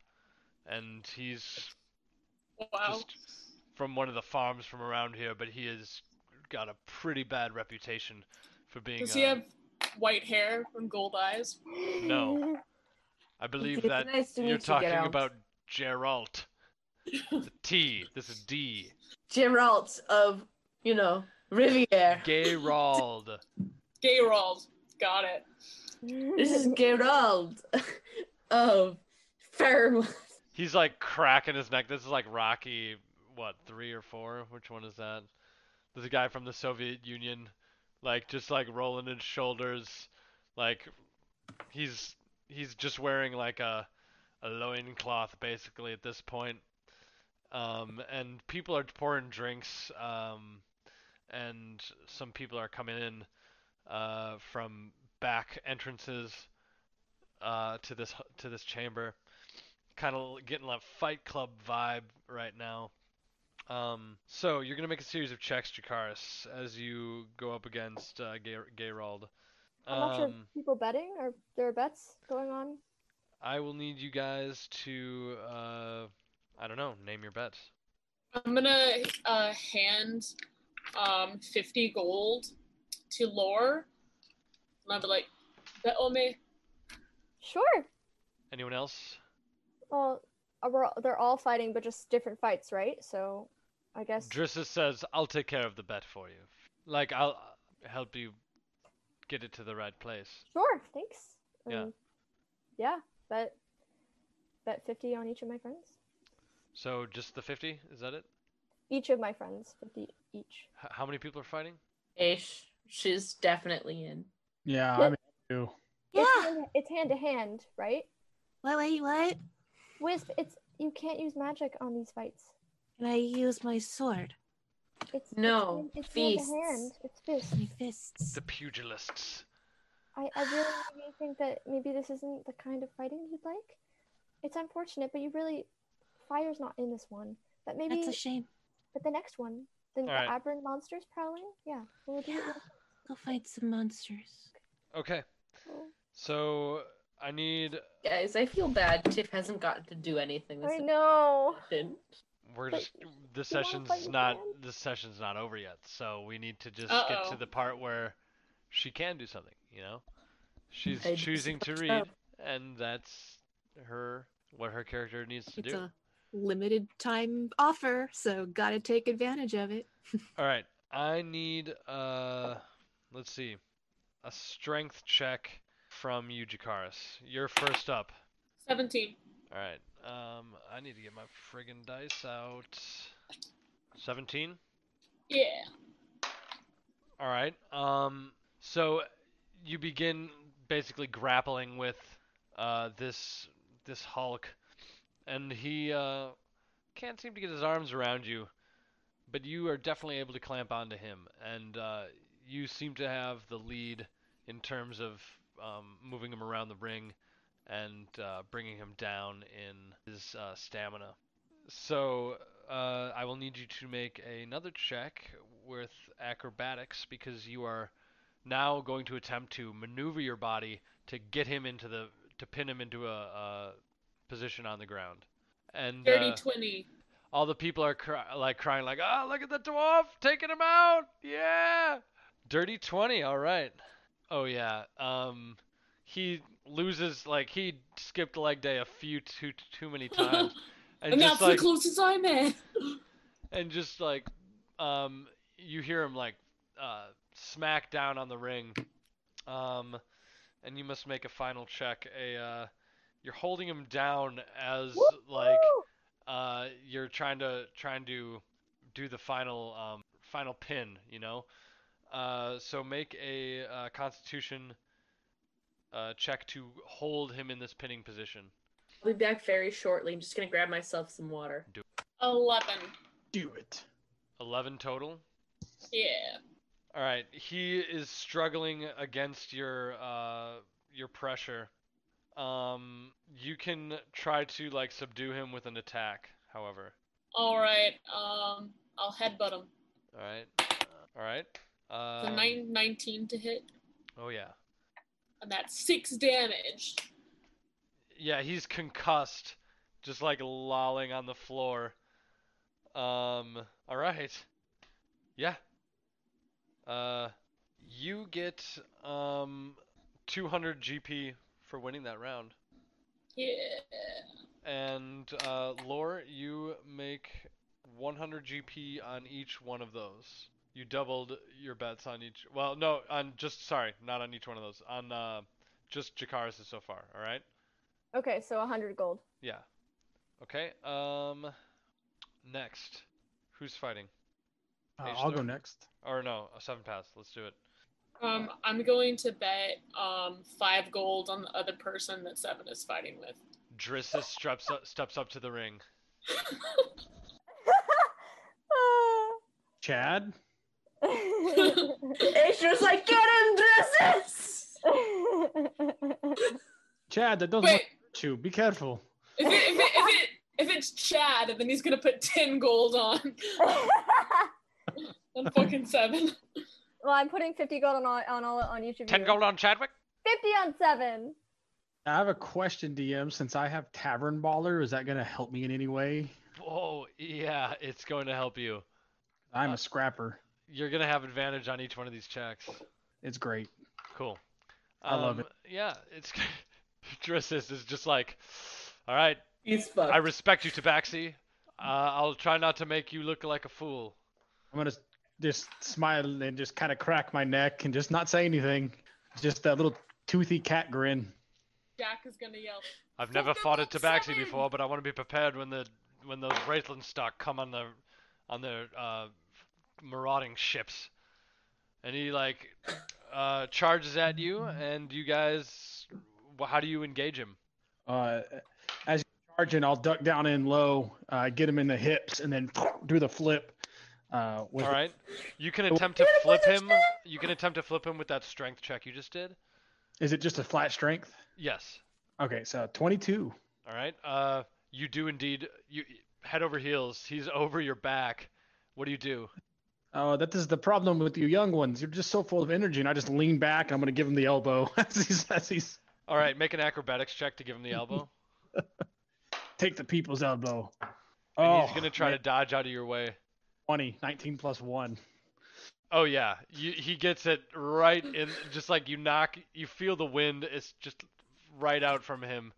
H: and he's
F: Wow.
H: just from one of the farms from around here. But he has got a pretty bad reputation for being."
F: Does
H: uh,
F: he have white hair and gold eyes?
H: No. I believe
F: It's
H: that
F: nice to
H: you're
F: meet you,
H: talking
F: Geralt.
H: about Geralt. It's a T. This is D.
K: Geralt of, you know, Riviere.
H: Gerald.
F: Gerald. Got it.
K: This is Geralt of Fairmont.
H: He's like cracking his neck. This is like Rocky, what, three or four? Which one is that? There's a guy from the Soviet Union, like just like rolling his shoulders, like he's he's just wearing like a a loincloth basically at this point. Um, and people are pouring drinks. Um, and some people are coming in uh, from back entrances uh, to this to this chamber. Kind of getting a Fight Club vibe right now. Um, so you're gonna make a series of checks, Jakaris, as you go up against uh, Ger- Gerald.
D: I'm not sure.
H: Um,
D: People betting? Are there bets going on?
H: I will need you guys to, uh, I don't know, name your bets.
F: I'm gonna uh, hand um, 50 gold to Lore, and I'll be like, "Bet on me."
D: Sure.
H: Anyone else?
D: Well, uh, we're, all- they're all fighting, but just different fights, right? So, I guess.
H: Drissus says, "I'll take care of the bet for you. Like I'll help you get it to the right place."
D: Sure. Thanks.
H: Yeah.
D: Um, yeah. Bet. Bet fifty on each of my friends.
H: So just the fifty? Is that it?
D: Each of my friends, fifty each.
H: H- how many people are fighting?
K: Ish. She's definitely in.
E: yeah, I'm in too.
D: Yeah. It's hand to hand, right?
G: What, wait, what?
D: Wisp, it's you can't use magic on these fights.
G: Can I use my sword?
D: It's
K: No,
D: It's, hand- it's hand
K: fists.
D: to hand. It's fist.
G: My fists.
H: The pugilists.
D: I, I really, really think that maybe this isn't the kind of fighting you'd like. It's unfortunate, but you really fire's not in this one. But maybe
G: That's a shame.
D: but the next one. The, the
H: Alright.
D: aberrant monsters prowling? Yeah. We'll do it
G: Yeah.
D: next-
G: Go fight some monsters.
H: Okay.
D: Oh.
H: So I need.
K: Guys, I feel bad. Tiff hasn't gotten to do anything. This
L: I know.
K: session.
H: We're
L: But
H: just. The session's not. The session's not over yet, so we need to just get
F: Uh-oh.
H: to the part where she can do something. You know, she's
F: I just
H: choosing to
F: fucked
H: read,
F: up.
H: and that's her. What her character needs to
J: It's
H: do.
J: a limited time offer, so gotta take advantage of it.
H: All right, I need uh, let's see, a strength check from you, Jakaris. You're first up.
F: 17.
H: All right, um, I need to get my friggin' dice out. Seventeen.
F: Yeah.
H: All right. Um, so you begin basically grappling with uh, this this Hulk, and he uh, can't seem to get his arms around you, but you are definitely able to clamp onto him, and uh, you seem to have the lead in terms of um, moving him around the ring and uh, bringing him down in his uh, stamina. So uh, I will need you to make another check with acrobatics because you are now going to attempt to maneuver your body to get him into the to pin him into a, a position on the ground. And
F: Dirty
H: uh,
F: 20.
H: all the people are cry- like crying like, "Ah, look at the dwarf taking him out! Yeah!" Dirty 20, all right. Oh yeah. Um he loses like he skipped leg day a few too too many times.
F: And, that's
H: like
F: the closest I'm at.
H: and just like um you hear him like uh smack down on the ring um and you must make a final check a uh you're holding him down as like uh you're trying to trying to do the final um final pin you know uh so make a uh, constitution uh check to hold him in this pinning position
K: I'll be back very shortly. I'm just gonna grab myself some water.
F: 11.
E: Do it.
H: 11 total
F: Yeah.
H: All right, he is struggling against your uh your pressure. Um you can try to like subdue him with an attack, however.
F: Alright, um, I'll headbutt him.
H: All right. All right.
F: The
H: Um,
F: nine nineteen to hit,
H: Oh yeah.
F: and that's 6 damage.
H: Yeah, he's concussed, just like lolling on the floor. Um all right. Yeah. Uh you get um 200 GP for winning that round.
F: Yeah.
H: And uh, Lore, you make 100 GP on each one of those. You doubled your bets on each. Well, no, on just sorry, not on each one of those. On uh, just Jakaris so far. All right.
L: Okay, so 100 gold.
H: Yeah. Okay. Um. Next, who's fighting?
E: Uh,
H: Mage
E: I'll go
H: Thor?
E: next.
H: Or no, a seven pass. Let's do it.
F: Um, I'm going to bet um five gold on the other person that Seven is fighting with.
H: Drissus steps up, steps up to the ring.
E: Chad.
K: Aisha's like, get in dresses!
E: Chad, that doesn't
F: Wait.
E: hurt you. Be careful.
F: If, it, if, it, if, it, if it's Chad, then he's gonna put 10 gold on. on fucking Seven.
L: well, I'm putting 50 gold on all, on, all, on each of you.
H: on Chadwick.
L: 50 on 7.
E: I have a question, DM. Since I have Tavern Baller, is that going to help me in any way?
H: Whoa, Oh, yeah, it's going to help you. Uh,
E: I'm a scrapper.
H: You're gonna have advantage on each one of these checks.
E: It's great.
H: Cool.
E: I love
H: Um, Yeah, it's Drissus is just like, all right,
K: He's fucked.
H: I respect you, Tabaxi. Uh, I'll try not to make you look like a fool.
E: I'm going to just smile and just kind of crack my neck and just not say anything. Just that little toothy cat grin.
F: Jack is gonna yell.
H: I've never fought a Tabaxi before, but I want to be prepared when the when those Wraithland stock come on their on their uh, marauding ships. And he like uh, charges at you, and you guys, wh- how do you engage him?
E: Uh, as you're charging, I'll duck down in low, uh, get him in the hips, and then do the flip. Uh, with
H: All right, you can attempt to flip him. You can attempt to flip him with that strength check you just did.
E: Is it just a flat strength?
H: Yes.
E: Okay, so 22.
H: All right. Uh, you do indeed. You head over heels. He's over your back. What do you do?
E: Oh, that is the problem with you young ones. You're just so full of energy, and I just lean back and I'm going to give him the elbow as he's as he's
H: All right, make an acrobatics check to give him the elbow.
E: Take the people's elbow.
H: And
E: Oh,
H: he's gonna try
E: man.
H: to dodge out of your way.
E: 20, 19 plus one.
H: Oh yeah, you, he gets it right in. Just like you knock, you feel the wind. It's just right out from him.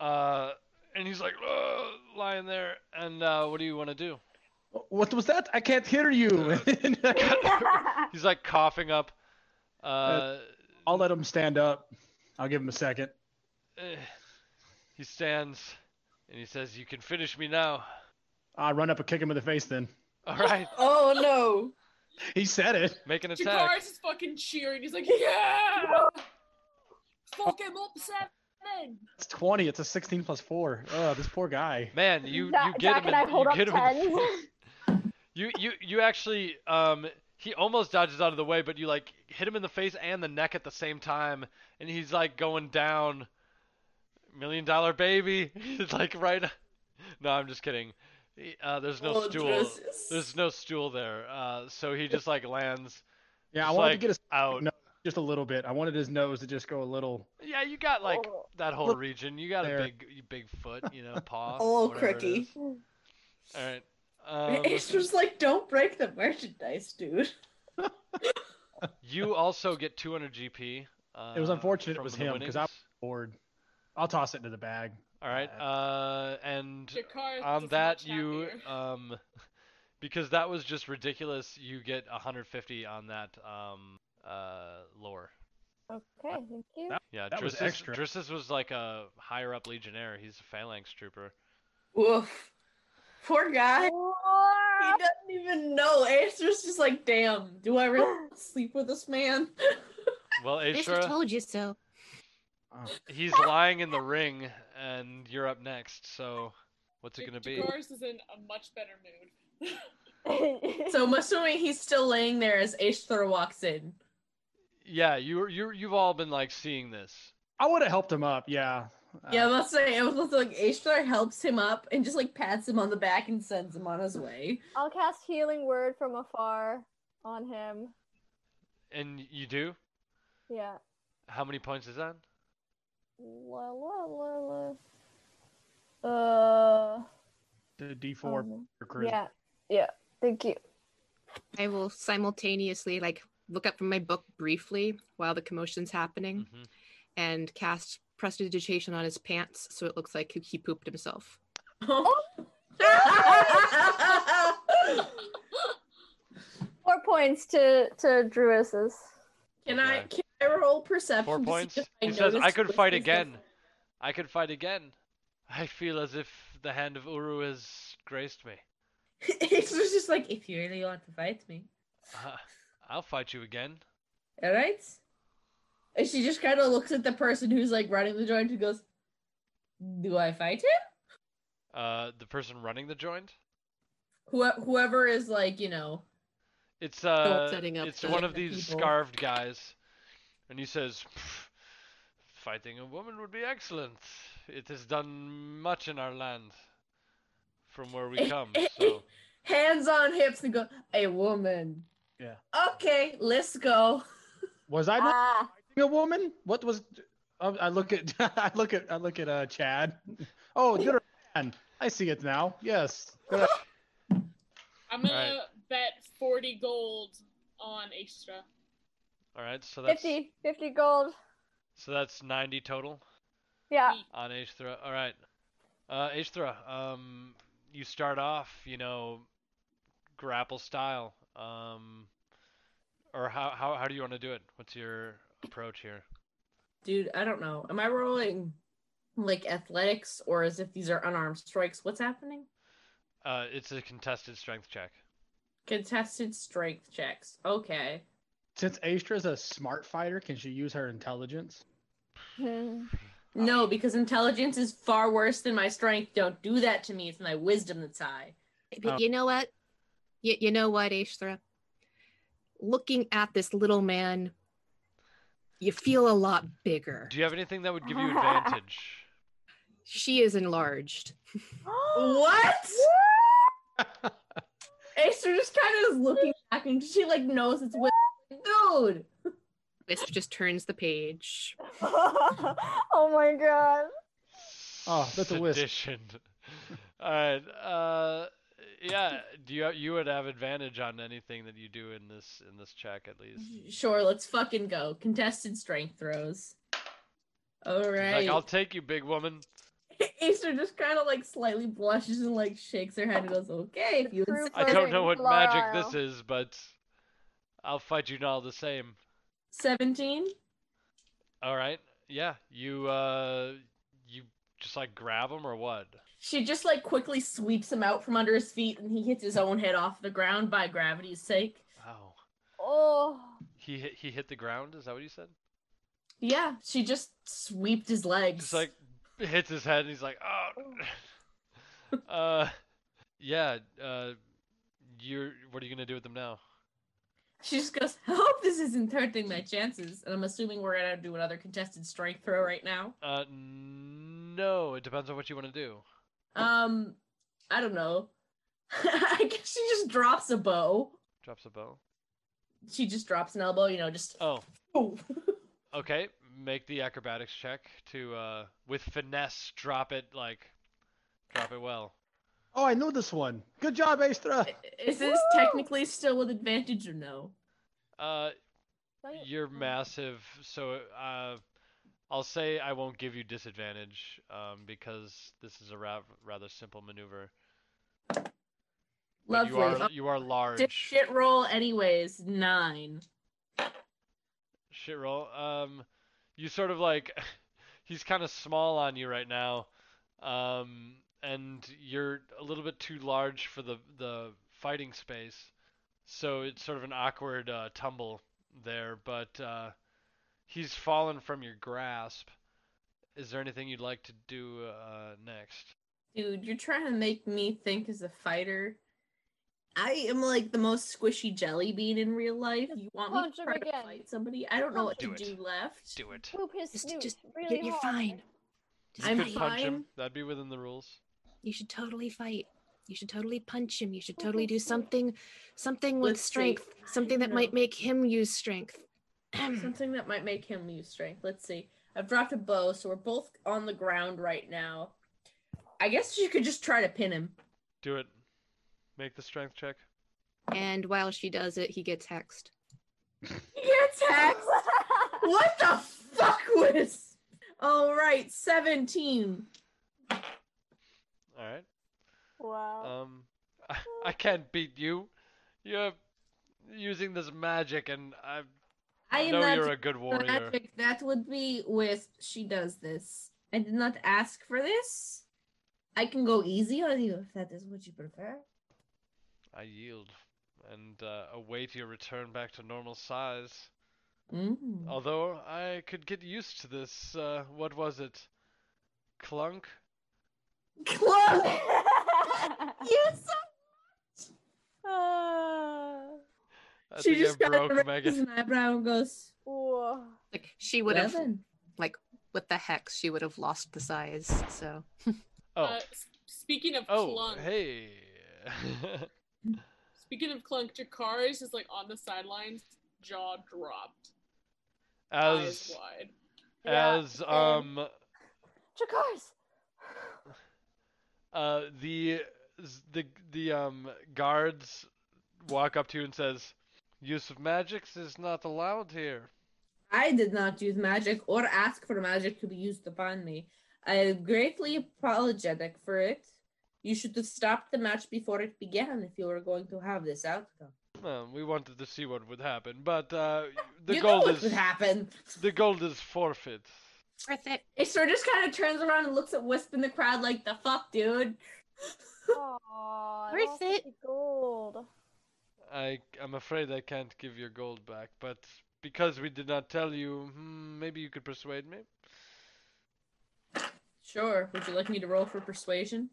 H: Uh, and he's like "Ugh," lying there. And uh, what do you want to do?
E: What was that? I can't hear you.
H: He's like coughing up. Uh,
E: I'll let him stand up. I'll give him a second.
H: eh. he stands and he says, "You can finish me now."
E: I run up and kick him in the face. Then
H: All right,
K: Oh no.
E: he said it.
H: make an attack.
F: Jakaris is fucking cheering. He's like, yeah! Fuck him up, seven!
E: It's twenty. It's a sixteen plus four. Oh, this poor guy.
H: Man, you
L: Zach,
H: you get
L: Zach
H: him.
L: and
H: in-
L: I hold
H: you
L: up
H: get him in-
L: tens.
H: You you you actually um he almost dodges out of the way, but you like hit him in the face and the neck at the same time, and he's like going down. Million dollar baby, It's, like right. No, I'm just kidding. He- Uh, there's no
K: Oh,
H: stool.
K: Jesus.
H: There's no stool there. Uh, so he just like lands.
E: Yeah, I
H: just,
E: wanted
H: like,
E: to get his
H: out.
E: no- just a little bit. I wanted his nose to just go a little.
H: Yeah, you got like
L: Oh.
H: that whole
E: Look
H: region. You got
E: there.
H: a big, you big foot. You know, paw.
K: Oh,
H: whatever it
K: crookie.
H: is.
L: Um,
H: All right. Um,
K: it's just like, don't break the merchandise, dude.
H: you also get 200 GP. Uh,
E: It was unfortunate it
H: from
E: was
H: the
E: him because I was
H: winnings.
E: bored. I'll toss it into the bag.
H: All right.
E: Uh,
H: Uh, and
F: Jakaris
H: on
F: is
H: that
F: much
H: you
F: happier.
H: um, because that was just ridiculous. You get 150 on that um uh lore.
L: Okay, thank you.
H: Yeah,
E: That was
H: Drissus,
E: extra.
H: Drissus was like a higher up legionnaire. He's a phalanx trooper.
K: Woof. Poor guy. He
L: Whoa.
K: doesn't even know. Acer's just like, damn, do I really sleep with this man?
H: Well,
G: Mister
H: Aestra,
G: told you so.
E: oh.
H: he's lying in the ring, and you're up next. So, what's it gonna be?
F: Jakaris is in a much better mood.
K: so I'm assuming he's still laying there as Acer walks in.
H: Yeah, you you you've all been like seeing this.
E: I would have helped him up. Yeah. Uh,
K: yeah, I must say, it was also like Acer helps him up and just like pats him on the back and sends him on his way.
L: I'll cast healing word from afar on him.
H: And you do?
L: Yeah.
H: How many points is that?
L: La la la la. Uh.
E: the D four.
K: Oh,
L: um,
E: for charisma.
L: yeah. Yeah. Thank you.
J: I will simultaneously like look up from my book briefly while the commotion's happening
H: hmm
J: and cast prestidigitation on his pants so it looks like he pooped himself.
L: Four points to to Druis's.
K: Can I
H: Okay.
K: can I roll perception?
H: Four
K: to see
H: points.
K: if
H: He says,
K: notice
H: "I could
K: which
H: fight
K: is the-
H: again. I could fight again. I feel as if the hand of Uru has graced me.
K: Ace was just like, if you really want to fight me,
H: Uh, I'll fight you again."
K: all right. And she just kind of looks at the person who's like running the joint and goes, "Do I fight him?
H: Uh, the person running the joint.
K: Who- whoever is like, you know,
H: It's uh,
J: setting up
H: it's
J: the-
H: one of
K: the
H: these
K: people.
H: scarved guys, and he says, "Pff, "Fighting a woman would be excellent. It has done much in our land, from where we come. So,
K: hands on hips," and go, "A woman."
E: Yeah.
K: Okay, let's go.
E: Was I not
L: Ah.
E: fighting a woman? What was? I I look at. I look at. I look at uh, Chad. Oh, you're a man. I see it now. Yes. Good eye.
F: I'm gonna
H: Alright.
F: bet 40 gold on Astra.
H: all right. So that's
L: 50, 50 gold.
H: so that's ninety total."
L: Yeah.
H: on Ashthra. All right, uh, Ashthra. Um, you start off, you know, grapple style. Um, or how how how do you want to do it? What's your approach here?
K: Dude, I don't know. Am I rolling like athletics or as if these are unarmed strikes? What's happening?
H: Uh, it's a contested strength check.
K: Contested strength checks. Okay.
E: Since Astra's a smart fighter, can she use her intelligence?
L: Hmm.
K: No, because intelligence is far worse than my strength. Don't do that to me. It's my wisdom that's high.
H: Oh.
G: But
K: Oh.
E: Um,
G: you know what?
J: You, you know what, Ashtra? Looking at this little man, you feel a lot bigger.
H: Do you have anything that would give you advantage?
J: She is enlarged.
K: What? Acer just kind of is looking back and she like knows it's with dude.
J: Wisp just turns the page.
L: oh my god.
E: Oh, that's a wisp.
H: Seditioned. All right. Uh, yeah. Do you you would have advantage on anything that you do in this in this check at least?
K: Mm-hmm. Sure, let's fucking go. Contested strength throws. All
H: She's
K: right.
H: Like I'll take you, big woman.
K: Easter just kind of like slightly blushes and like shakes her head and goes, "Okay, if you." insist."
H: I don't know what magic this is, but I'll fight you all the same.
K: Seventeen.
H: All right. Yeah. You uh you just like grab him or what?
K: She just like quickly sweeps him out from under his feet, and he hits his own head off the ground by gravity's sake.
H: Wow.
L: Oh.
H: He hit, he hit the ground. Is that what you said?
K: Yeah, she just sweeped his legs.
H: Just like hits his head and he's like, oh. uh, yeah. Uh, you're. What are you gonna do with them now?
K: She just goes, I hope this isn't hurting my chances. And I'm assuming we're gonna do another contested strength throw right now.
H: Uh, no. It depends on what you want to do.
K: Um, I don't know. I guess she just drops a bow.
H: Drops a bow.
K: She just drops an elbow, you know, just
H: oh.
K: oh.
H: Okay. Make the acrobatics check to uh with finesse drop it like drop it well.
E: Oh, I know this one. Good job, Astra.
K: Is this technically still with advantage or no?
H: Uh, you're massive, so uh, I'll say I won't give you disadvantage um, because this is a ra- rather simple maneuver. But You
K: Lovely.
H: are you are large.
K: Dip shit roll anyways, nine.
H: Shit roll. Um, you sort of like he's kind of small on you right now, um, and you're a little bit too large for the the fighting space, so it's sort of an awkward uh, tumble there. But uh, he's fallen from your grasp. Is there anything you'd like to do uh, next?
K: Dude, you're trying to make me think as a fighter. I am like the most squishy jelly bean in real life. You want me
L: punch
K: to
L: him
K: try to
L: again.
K: fight somebody? I don't know what to do left.
H: Do it.
L: Poop his
G: Just-
L: snoot
G: just-
L: really
G: you're
L: hard.
G: fine.
H: You
K: I'm
H: could punch him.
K: fine.
H: That'd be within the rules.
G: You should totally fight. You should totally punch him. You should totally do something, something with
K: Let's see.
G: strength, something that might make him use strength.
K: Something that might make him use strength. Let's see. I've dropped a bow, so we're both on the ground right now. I guess you could just try to pin him.
H: Do it. Make the strength check.
J: And while she does it, he gets hexed.
K: Yes, Hex! what the fuck was? All right, 17.
H: All right.
L: Wow.
H: Um, I, I can't beat you. You're using this magic, and I,
K: I am
H: know
K: not
H: you're
K: doing
H: a good warrior.
K: Magic. That would be with she does this. I did not ask for this. I can go easy on you if that is what you prefer.
H: I yield and uh, await your return back to normal size.
K: Mm.
H: Although I could get used to this. Uh, what was it? Clunk.
K: Club! yes! Ah.
H: I
K: she
H: think I
K: just kinda
H: broke
K: raises
H: Megan.
K: an eyebrow and goes,
J: Like she would have,
K: Eleven.
J: like with the hex, she would have lost the size. So
H: Oh,
F: Uh, s- speaking of
H: oh,
F: clunk,
H: hey.
F: speaking of clunk, Jakari's is like on the sidelines, jaw dropped, eyes
H: as
F: wide.
H: as um
L: Chakars.
H: Uh, the the the um guards walk up to you and says, "Use of magics is not allowed here."
K: I did not use magic or ask for magic to be used upon me. I am greatly apologetic for it. You should have stopped the match before it began if you were going to have this outcome.
H: Well, we wanted to see what would happen, but uh, the
K: you know
H: gold
K: what
H: is
K: would happen.
H: the gold is forfeit.
G: Worth it.
K: Isor just kind of turns around and looks at Wisp in the crowd like, the fuck, dude?
L: Aw,
G: Worth
L: lost
G: it.
L: the Gold.
H: I I'm afraid I can't give your gold back, but because we did not tell you, hmm, maybe you could persuade me.
K: Sure. Would you like me to roll for persuasion?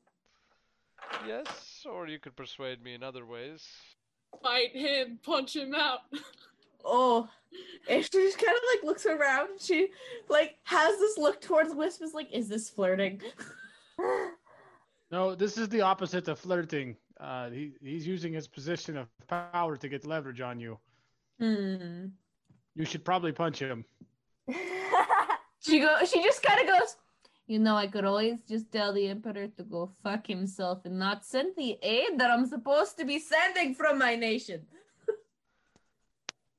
H: Yes, or you could persuade me in other ways.
F: Fight him, punch him out.
K: Oh. Isor just kind of like looks around and she like has this look towards Wisp is like, is this flirting?
E: No, this is the opposite of flirting. Uh, he, he's using his position of power to get leverage on you.
K: hmm.
E: You should probably punch him.
K: She go. She just kind of goes. You know, I could always just tell the emperor to go fuck himself and not send the aid that I'm supposed to be sending from my nation.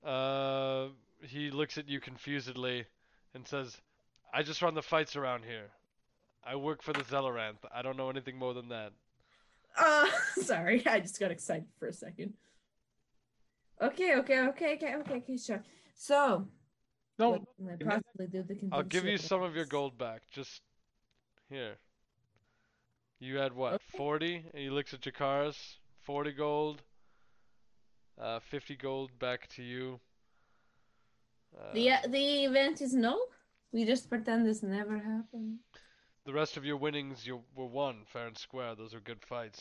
H: Uh, he looks at you confusedly and says, I just run the fights around here. I work for the Zeloranth. I don't know anything more than that.
K: Uh, sorry, I just got excited for a second. Okay, okay, okay, okay, okay, okay, sure. So,
H: No,
K: what can I possibly do to
H: I'll give you
K: convince
H: some of your gold back. Just here. You had what? 40? And he looks at Jakara's. 40 gold. Uh, 50 gold back to you. Uh,
K: The the event is no. We just pretend this never happened.
H: The rest of your winnings you were won fair and square. Those were good fights.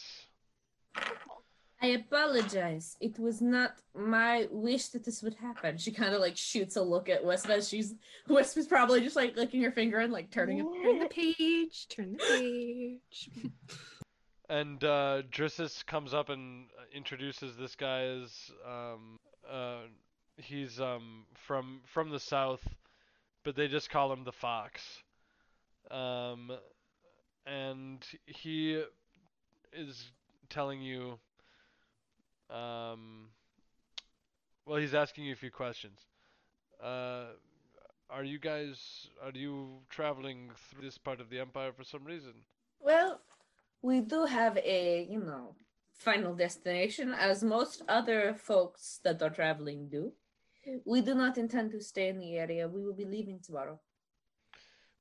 K: I apologize. It was not my wish that this would happen. She kind of like shoots a look at Wisp as she's Wisp is probably just like licking her finger and like turning it.
J: Turn the page. Turn the page.
H: And uh, Drissus comes up and uh, introduces this guy as um, uh, he's um, from from the south, but they just call him the Fox. Um, and he is telling you, um, well, he's asking you a few questions. Uh, are you guys are you traveling through this part of the empire for some reason?
K: Well, we do have a you know final destination, as most other folks that are traveling do. We do not intend to stay in the area. We will be leaving tomorrow.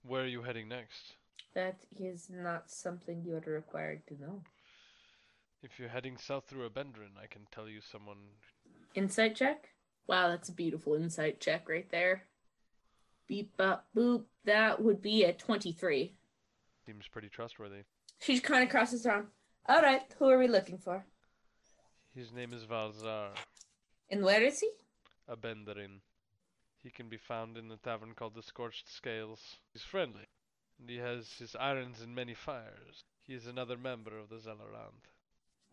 H: Where are you heading next?
K: That is not something you are required to know.
H: If you're heading south through Abendrin, I can tell you someone.
K: Insight check? Wow, that's a beautiful insight check right there. Beep bop boop. That would be a 23.
H: Seems pretty trustworthy.
K: She kind of crosses her arm. All right, who are we looking for?
H: His name is Valzar
K: And where is he?
H: Abendrin. He can be found in the tavern called the Scorched Scales. He's friendly, and he has his irons in many fires. He is another member of the Zalaranth.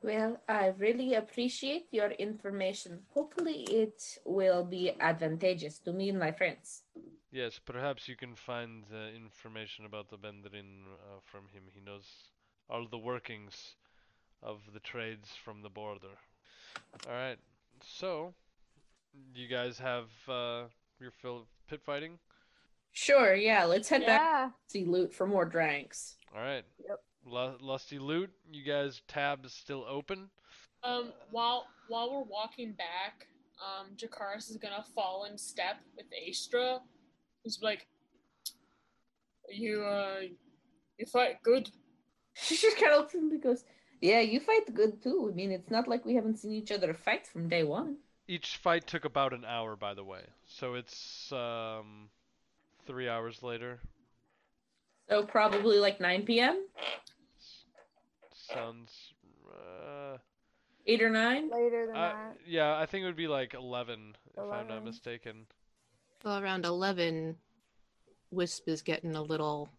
K: Well, I really appreciate your information. Hopefully, it will be advantageous to me and my friends.
H: Yes, perhaps you can find uh, information about Abendrin uh, from him. He knows all the workings of the trades from the border. All right, so you guys have uh, your fill of pit fighting.
K: Sure, yeah, let's head
L: Yeah.
K: back to see loot for more drinks.
H: All right.
L: Yep.
H: Lu- Lusty loot. You guys tabs still open.
F: Um, while while we're walking back, um, Jakaris is gonna fall in step with Astra. He's like, "You uh, you fight good."
K: She just kind of looks at me and goes, Yeah, you fight good too. I mean, it's not like we haven't seen each other fight from day one.
H: Each fight took about an hour, by the way. So it's um, three hours later.
K: So probably like 9 p.m.,
H: Sounds. Uh,
K: 8 or 9.
L: Later than
H: I-
L: that.
H: yeah, I think it would be like eleven, if I'm not
L: 11.
H: mistaken.
J: Well, around 11, Wisp is getting a little.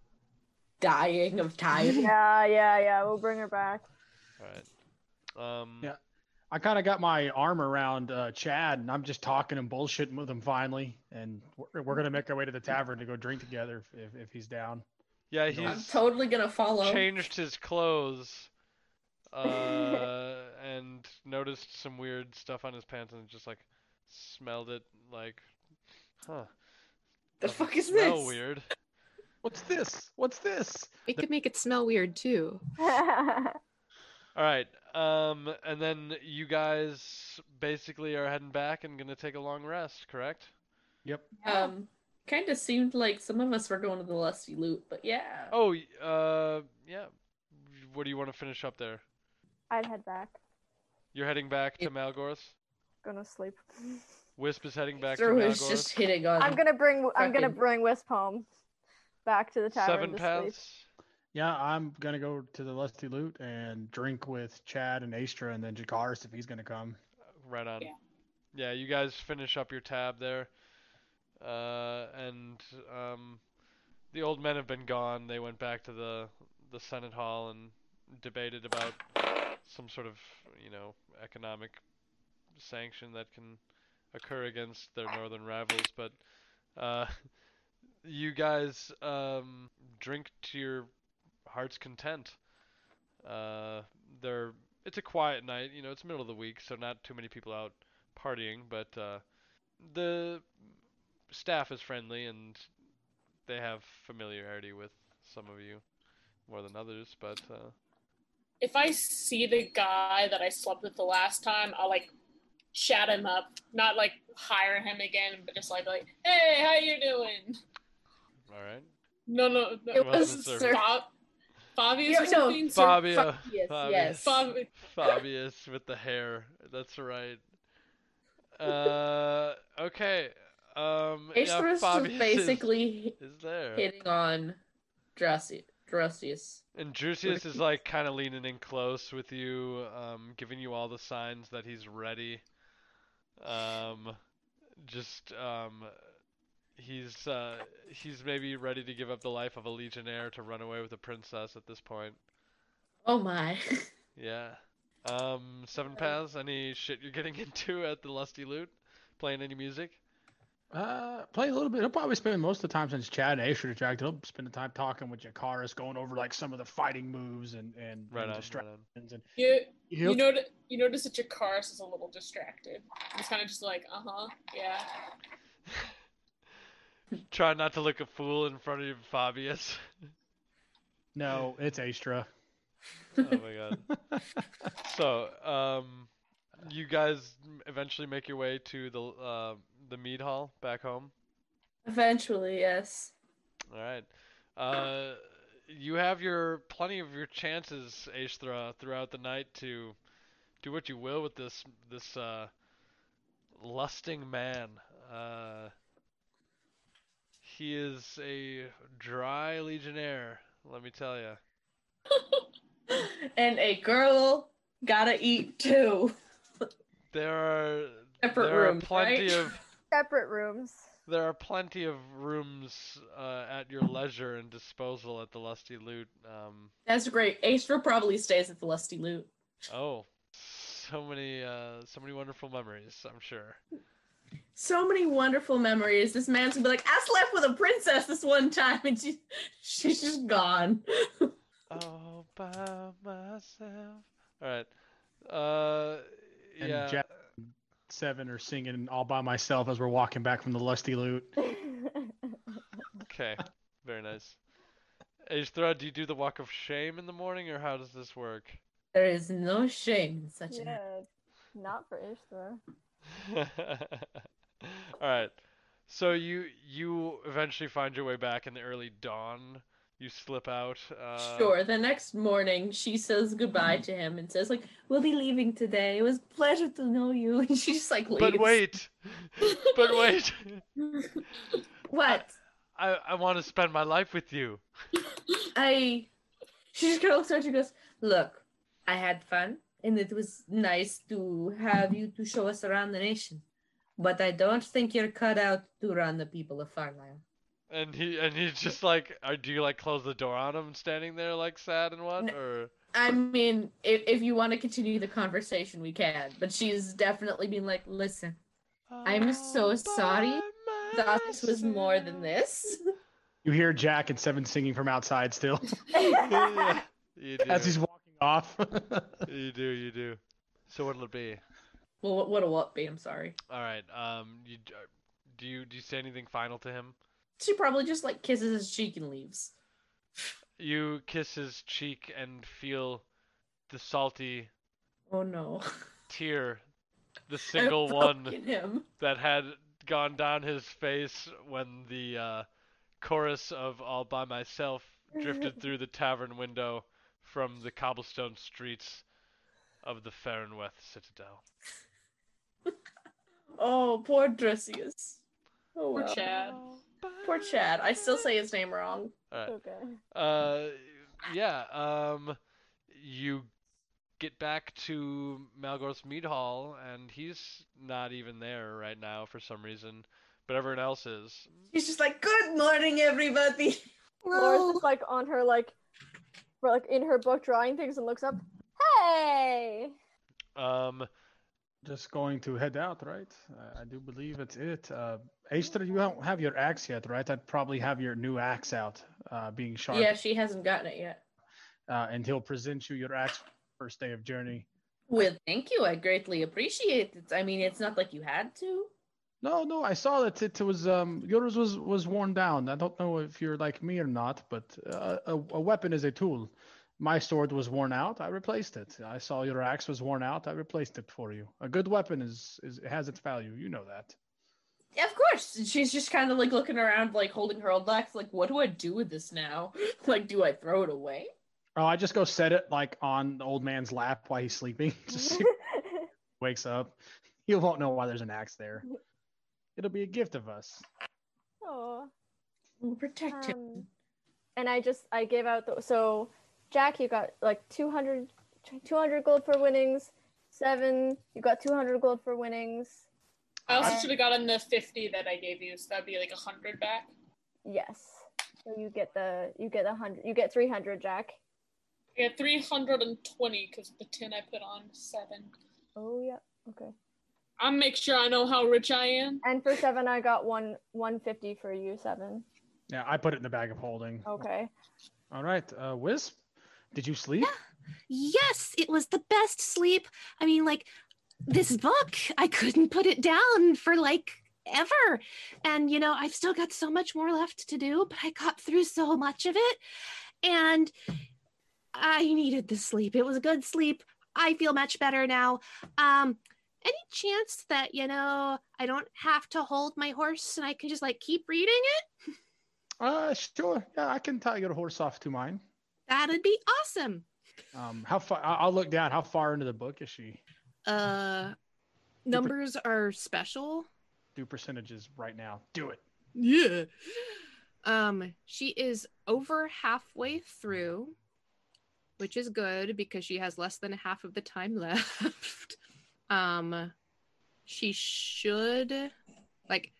K: Dying of time.
D: yeah, yeah, yeah. We'll bring her back.
H: All right. Um,
E: Yeah. I kind of got my arm around uh, Chad, and I'm just talking and bullshitting with him finally. And we're, we're gonna make our way to the tavern to go drink together if, if, if he's down.
H: yeah,
K: I'm
H: he's
K: totally gonna follow.
H: changed his clothes. Uh, and noticed some weird stuff on his pants and just like smelled it like, huh.
K: The
H: doesn't
K: fuck is
H: smell
K: this?
H: weird.
E: What's this? What's this?
J: It could make it smell weird too. Uh,
H: All right. Um, and then you guys basically are heading back and gonna take a long rest, correct?
E: Yep.
K: Um, kind of seemed like some of us were going to the lusty loot, but yeah.
H: Oh, y- uh, yeah. What do you want to finish up there?
D: I'd head back.
H: You're heading back to Malgorth.
D: Gonna sleep.
H: Wisp is heading back to
K: Throw is
H: Malgorth.
K: just hitting on.
D: I'm gonna bring. I'm gonna
K: Fucking-
D: bring Wisp home, back to the tavern
H: Seven
D: to
H: paths.
D: sleep.
E: Yeah, I'm gonna go to the Lusty Loot and drink with Chad and Astra, and then Jakaris if he's gonna come.
H: Right on.
F: Yeah.
H: Yeah, you guys finish up your tab there. Uh, and um, the old men have been gone. They went back to the the Senate Hall and debated about some sort of you know economic sanction that can occur against their northern rivals, but uh, you guys um, drink to your heart's content. Uh, they're it's a quiet night, you know, it's middle of the week, so not too many people out partying, but uh, the staff is friendly and they have familiarity with some of you more than others, but uh,
F: If I see the guy that I slept with the last time, I'll like chat him up, not like hire him again, but just like like, hey, how you doing?
H: all right.
F: No, no, no.
H: It was Sir- Sir-
F: Bob, Fabius
H: Yeah,
F: or
H: no,
F: something. Sir-
H: Fabio.
F: Fabius,
H: Fabius.
F: Fabi-
H: Fabius with the hair. That's right. Uh, okay. Um, yeah,
K: Aeschylus
H: Fabius
K: is
H: is-
K: basically
H: is there.
K: hitting on Drussi- Drusius.
H: And Drusius is like kind of leaning in close with you, um, giving you all the signs that he's ready. Um, just um, he's uh, he's maybe ready to give up the life of a legionnaire to run away with a princess at this point.
K: Oh my.
H: Yeah. Um, seven paths. Any shit you're getting into at the Lusty Loot? Playing any music?
E: Uh, play a little bit. He'll probably spend most of the time since Chad and Asher distracted. He'll spend the time talking with Jakaris, going over like some of the fighting moves and and,
H: Right on,
E: and
H: right
E: distractions. And
F: You, you
E: Yep.
F: know you notice that your car is a little distracted. It's kind of just like, uh huh, yeah.
H: Try not to look a fool in front of Fabius.
E: no, it's Astra.
H: oh my god. So, um, you guys m- eventually make your way to the uh, the mead hall back home.
K: Eventually, yes.
H: All right. Uh, you have your plenty of your chances, Ashthra, throughout the night to do what you will with this this uh, lusting man. Uh, he is a dry legionnaire, let me tell you.
K: And a girl gotta eat too.
H: There are
K: Separate
H: there
K: rooms,
H: are plenty
K: right?
H: of
L: Separate rooms.
H: There are plenty of rooms uh, at your leisure and disposal at the Lusty Loot. Um,
K: That's great. Astra probably stays at the Lusty Loot.
H: oh, so many, uh, so many wonderful memories. I'm sure.
K: So many wonderful memories. This man's gonna be like, I slept with a princess this one time and she, she's just gone.
H: All by myself. All right. Uh,
E: And
H: yeah.
E: Jack and Seven are singing all by myself as we're walking back from the lusty loot.
H: Okay. Very nice. Ishthra, do you do the walk of shame in the morning, or how does this work?
K: There is no shame in such a
L: Yeah, not for Ishtar.
H: All right. So you you eventually find your way back in the early dawn. You slip out. Uh,
K: Sure. The next morning, she says goodbye
H: Mm-hmm.
K: to him and says, "Like we'll be leaving today. It was a pleasure to know you." And she just like leaves.
H: But wait. but wait.
K: what?
H: I I want to spend my life with you.
K: I. She just kind of looks at her and goes, "Look, I had fun, and it was nice to have you to show us around the nation. But I don't think you're cut out to run the people of Farmland."
H: And he and he's just like, uh do you like close the door on him, standing there like sad and what? Or
K: I mean, if, if you want to continue the conversation, we can. But she's definitely been like, listen,
H: Oh,
K: I'm so sorry. Thought this was more than this.
E: You hear Jack and Seven singing from outside still
H: you
E: as
H: do.
E: he's walking off.
H: You do. You do. So what'll it be?
K: Well, what- what'll what be? I'm sorry.
H: All right. Um. You do you do you say anything final to him?
K: She probably just like kisses his cheek and leaves.
H: You kiss his cheek and feel the salty
K: Oh no.
H: tear, the single
K: broken
H: one
K: him.
H: that had gone down his face when the uh, chorus of All By Myself drifted through the tavern window from the cobblestone streets of the Farinweth Citadel.
K: Oh, poor Drusius. Oh,
F: Poor
K: well.
F: Chad.
K: Poor Chad. I still say his name wrong.
H: All right.
L: Okay.
H: Uh, yeah. Um, you get back to Malgorth's Mead Hall, and he's not even there right now for some reason, but everyone else is.
K: He's just like, good morning, everybody.
L: Laura's just like on her like, or, like in her book drawing things and looks up. Hey.
H: Um,
E: just going to head out, right? I, I do believe it's it. Uh, Aster, you don't have your axe yet, right? I'd probably have your new axe out, uh, being sharp.
K: Yeah, she hasn't gotten it yet.
E: Uh, and he'll present you your axe first day of journey.
K: Well, thank you. I greatly appreciate it. I mean, it's not like you had to.
E: No, no, I saw that it was um yours was was worn down. I don't know if you're like me or not, but uh, a, a weapon is a tool. My sword was worn out. I replaced it. I saw your axe was worn out. I replaced it for you. A good weapon is, is has its value. You know that.
K: Of course. And She's just kind of like looking around, like holding her old axe, like, what do I do with this now? like, do I throw it away?
E: Oh, I just go set it like on the old man's lap while he's sleeping. just see if he wakes up. He won't know why there's an axe there. It'll be a gift of us.
D: Oh.
K: We'll protect him.
D: Um, And I just I gave out the so Jack you got like 200, 200 gold for winnings. Seven you got two hundred gold for winnings.
F: I also
D: Uh,
F: should have gotten the 50 that I gave you, so that'd be like 100 back.
D: Yes. So you get the you get a hundred you get three hundred Jack.
F: Yeah, 320 because the 10 I put on, 7.
D: Oh yeah. Okay.
F: I'll make sure I know how rich I am.
D: And for seven I got one one fifty for you seven.
E: Yeah, I put it in the bag of holding.
D: Okay.
E: All right, uh, Wisp, did you sleep?
G: Yes, it was the best sleep. I mean, like this book, I couldn't put it down for like ever. And, you know, I've still got so much more left to do, but I got through so much of it. And I needed the sleep. It was a good sleep. I feel much better now. Um, any chance that, you know, I don't have to hold my horse and I can just like keep reading it?
E: Uh, sure. Yeah, I can tie your horse off to mine.
G: That'd be awesome.
E: Um, how far? I- I'll look down. How far into the book is she?
G: Uh, numbers are special.
E: Do percentages right now. Do it.
G: Yeah. Um, she is over halfway through, which is good because she has less than half of the time left. Um, she should like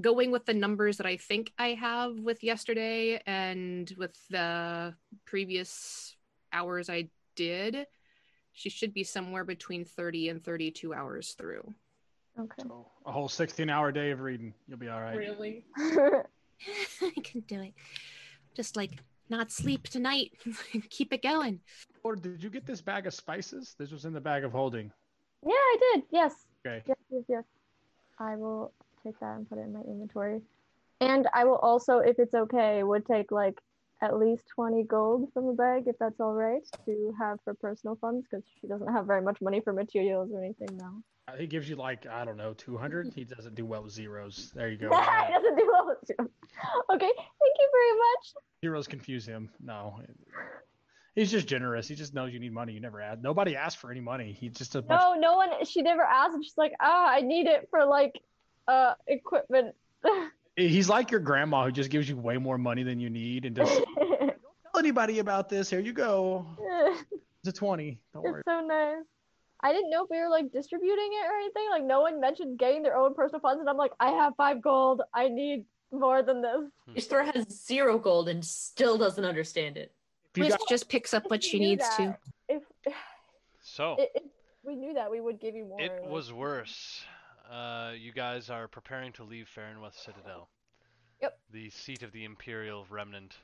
G: going with the numbers that I think I have with yesterday and with the previous hours I did. She should be somewhere between 30 and 32 hours through.
D: Okay.
E: A whole 16-hour day of reading. You'll be all right.
F: Really?
G: I can do it. Just like not sleep tonight. Keep it going.
E: Or did you get this bag of spices? This was in the bag of holding.
D: Yeah, I did. Yes.
E: Okay.
D: Yes, yes, yes. I will take that and put it in my inventory. And I will also, if it's okay, would take like at least 20 gold from the bag, if that's all right, to have for personal funds, because she doesn't have very much money for materials or anything now.
E: Uh, He gives you like I don't know 200. He doesn't do well with zeros. There you go.
D: That
E: Yeah.
D: doesn't do well with you. Okay, thank you very much.
E: zeros confuse him. No. He's just generous. He just knows you need money. You never ask. Nobody asked for any money. He just a bunch
D: No, no one, she never asked, and she's like, ah, I need it for like uh equipment.
E: He's like your grandma who just gives you way more money than you need and does tell anybody about this. Here you go. It's a 20. Don't worry.
D: It's so nice. I didn't know if we were like distributing it or anything. Like no one mentioned getting their own personal funds, and I'm like, I have five gold. I need more than this.
H: Hmm.
K: Ishtar has zero gold and still doesn't understand it.
E: If you
G: Wisp
E: got-
G: just picks up what she needs to.
D: If,
E: Oh.
H: So
D: if, if we knew that, we would give you more.
H: it
D: like-
H: was worse. Uh, you guys are preparing to leave Farinweth Citadel.
D: Yep.
H: The seat of the Imperial Remnant.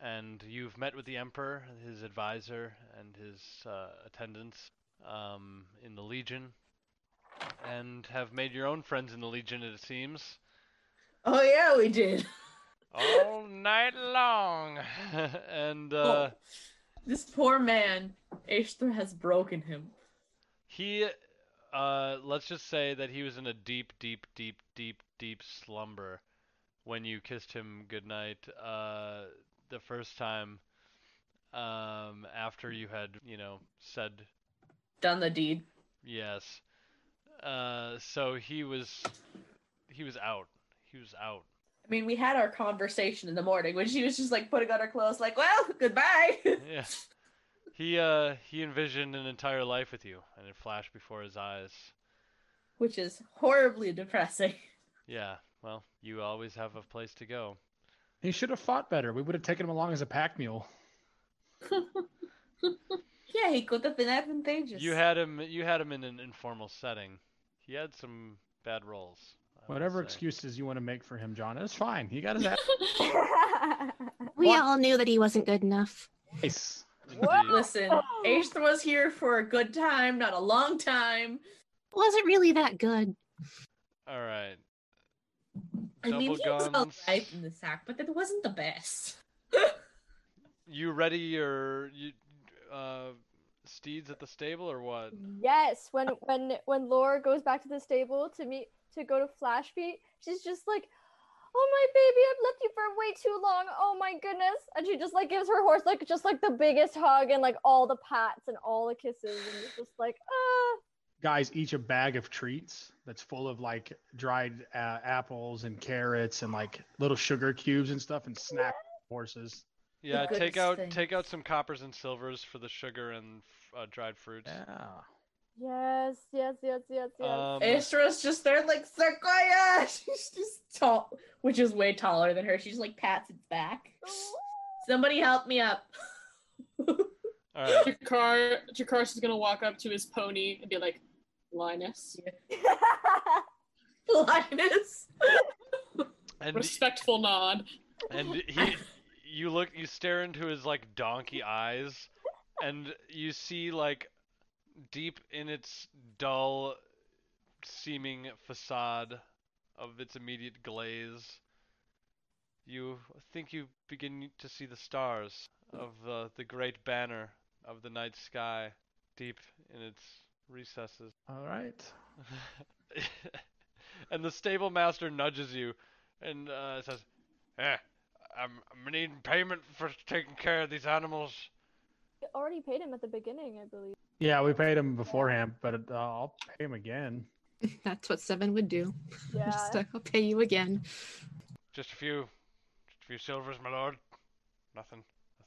H: And you've met with the Emperor, his advisor, and his uh, attendants um, in the Legion, and have made your own friends in the Legion, it seems.
K: Oh, yeah, we did.
H: all night long. and uh,
K: This poor man, Ishtar has broken him.
H: he, uh, let's just say that he was in a deep, deep, deep, deep, deep slumber when you kissed him goodnight uh, the first time um, after you had, you know, said
K: Done the deed.
H: yes. Uh, so he was, he was out. He was out.
K: I mean, we had our conversation in the morning when she was just like putting on her clothes, like, well, goodbye.
H: yeah. He uh he envisioned an entire life with you and it flashed before his eyes.
K: Which is horribly depressing.
H: Yeah, well, you always have a place to go.
E: he should have fought better. We would have taken him along as a pack mule.
K: Yeah, he could have been advantageous.
H: You had him. You had him in an informal setting. He had some bad rolls. I will
E: Whatever
H: say.
E: excuses you want to make for him, John, it's fine. He got his ass.
J: We all knew that he wasn't good enough.
E: Nice.
K: Listen, Aesth was here for a good time, not a long time.
J: Wasn't really that good.
H: All right.
K: I mean,
H: Double
K: he was
H: guns.
K: alright in the sack, but it wasn't the best.
H: You ready your you, uh, steeds at the stable or what?
K: Mm,
L: Yes, when when when Laura goes back to the stable to meet to go to Flashbeat, she's just like, "Oh my baby, I've left you for way too long. Oh my goodness!" And she just like gives her horse like just like the biggest hug and like all the pats and all the kisses and it's just like, ah.
E: Guys, each a bag of treats that's full of like dried uh, apples and carrots and like little sugar cubes and stuff and snack horses.
H: Yeah,
K: The
H: take
K: goodest
H: out
K: thing.
H: take out some coppers and silvers for the sugar and f- uh, dried fruits.
E: Yeah.
L: Yes, yes, yes, yes, yes.
H: Um,
K: Astra's just there like Sequoia. She's just tall, which is way taller than her. She just like pats its back. Somebody help me up.
H: all right.
F: Jakar, Jakar's is gonna walk up to his pony and be like, Linus.
K: Linus.
H: And
F: Respectful nod.
H: and he you look you stare into his like donkey eyes and you see like deep in its dull seeming facade of its immediate glaze you think you begin to see the stars of uh, the great banner of the night sky deep in its recesses
E: All right.
D: Oh,
H: and the stable master nudges you and uh, says, eh, I'm, I'm needing payment for taking care of these animals.
L: We already paid him at the beginning, I believe.
E: Yeah, we paid him beforehand, but uh, I'll pay him again.
J: That's what seven would do.
L: Yeah.
J: Just, I'll pay you again.
H: Just a few, just a few silvers, my lord. Nothing,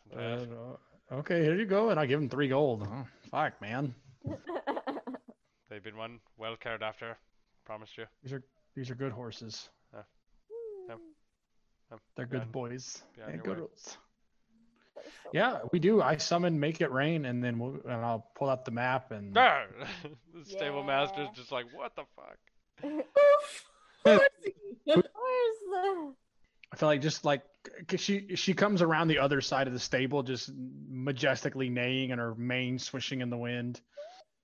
H: nothing to
E: Uh,
H: ask.
E: okay, here you go, and I give him three gold. Huh, fuck, man.
H: They've been one well cared after, promised you. Uh,
E: These are these are good horses.
H: Yeah. Yep. Yep.
E: They're good
H: Done.
E: boys.
H: Be on
E: and
H: your
E: good
H: way.
E: rules. Yeah, we do. I summon make it rain, and then we'll and I'll pull out the map and
H: Arr! the stable master's
L: Yeah.
H: just like, what the fuck?
L: Where's
E: I feel like just like cause she she comes around the other side of the stable, just majestically neighing and her mane swishing in the wind.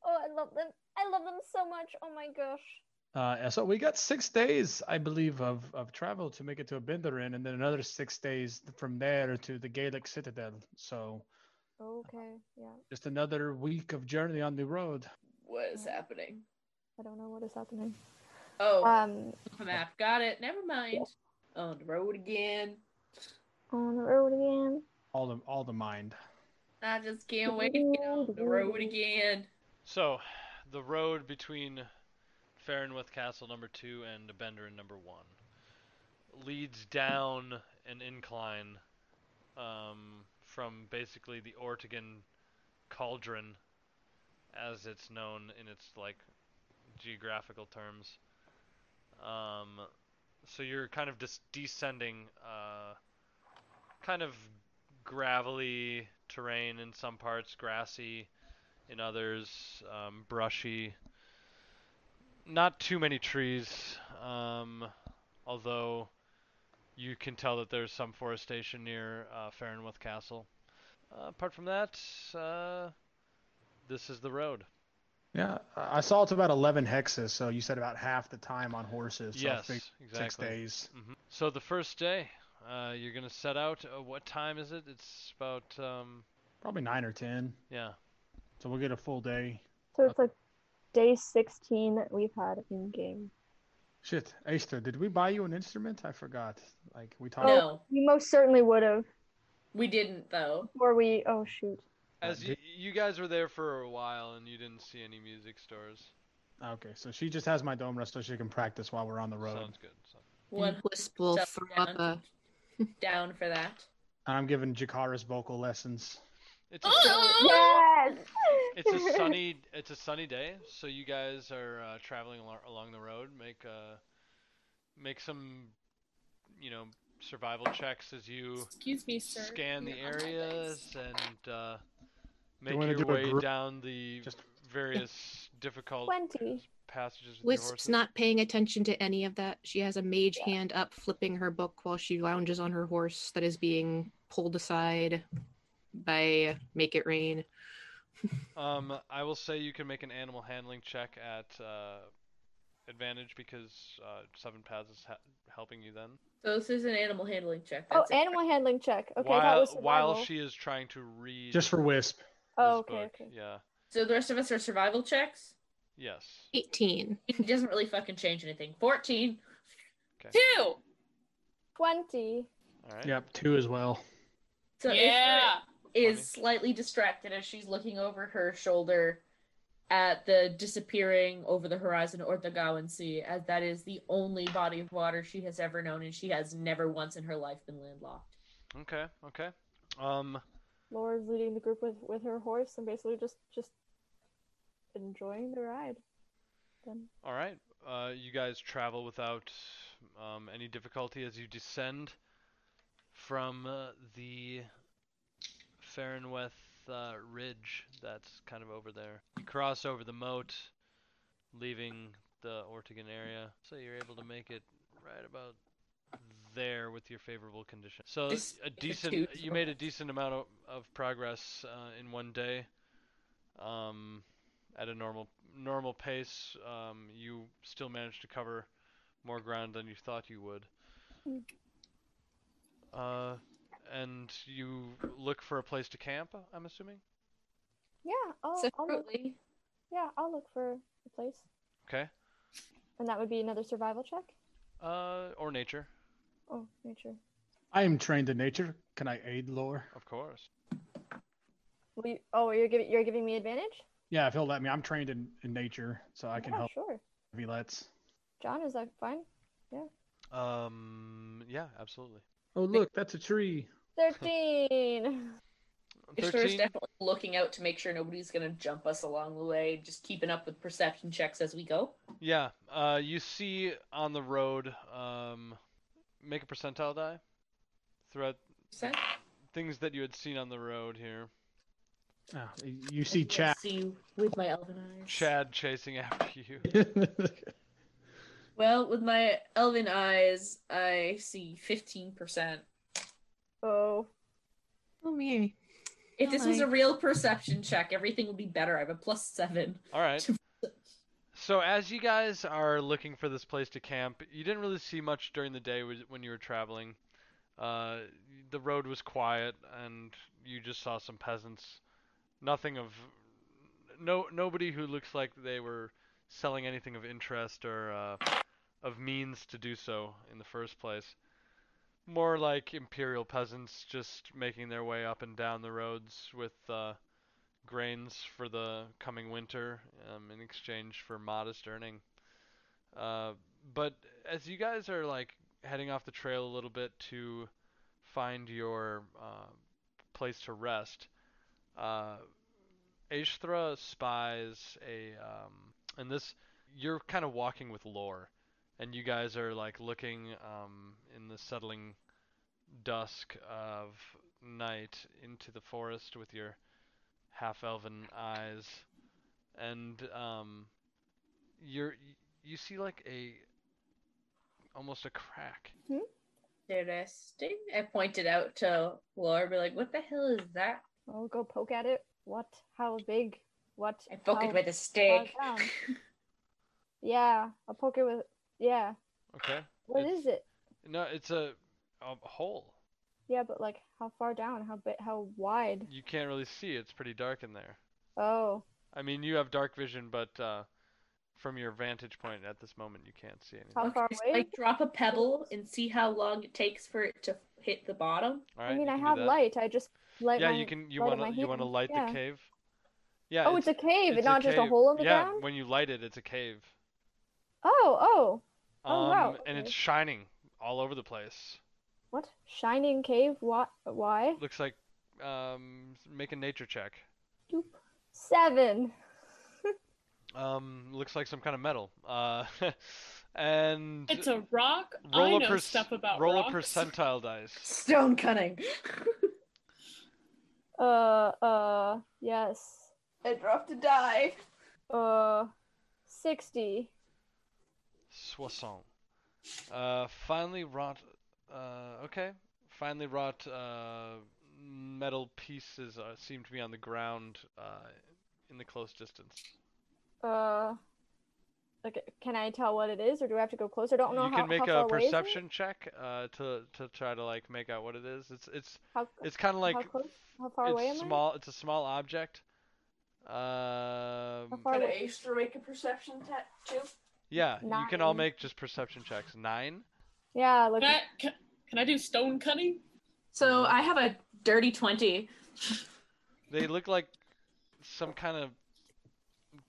L: Oh, I love them. I love them so much. Oh my gosh.
E: Uh, and so we got six days, I believe, of, of travel to make it to Abindarin, and then another six days from there to the Gaelic Citadel. So
L: Okay, yeah.
E: just another week of journey on the road.
K: What is happening?
L: I don't know what is happening.
K: Oh,
L: Um,
K: map. Got it. Never mind. On the road again.
L: on the road again.
E: All the all the mind.
K: I just can't wait to get on the road again.
H: So, the road between Farrenwith Castle number two and Abenderin number one leads down an incline um, from basically the Ortigan cauldron, as it's known in its like geographical terms. Um, so you're kind of just descending, uh, kind of gravelly terrain in some parts, grassy in others, um, brushy. Not too many trees, um, although you can tell that there's some forestation near uh, Farrenworth Castle. Uh, apart from that, uh, this is the road.
E: Yeah, Uh, I I saw it's about eleven hexes, so you said about half the time on horses. So I
H: yes,
E: figured
H: exactly.
E: Six days.
H: Mhm. So the first day, uh, you're gonna set out. Uh, what time is it? It's about um,
E: Probably nine or ten.
H: yeah,
E: So we'll get a full day.
L: So it's like day 16 that we've had in game.
E: Shit, Aster, did we buy you an instrument? I forgot. Like we talked
K: No,
L: We most certainly would have,
K: we didn't though.
L: or we. Oh shoot.
H: As
E: do-
H: you, you guys were there for a while and you didn't see any music stores.
E: Okay, so she just has my domra so she can practice while we're on the road.
H: Sounds good. Sounds
K: One
J: Wisp will
K: Shut
J: throw up a.
K: down for that.
E: And I'm giving Jakara's vocal lessons.
H: It's a sun-
L: Yes.
H: it's a sunny it's a sunny day, so you guys are uh, traveling along, along the road. Make uh make some you know survival checks as you
F: Excuse me, sir.
H: scan the
F: You're on my
H: areas and uh, Make
E: wanna
H: your
E: do a
H: way
E: group-
H: down the various difficult
D: Twenty.
H: passages with your
G: Wisp's
H: horses.
G: not paying attention to any of that. She has a mage hand up, flipping her book while she lounges on her horse that is being pulled aside by Make It Rain.
H: Um, I will say you can make an animal handling check at uh, advantage because uh, seven paths is ha- helping you then.
K: So this is an animal handling check.
D: Oh,
K: That's it.
D: animal handling check. Okay,
H: while
D: that was survival.
H: while she is trying to read.
E: Just for Wisp.
D: oh,
H: this
D: okay,
H: book.
D: okay.
H: Yeah.
K: So the rest of us are survival checks.
H: Yes.
G: 18.
K: It doesn't really fucking change anything. Fourteen.
F: Two.
D: Twenty.
H: All right.
E: Yep, two as well.
K: So Ishtar
F: Yeah.
K: is slightly distracted as she's looking over her shoulder at the disappearing over the horizon Orthogowan Sea, as that is the only body of water she has ever known, and she has never once in her life been landlocked.
H: Okay. Okay. Um,
D: Laura's leading the group with with her horse and basically just just enjoying the ride. Then
H: all right. Uh, you guys travel without um, any difficulty as you descend from uh, the Farrenweth uh, Ridge that's kind of over there. You cross over the moat, leaving the Ortigan area, so you're able to make it right about there with your favorable condition. So
K: This
H: a
K: is a two
H: decent, you made a decent amount of, of progress uh, in one day. Um, at a normal normal pace, um, you still managed to cover more ground than you thought you would. Uh, and you look for a place to camp. I'm assuming.
D: yeah, I'll,
K: So
D: I'll look,
K: currently,
D: yeah, I'll look for a place,
H: Okay.
D: and that would be another survival check.
H: Uh, or nature,
D: Oh, nature.
E: I am trained in nature. Can I aid Lore?
H: of course.
D: Will you, oh, you're giving you're giving me advantage.
E: Yeah, if he'll let me. I'm trained in, in nature, so I can
D: yeah,
E: help
D: sure.
E: if he lets.
D: John, is that fine?
H: Um. Yeah. Absolutely.
E: Oh, look, that's a tree.
D: Thirteen.
K: Ishtar is definitely looking out to make sure nobody's going to jump us along the way, just keeping up with perception checks as we go.
H: Yeah. Uh. You see on the road. Um. Make a percentile die. Throughout
K: Percent?
H: things that you had seen on the road here.
E: Oh, you see
K: Let's
E: chat.
K: See with my elven eyes.
H: Chad chasing after you.
K: Well, with my elven eyes, I see 15%.
D: Oh,
G: Oh, me.
K: If this was
G: Alright.
K: a real perception check, everything would be better. I have a plus seven.
H: All right. So as you guys are looking for this place to camp, you didn't really see much during the day wh- when you were traveling. Uh, the road was quiet, and you just saw some peasants. Nothing of no nobody who looks like they were selling anything of interest or uh, of means to do so in the first place. More like imperial peasants just making their way up and down the roads with uh, grains for the coming winter um, in exchange for modest earning. Uh, but as you guys are like heading off the trail a little bit to find your uh, place to rest, uh, Ashthra spies a um, and this you're kind of walking with Lore, and you guys are like looking um, in the settling dusk of night into the forest with your half elven eyes and um you're you see like a almost a crack
K: Interesting. I pointed out to Laura, be like, what the hell is that?
D: I'll go poke at it. What? How big? What?
K: I poke
D: How
K: it with a
D: far
K: stick.
D: down? yeah, I'll poke it with. Yeah.
H: okay
D: What
H: It's-
D: is it?
H: no it's a, a hole
D: Yeah, but like, how far down? How big? How wide?
H: you can't really see it's pretty dark in there
D: Oh,
H: i mean you have dark vision but uh from your vantage point at this moment you can't see anything
D: how far
K: Okay, so
D: away?
K: I drop a pebble and see how long it takes for it to hit the bottom.
H: all right
D: I mean,
H: you
D: I
H: can do
D: have
H: that.
D: light. I just light
H: yeah
D: my.
H: you can you
D: light
H: want
D: of
H: to
D: my
H: you want to
D: hand.
H: light
D: Yeah.
H: the cave yeah
D: oh, it's, a cave, and
H: it's a
D: not just a
H: cave.
D: hole in the
H: yeah
D: ground.
H: when you light it it's a cave
D: Oh, oh, Oh,
H: um
D: wow,
H: and
D: okay.
H: it's shining all over the place
D: what? Shining cave? What? Why?
H: Looks like um make a nature check.
D: Seven.
H: Um looks like some kind of metal. Uh and
F: It's a rock.
H: roll
F: I
H: a
F: know
H: perc-
F: stuff about
H: roll
F: rocks.
H: a percentile dice.
K: Stone cutting.
D: Uh, uh, yes.
M: I dropped a die.
D: Uh, 60.
H: Soissons. Uh, finely wrought. Uh, okay. Finely wrought uh, metal pieces uh, seem to be on the ground uh, in the close distance.
D: Uh, like, can I tell what it is, or do I have to go closer? I don't know
H: you
D: how,
H: can make
D: how
H: a
D: far away is it?
H: perception check uh, to to try to like make out what it is. It's it's
D: How-
H: it's kind of like
D: how close? How far away am
H: it's small. It's a small object. Um,
D: far
M: Can
D: away?
M: I extra make a perception ta- too?
H: yeah, you can all
D: Nine.
H: make just perception checks. Nine.
D: I? Yeah, look.
F: Can I, can, can I do stone cutting?
K: So
H: Mm-hmm.
K: I have a dirty 20.
H: They look like some kind of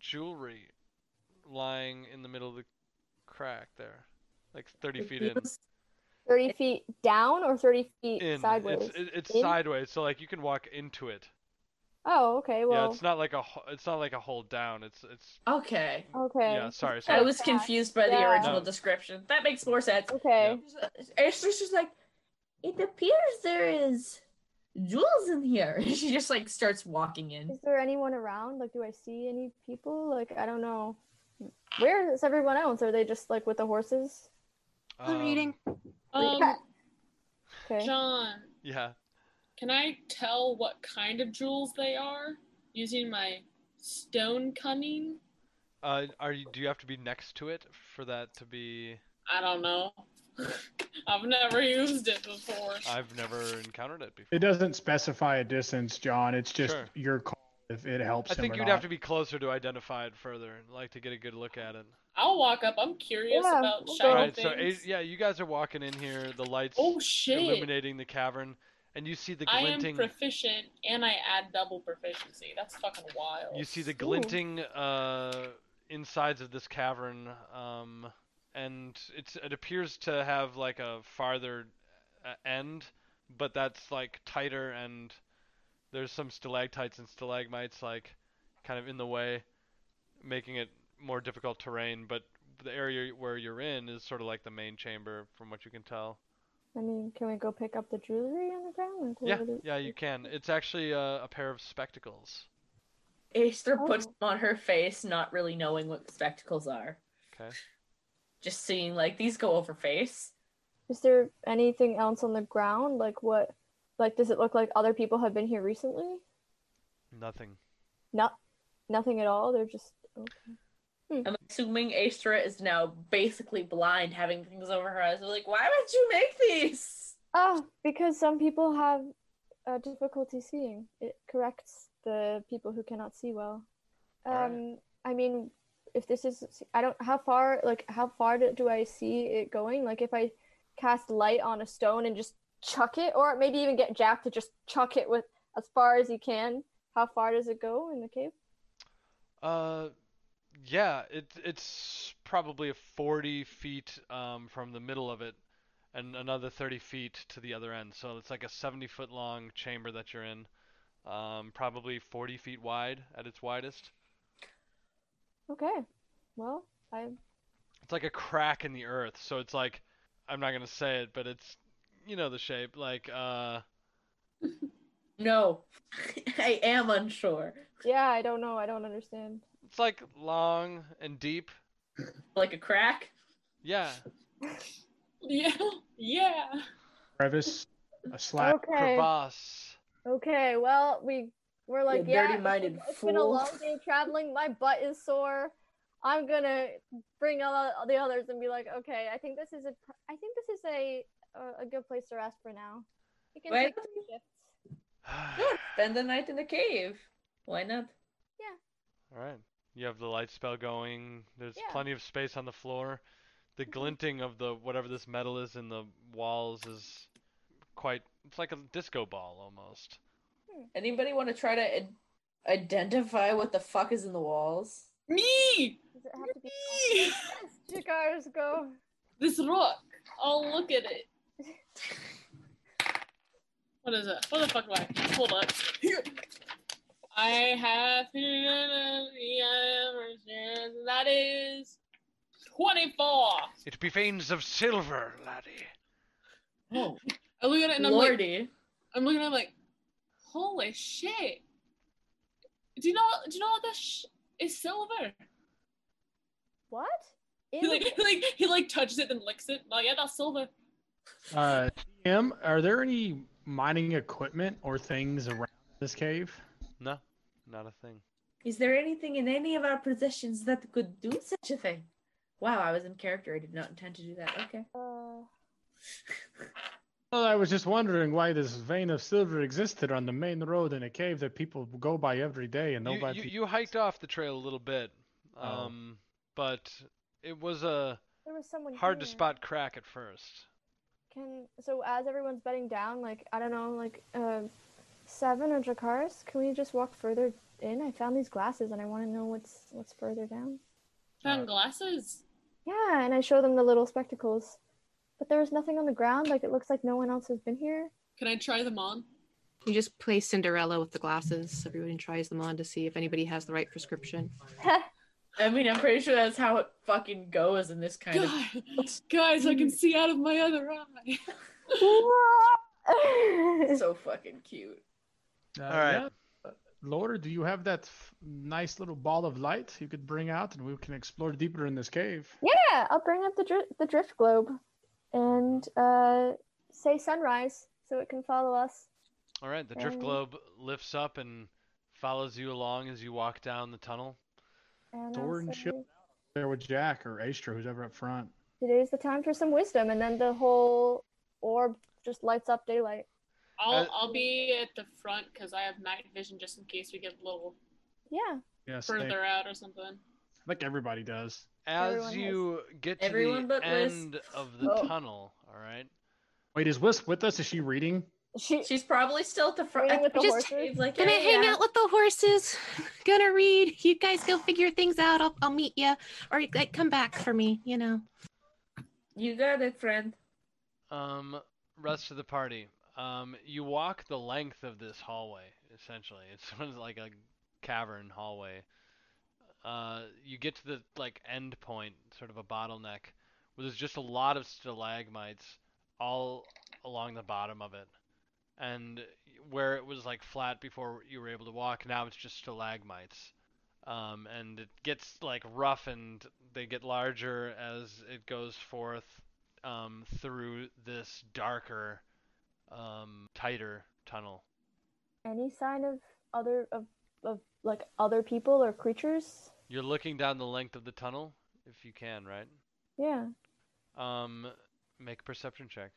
H: jewelry lying in the middle of the crack there, like 30 feet in.
D: 30 feet down or 30 feet
H: in.
D: sideways?
H: It's, it, it's
D: In?
H: sideways, so like you can walk into it.
D: Oh, okay.
H: yeah,
D: Well,
H: it's not like a ho- it's not like a hole down. It's it's
K: Okay.
D: okay.
H: yeah. Sorry,
K: I
H: sorry.
K: was confused by the
D: Yeah.
K: original
H: No.
K: description. That makes more sense.
D: Okay.
K: Esther's just like, it appears there is jewels in here. she just like starts walking in.
D: Is there anyone around? Like, do I see any people? Like, I don't know. Where is everyone else? Are they just like with the horses?
H: Um,
N: reading.
F: Um,
D: Okay.
F: John,
H: Yeah.
F: can I tell what kind of jewels they are using my stone cunning?
H: Uh, are you? Do you have to be next to it for that to be?
F: I don't know. I've never used it before.
H: I've never encountered it before.
E: It doesn't specify a distance, John. It's just
H: Sure.
E: your call if it helps
H: I
E: him
H: think
E: or
H: you'd
E: not.
H: have to be closer to identify it further, like to get a good look at it.
F: I'll walk up. I'm curious
D: Yeah,
F: about
D: we'll go.
H: All
F: shiny
H: right.
F: things.
H: So A- yeah, you guys are walking in here. The lights
F: oh shit!
H: illuminating the cavern, and you see the
F: I am
H: glinting.
F: proficient, and I add double proficiency. That's fucking wild.
H: You see the glinting uh, insides of this cavern, um, and it's it appears to have like a farther uh, end, but that's like tighter, and there's some stalactites and stalagmites like kind of in the way, making it more difficult terrain. But the area where you're in is sort of like the main chamber, from what you can tell.
D: I mean, can we go pick up the jewelry on the ground? Like,
H: Yeah,
D: what is-
H: yeah, you can. It's actually uh, a pair of spectacles.
K: Esther puts
D: Oh.
K: them on her face, not really knowing what spectacles are.
H: Okay.
K: Just seeing like these go over face.
D: Is there anything else on the ground? Like, what? Like, does it look like other people have been here recently?
H: Nothing.
D: Not, nothing at all. They're just. Hmm.
K: I'm assuming Astra is now basically blind, having things over her eyes. I'm like, why would you make these?
D: Ah, because some people have uh, difficulty seeing. It corrects the people who cannot see well.
H: Alright.
D: Um, I mean, if this is, I don't. How far? Like, how far do, do I see it going? Like, if I cast light on a stone and just chuck it, or maybe even get Jack to just chuck it with as far as he can. How far does it go in the cave?
H: Uh, yeah, it it's probably a 40 feet um from the middle of it, and another 30 feet to the other end. So it's like a 70 foot long chamber that you're in, um, probably 40 feet wide at its widest.
D: Okay. Well, I
H: It's like a crack in the earth. So it's like, I'm not gonna say it, but it's, you know the shape, like uh,
K: No, I am unsure.
D: yeah, I don't know. I don't understand.
H: it's like long and deep.
K: Like a crack.
H: Yeah,
F: Yeah, yeah.
E: crevice, a slap.
D: okay.
H: crevasse.
D: Okay, well, we we're like,
M: You
D: yeah,
M: dirty-minded
D: it's been a
M: fool."
D: long day traveling. My butt is sore. I'm gonna bring all all the others and be like, okay, I think this is a, I think this is a a, a good place to rest for now. We can
K: Right.
D: take two shifts.
K: Yeah, spend the night in the cave. Why not?
H: All right. You have the light spell going. There's
D: Yeah. Mm-hmm.
H: plenty of space on the floor. The glinting of the whatever this metal is in the walls is quite. It's like a disco ball almost.
K: Anybody want to try to ad- identify what the fuck is in the walls?
F: Me,
D: Does it have to be?
F: me.
D: Chikars, go.
F: This rock. I'll look at it. What is it? What the fuck am I? Hold up. I have that is twenty-four.
H: It be veins of silver, laddie.
K: Oh,
F: I look at it and I'm like,
K: lordy.
F: I'm looking at it like, Holy shit! Do you know? Do you know this sh- is silver?
D: What?
F: He like, he like he like touches it and licks it. Oh yeah, that's silver.
E: Uh, DM, are there any mining equipment or things around this cave?
H: No, not a thing.
K: Is there anything in any of our possessions that could do such a thing? Wow, I was in character. I did not intend to do that. Okay.
D: Uh,
E: Well, I was just wondering why this vein of silver existed on the main road in a cave that people go by every day and
H: You-
E: nobody.
H: You, you hiked off the trail a little bit,
E: Oh.
H: um, but it was a
D: There was someone
H: hard to
D: here.
H: spot crack at first.
D: Can so as everyone's bedding down, like I don't know, like uh, seven or Dracaris, can we just walk further in? I found these glasses and I want to know what's what's further down.
F: Found glasses.
D: Yeah, and I show them the little spectacles, but there was nothing on the ground. Like it looks like no one else has been here.
F: Can I try them on?
G: You just play Cinderella with the glasses. Everyone tries them on to see if anybody has the right prescription.
K: I mean, I'm pretty sure that's how it fucking goes in this kind
F: of. Guys, I can see out of my other eye.
K: so fucking cute.
E: Uh,
H: All right.
E: yeah. Uh, Lord, do you have that f- nice little ball of light you could bring out and we can explore deeper in this cave?
D: Yeah, I'll bring up the dri- the drift globe, and uh, say sunrise so it can follow us.
H: All right, the drift
D: Um,
H: globe lifts up and follows you along as you walk down the tunnel.
D: And I'll
E: Sword and
D: say,
E: shield there with Jack or Astra, who's ever up front.
D: Today's the time for some wisdom, and then the whole orb just lights up daylight.
F: I'll
H: Uh,
F: I'll be at the front because I have night vision just in case we get a little
D: Yeah.
E: Yes, they-
F: further out or something.
E: like everybody does.
H: As
D: Everyone has-
H: you get to
K: Everyone
H: the
K: but Liz.
H: end of the
D: Oh.
H: tunnel, all right,
E: Wait, is Wisp with us? Is she reading?
D: She
K: She's probably still at the front.
D: Waiting with the
K: Just-
D: horses.
K: she's like,
G: Gonna
K: "Hey,
G: hang
K: yeah."
G: out with the horses. Gonna read. You guys go figure things out. I'll, I'll meet you, or like, come back for me. You know.
K: You got it, friend.
H: Um, rest of the party. Um, you walk the length of this hallway, essentially. It's sort of like a cavern hallway. Uh, you get to the like end point, sort of a bottleneck, where there's just a lot of stalagmites all along the bottom of it. And where it was like flat before you were able to walk, now it's just stalagmites. Um, and it gets like rough and they get larger as it goes forth um, through this darker, um, tighter tunnel.
D: Any sign of other of of like other people or creatures?
H: You're looking down the length of the tunnel, if you can, right?
D: Yeah.
H: Um, make a perception check.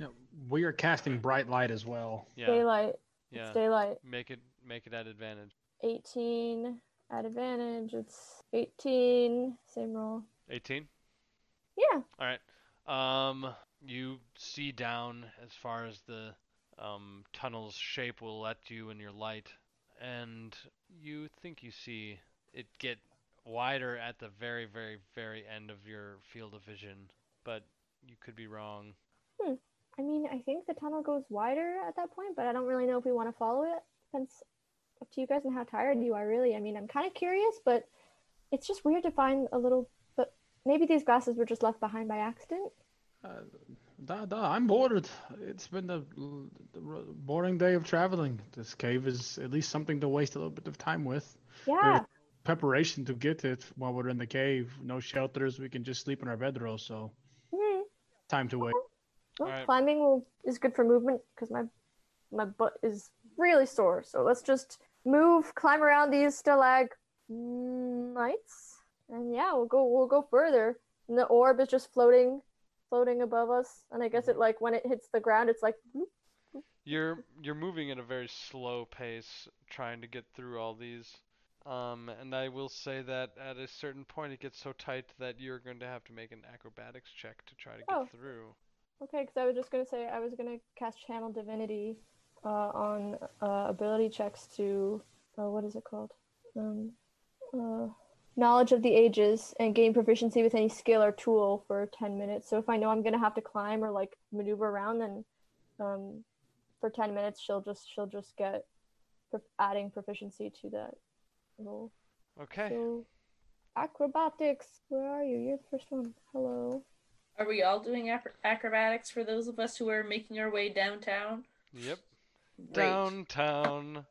E: No, we are casting bright light as well.
H: Yeah,
D: Daylight.
H: yeah.
D: It's daylight.
H: Make it, make it at advantage.
D: 18 at advantage. It's 18. Same roll.
H: 18.
D: Yeah.
H: All right. Um, you see down as far as the um, tunnel's shape will let you in your light, and you think you see it get wider at the very, very, very end of your field of vision, but you could be wrong.
D: Hmm. I mean, I think the tunnel goes wider at that point, but I don't really know if we want to follow it. Depends up to you guys and how tired you are, really. I mean, I'm kind of curious, but it's just weird to find a little. But maybe these glasses were just left behind by accident.
E: Uh, da da, I'm bored. It's been a l- a r- boring day of traveling. This cave is at least something to waste a little bit of time with.
D: Yeah.
E: Preparation to get it while we're in the cave. No shelters. We can just sleep in our bedrolls. So
D: Hmm.
E: time to wait.
D: Well,
H: Alright.
D: Climbing will, is good for movement because my my butt is really sore. So let's just move, climb around these stalagmites, and yeah, we'll go we'll go further. And the orb is just floating, floating above us, and I guess it like when it hits the ground, it's like whoop.
H: You're you're moving at a very slow pace, trying to get through all these. Um, and I will say that at a certain point, it gets so tight that you're going to have to make an acrobatics check to try to get
D: Oh.
H: through.
D: okay. Because I was just gonna say I was gonna cast channel divinity uh, on uh, ability checks to uh, what is it called? Um, uh, knowledge of the ages and gain proficiency with any skill or tool for 10 minutes. So if I know I'm going to have to climb or like maneuver around, then um, for 10 minutes she'll just she'll just get prof- adding proficiency to that roll.
H: Okay.
D: So acrobatics, where are you? You're the first one. Hello.
K: Are we all doing acro- acrobatics for those of us who are making our way downtown?
H: Yep.
O: Great.
H: Downtown.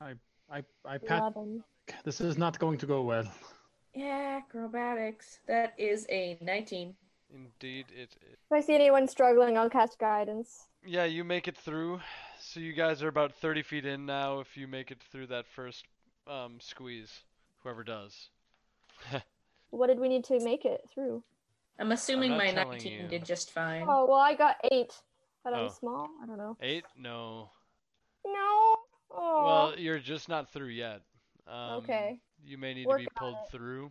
E: I I I pat. This is not going to go well.
P: Yeah, acrobatics.
K: That is a 19.
H: Indeed, it. it-
D: If I see anyone struggling, I'll cast guidance.
H: Yeah, you make it through. So you guys are about 30 feet in now. If you make it through that first um, squeeze, whoever does.
D: What did we need to make it through?
K: I'm assuming
H: I'm
K: my
H: not telling
K: 19
H: you.
K: did just fine.
D: Oh well, I got eight, but
H: Oh.
D: I'm small. I don't know.
H: Eight? No.
D: No. Oh.
H: Well, you're just not through yet. Um,
D: Okay.
H: You may need
D: Work
H: to be pulled through.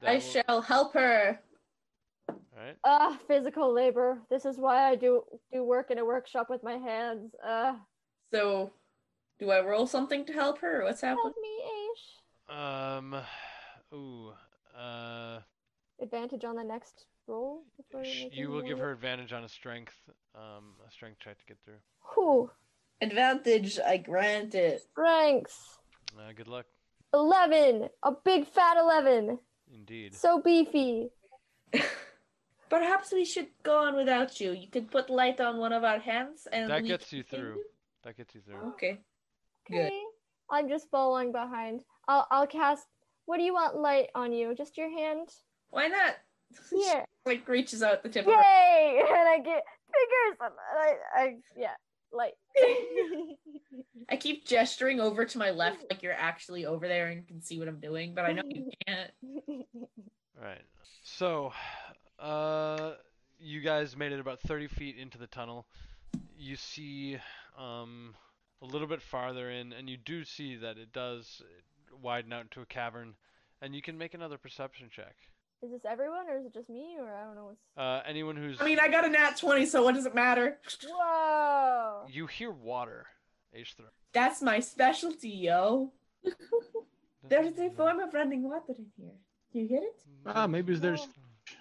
H: That
K: I
H: will-
K: shall help her.
H: Alright.
D: Ah, physical labor. This is why I do do work in a workshop with my hands. Uh,
K: So, do I roll something to help her? What's happening?
D: help me, Aish.
H: Um. Ooh. Uh.
D: Advantage on the next roll. before
H: sh-
D: making
H: You will give
D: roll.
H: her advantage on a strength, um, a strength check to get through.
D: Whew.
K: Advantage, I grant it.
D: Strengths.
H: Uh, good luck,
D: Eleven. A big fat eleven.
H: indeed.
D: So beefy.
K: Perhaps we should go on without you. You could put light on one of our hands and
H: that
K: we
H: gets you
K: continue.
H: through. That gets you through.
K: Okay. Good.
D: Okay. I'm just following behind. I'll I'll cast. What do you want light on you? Just your hand.
K: Why not?
D: Here.
K: Like reaches out the tip of her.
D: Yay! And I get fingers. and I, I yeah, light.
K: I keep gesturing over to my left like you're actually over there and can see what I'm doing, but I know
D: Mm.
K: you can't.
H: Alright. So, uh, you guys made it about 30 feet into the tunnel. You see, um, a little bit farther in, and you do see that it does widen out into a cavern, and you can make another perception check.
D: is this everyone or is it just me or I don't know what's.
H: Uh, anyone who's.
K: I mean, I got a nat 20, so what does it matter?
D: Whoa!
H: You hear water, H3.
K: That's my specialty, yo. There's a form of running water in here. Do you hear it?
E: Ah, maybe there's.
D: Well-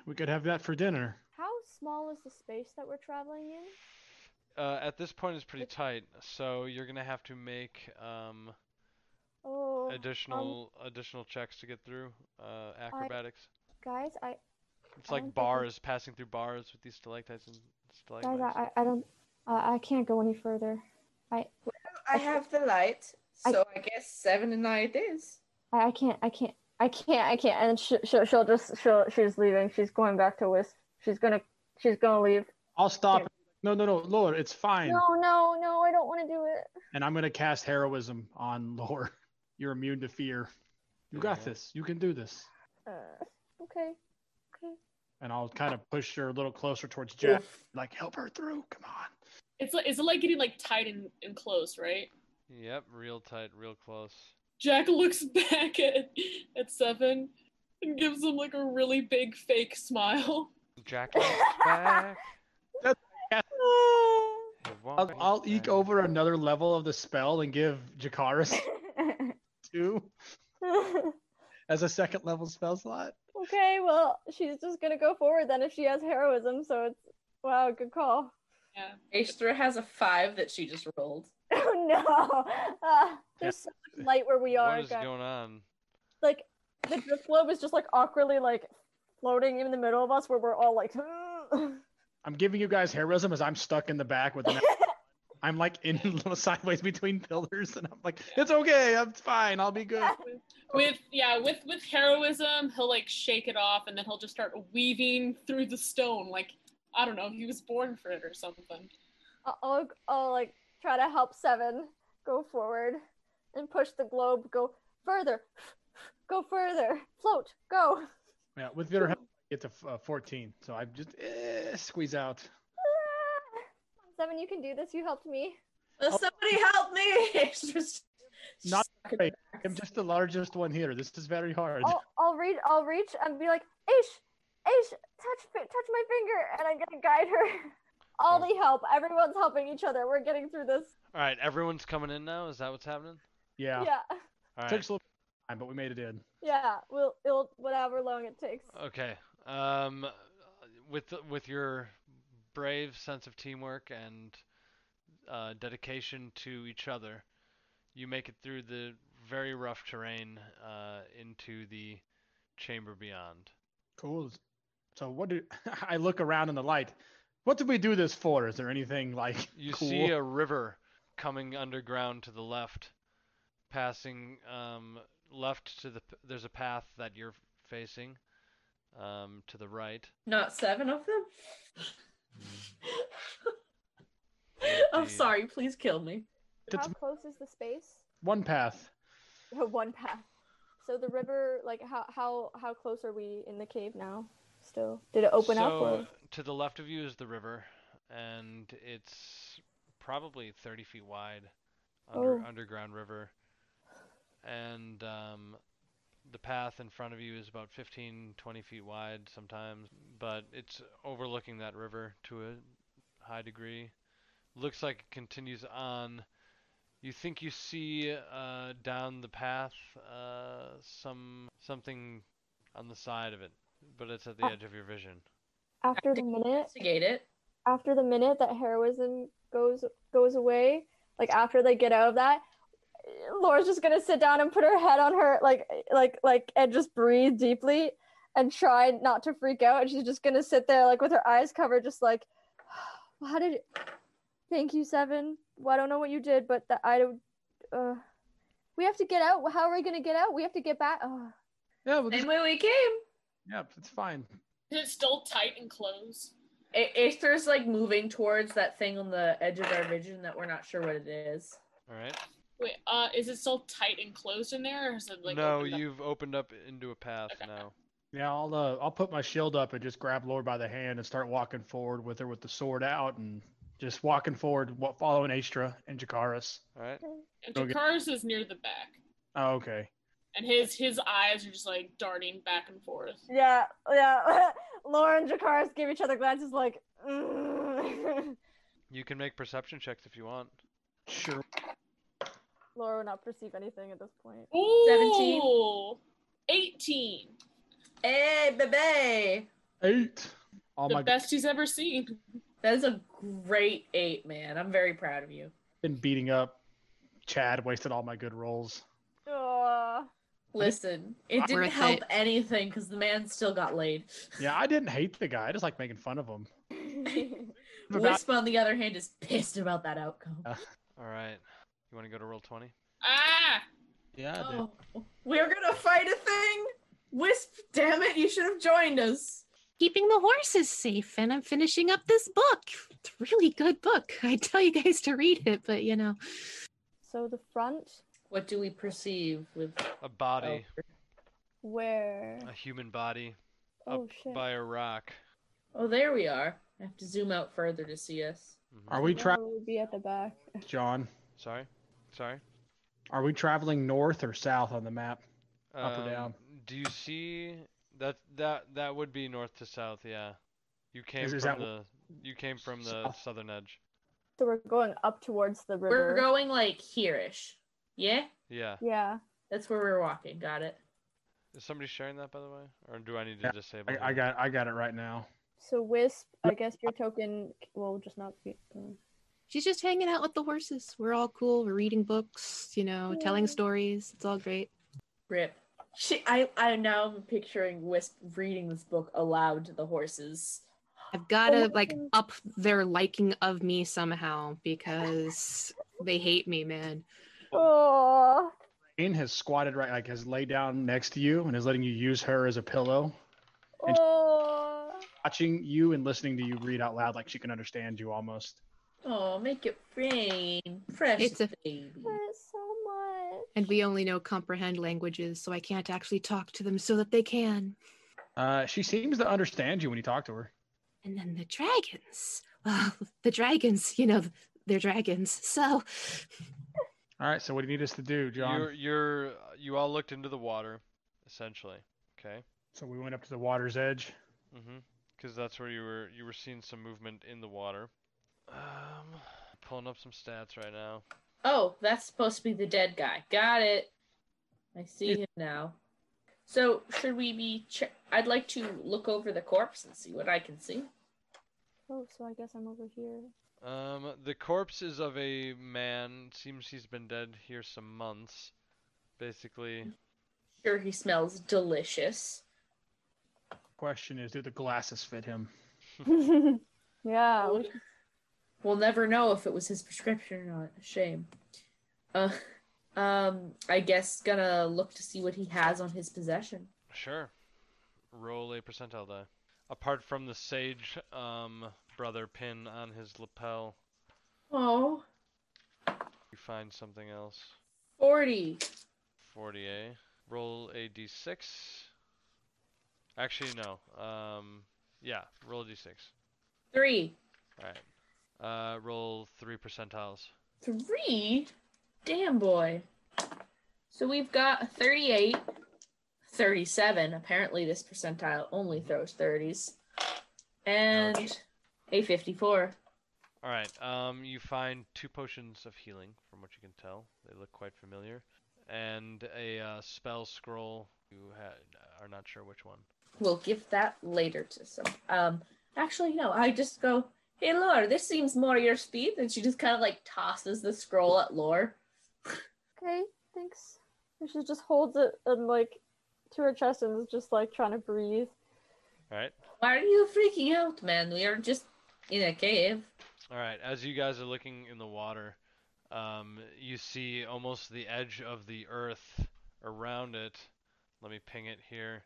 E: We could have that for dinner.
D: How small is the space that we're traveling in?
H: Uh, at this point, it's pretty tight, so you're gonna have to make um,
D: Oh,
H: additional
K: um
H: additional checks to get through. Uh, acrobatics.
D: guys, I I
H: It's
D: don't
H: like
D: think I-
H: bars, passing through bars with these stalactites and
D: guys,
H: stalagmites.
D: I, I, I don't, uh, I can't go any further.
K: I have the light,
D: I-
K: so I guess seven and nine it is.
D: I, I can't, I can't, I can't, I can't. And she, she'll, she'll just, she'll, she's leaving. She's going back to Wisp. She's gonna, she's gonna leave.
E: I'll stop. No, no, no, Lore, it's fine.
D: No, no, no, I don't want to do it.
E: And I'm gonna cast heroism on Lore. You're immune to fear. You got this. You can do this.
D: Uh, okay, okay.
E: And I'll kind of push her a little closer towards Jack. Like, help her through. Come on.
F: It's like it's like getting like tied and, and close, right?
H: Yep, real tight, real close.
F: Jack looks back at at Seven and gives him like a really big fake smile.
H: Jack walks back. he
E: I'll,
H: walks
E: I'll eke
H: back.
E: over another level of the spell and give Jakaris two as a second level spell slot.
D: okay, well, she's just gonna go forward then if she has heroism. So it's wow, good call.
F: Yeah.
K: Ashtra has a five that she just rolled.
D: Oh no! Uh, there's so much light where we are,
H: What is
D: guys.
H: going on?
D: Like the drift globe is just like awkwardly like floating in the middle of us, where we're all like. "Hmm,
E: I'm giving you guys heroism as I'm stuck in the back with an. I'm like in sideways between pillars, and I'm like, it's okay. I'm fine. I'll be good.
F: With yeah, with with heroism, he'll like shake it off and then he'll just start weaving through the stone like I don't know, he was born for it or something.
D: I'll, I'll, I'll like try to help Seven go forward and push the globe go further, go further, float, go.
E: Yeah, with your help, I get to uh, 14. So I just eh, squeeze out.
D: Seven, you can do this. You helped me.
K: Will Uh, somebody help me? Ashtra's
E: Not
K: stuck in
E: great.
K: the
E: I'm
K: back. Oh.
E: just the largest one here. This is very hard.
D: I'll, I'll read. I'll reach and be like, Ish, Ish, touch, fi- touch my finger, and I'm gonna guide her. All the help. Everyone's helping each other. We're getting through this.
H: All right, everyone's coming in now. Is that what's happening?
E: Yeah.
D: Yeah,
H: All right.
E: Took us a little time, but we made it in.
D: yeah. We'll, it'll, whatever long it takes.
H: Okay. Um, with with your brave sense of teamwork and uh, dedication to each other, you make it through the very rough terrain uh, into the chamber beyond.
E: Cool. So what do I look around in the light? What did we do this for? Is there anything like
H: You
E: cool?
H: see a river coming underground to the left, passing um, left to the. p- There's a path that you're facing um, to the right.
K: Not seven of them? I'm
H: The-
K: sorry, please kill me.
D: How close is the space?
E: One path.
D: One path. So the river, like how how how close are we in the cave now? Still, did it open up?
H: So,
D: Or?
H: To the left of you is the river, and it's probably 30 feet wide, under,
D: Oh.
H: underground river. And um, the path in front of you is about 15, 20 feet wide sometimes, but it's overlooking that river to a high degree. Looks like it continues on. You think you see uh, down the path uh, some something on the side of it, but it's at the
D: Ah.
H: edge of your vision.
D: After the minute,
K: Investigate it.
D: after the minute that heroism goes goes away, like after they get out of that, Laura's just gonna sit down and put her head on her like like like and just breathe deeply and try not to freak out. And she's just gonna sit there like with her eyes covered, just like, "Well, how did? It... Thank you, Seven. Well, I don't know what you did, but that I don't. Uh, we have to get out. How are we gonna get out? We have to get back. Oh.
E: Yeah, well,
K: Same way we came.
E: Yep, it's fine.
F: It's still tight and closed.
K: Aether's like moving towards that thing on the edge of our vision that we're not sure what it is.
H: All right.
F: Wait, uh, is it still tight and closed in there, or is it like?
H: no,
F: opened up?
H: you've opened up into a path now.
E: Yeah, I'll uh, I'll put my shield up and just grab Lord by the hand and start walking forward with her with the sword out and just walking forward, wa- following Astra and Jakaris.
H: All right.
F: And
E: Okay.
F: Jakars is near the back,
E: Oh, okay.
F: and his his eyes are just like darting back and forth.
D: Yeah, yeah. Laura and Jakaris give each other glances like. "Mm."
H: You can make perception checks if you want.
E: Sure.
D: Laura will not perceive anything at this point.
F: Ooh, 18.
D: Eh,
K: Hey, baby!
E: Eight. Oh
F: the
E: my god,
F: best he's ever seen.
K: That is a great eight, man. I'm very proud of you.
E: been beating up Chad, wasted all my good rolls.
D: Aw.
K: Listen, it didn't
Q: Worth
K: help
Q: it.
K: anything because the man still got laid.
E: Yeah, I didn't hate the guy. I just like making fun of him. About-
K: Wisp, on the other hand, is pissed about that outcome.
H: All right. You want to go to roll 20?
F: Ah,
E: Yeah, I did.
K: Oh, we're gonna fight a thing. Wisp, damn it! You should have joined us.
J: Keeping the horses safe, and I'm finishing up this book. It's a really good book. I tell you guys to read it, but you know.
D: So the front
K: What do we perceive with? Oh.
H: A body,
D: where?
H: a human body,
D: Oh
H: up
D: shit.
H: by a rock.
K: Oh, there we are. I have to zoom out further to see us.
F: Mm-hmm.
H: Mhm.
E: Are we tra-
D: Laura would be at the back.
E: John?
H: Sorry. Sorry.
E: Are we traveling north or south on the map? Up or down?
H: Um, Do you see that that that would be north to south? Yeah. You came
E: is
H: from
E: that-
H: the you came from the
E: South.
H: southern edge.
D: So we're going up towards the river.
K: We're going like here-ish. Yeah,
H: Yeah.
D: yeah.
K: that's where we're walking. Got it.
H: Is somebody sharing that by the way, or do I need to
E: Yeah,
H: disable?
E: I, I
H: him?
E: got I got it right now.
D: So Wisp, I guess your token will just not be.
J: She's just hanging out with the horses. We're all cool. We're reading books, you know, telling stories. It's all great.
K: Rip. She, I, I now am picturing Wisp reading this book aloud to the horses.
J: I've got
D: Oh,
J: to like up their liking of me somehow because they hate me, man.
D: Oh.
E: Jane has squatted right, like has laid down next to you and is letting you use her as a pillow, And-
D: Oh.
E: watching you and listening to you read out loud, like she can understand you almost.
K: Oh, make it rain,
J: It's
K: precious
J: a-
K: baby.
D: It's so much.
J: And we only know comprehend languages, so I can't actually talk to them so that they can.
E: Uh, she seems to understand you when you talk to her.
J: And then the dragons. Well, the dragons, you know, they're dragons. So
E: All right, so what do you need us to do, John?
H: You're you're you all looked into the water, essentially. Okay.
E: So we went up to the water's edge.
H: Mhm. Because that's where you were you were seeing some movement in the water. Um, pulling up some stats right now.
K: Oh, that's supposed to be the dead guy. Got it. I see him now. So, should we be? Che- I'd like to look over the corpse and see what I can see.
D: Oh, so I guess I'm over here.
H: Um, the corpse is of a man. Seems he's been dead here some months. Basically,
K: Sure, he smells delicious.
E: Question is, do the glasses fit him?
D: yeah.
F: Oh,
D: we-
K: We'll never know if it was his prescription or not. Shame. Uh, um, I guess gonna look to see what he has on his possession.
H: Sure. Roll a percentile die. Apart from the sage um, brother pin on his lapel,
K: Oh,
H: you find something else.
K: 40.
H: 40 A. Roll a d6. Actually, no. Um, yeah, roll a d6.
K: Three.
H: Alright. Uh, roll three percentiles.
K: Three? Damn boy. So we've got a 38, 37. Apparently, this percentile only throws 30s. And a 54.
H: Alright, um, you find two potions of healing, from what you can tell. They look quite familiar. And a uh, spell scroll. You ha- are not sure which one.
K: We'll give that later to some. Um, actually, no. I just go, hey, Lore, this seems more your speed. And she just kind of like tosses the scroll at Lore.
L: Okay, thanks. And she just holds it and like to her chest and is just like trying to breathe.
H: Alright?
K: Why are you freaking out, man? We are just in a cave.
H: All right, as you guys are looking in the water, um, you see almost the edge of the earth around it. Let me ping it here.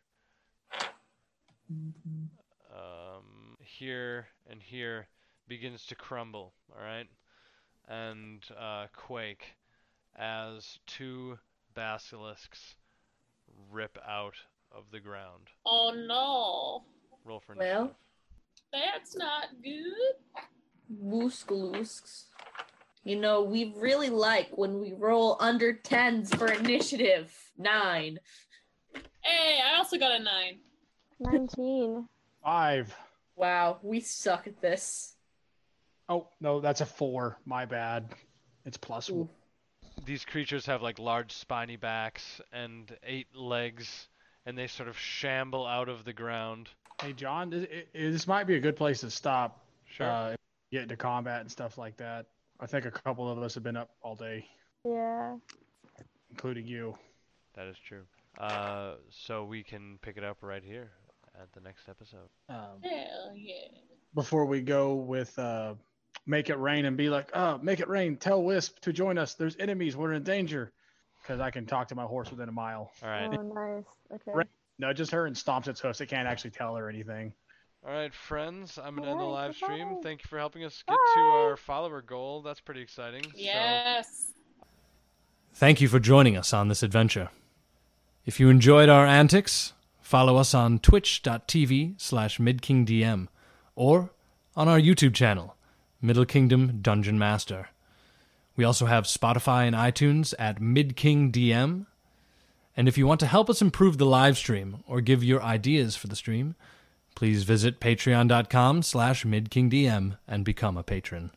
H: Um, here and here begins to crumble, all right? And uh, quake as two basilisks rip out of the ground.
F: Oh no.
H: Roll for initiative.
K: Well,
F: That's not good.
K: Wooskalooks. You know, we really like when we roll under tens for initiative. Nine.
F: Hey, I also got a nine.
D: 19.
E: Five.
K: Wow, we suck at this.
E: Oh no, that's a four. My bad. It's plus one.
H: these creatures have like large spiny backs and eight legs, and they sort of shamble out of the ground.
E: Hey John, this, i- i- this might be a good place to stop.
H: Sure.
E: Uh, get into combat and stuff like that. I think a couple of us have been up all day,
D: Yeah.
E: including you.
H: That is true. Uh, so we can pick it up right here at the next episode.
E: Um,
F: Hell yeah.
E: before we go with uh, make it rain and be like, oh, make it rain. Tell Wisp to join us. There's enemies. We're in danger. Because I can talk to my horse within a mile.
H: All right.
D: Oh, nice. Okay.
E: Right. Nudges her and stomps its hoofs. It can't actually tell her anything.
H: All right, friends. I'm gonna end the
D: Alright,
H: live stream.
D: goodbye.
H: Thank you for helping us get to our follower goal. That's pretty exciting. So-
F: Yes.
A: Thank you for joining us on this adventure. If you enjoyed our antics, follow us on twitch.tv slash midkingdm or on our YouTube channel, Middle Kingdom Dungeon Master. We also have Spotify and iTunes at midkingdm. And if you want to help us improve the live stream or give your ideas for the stream, please visit patreon.com slash midkingdm and become a patron.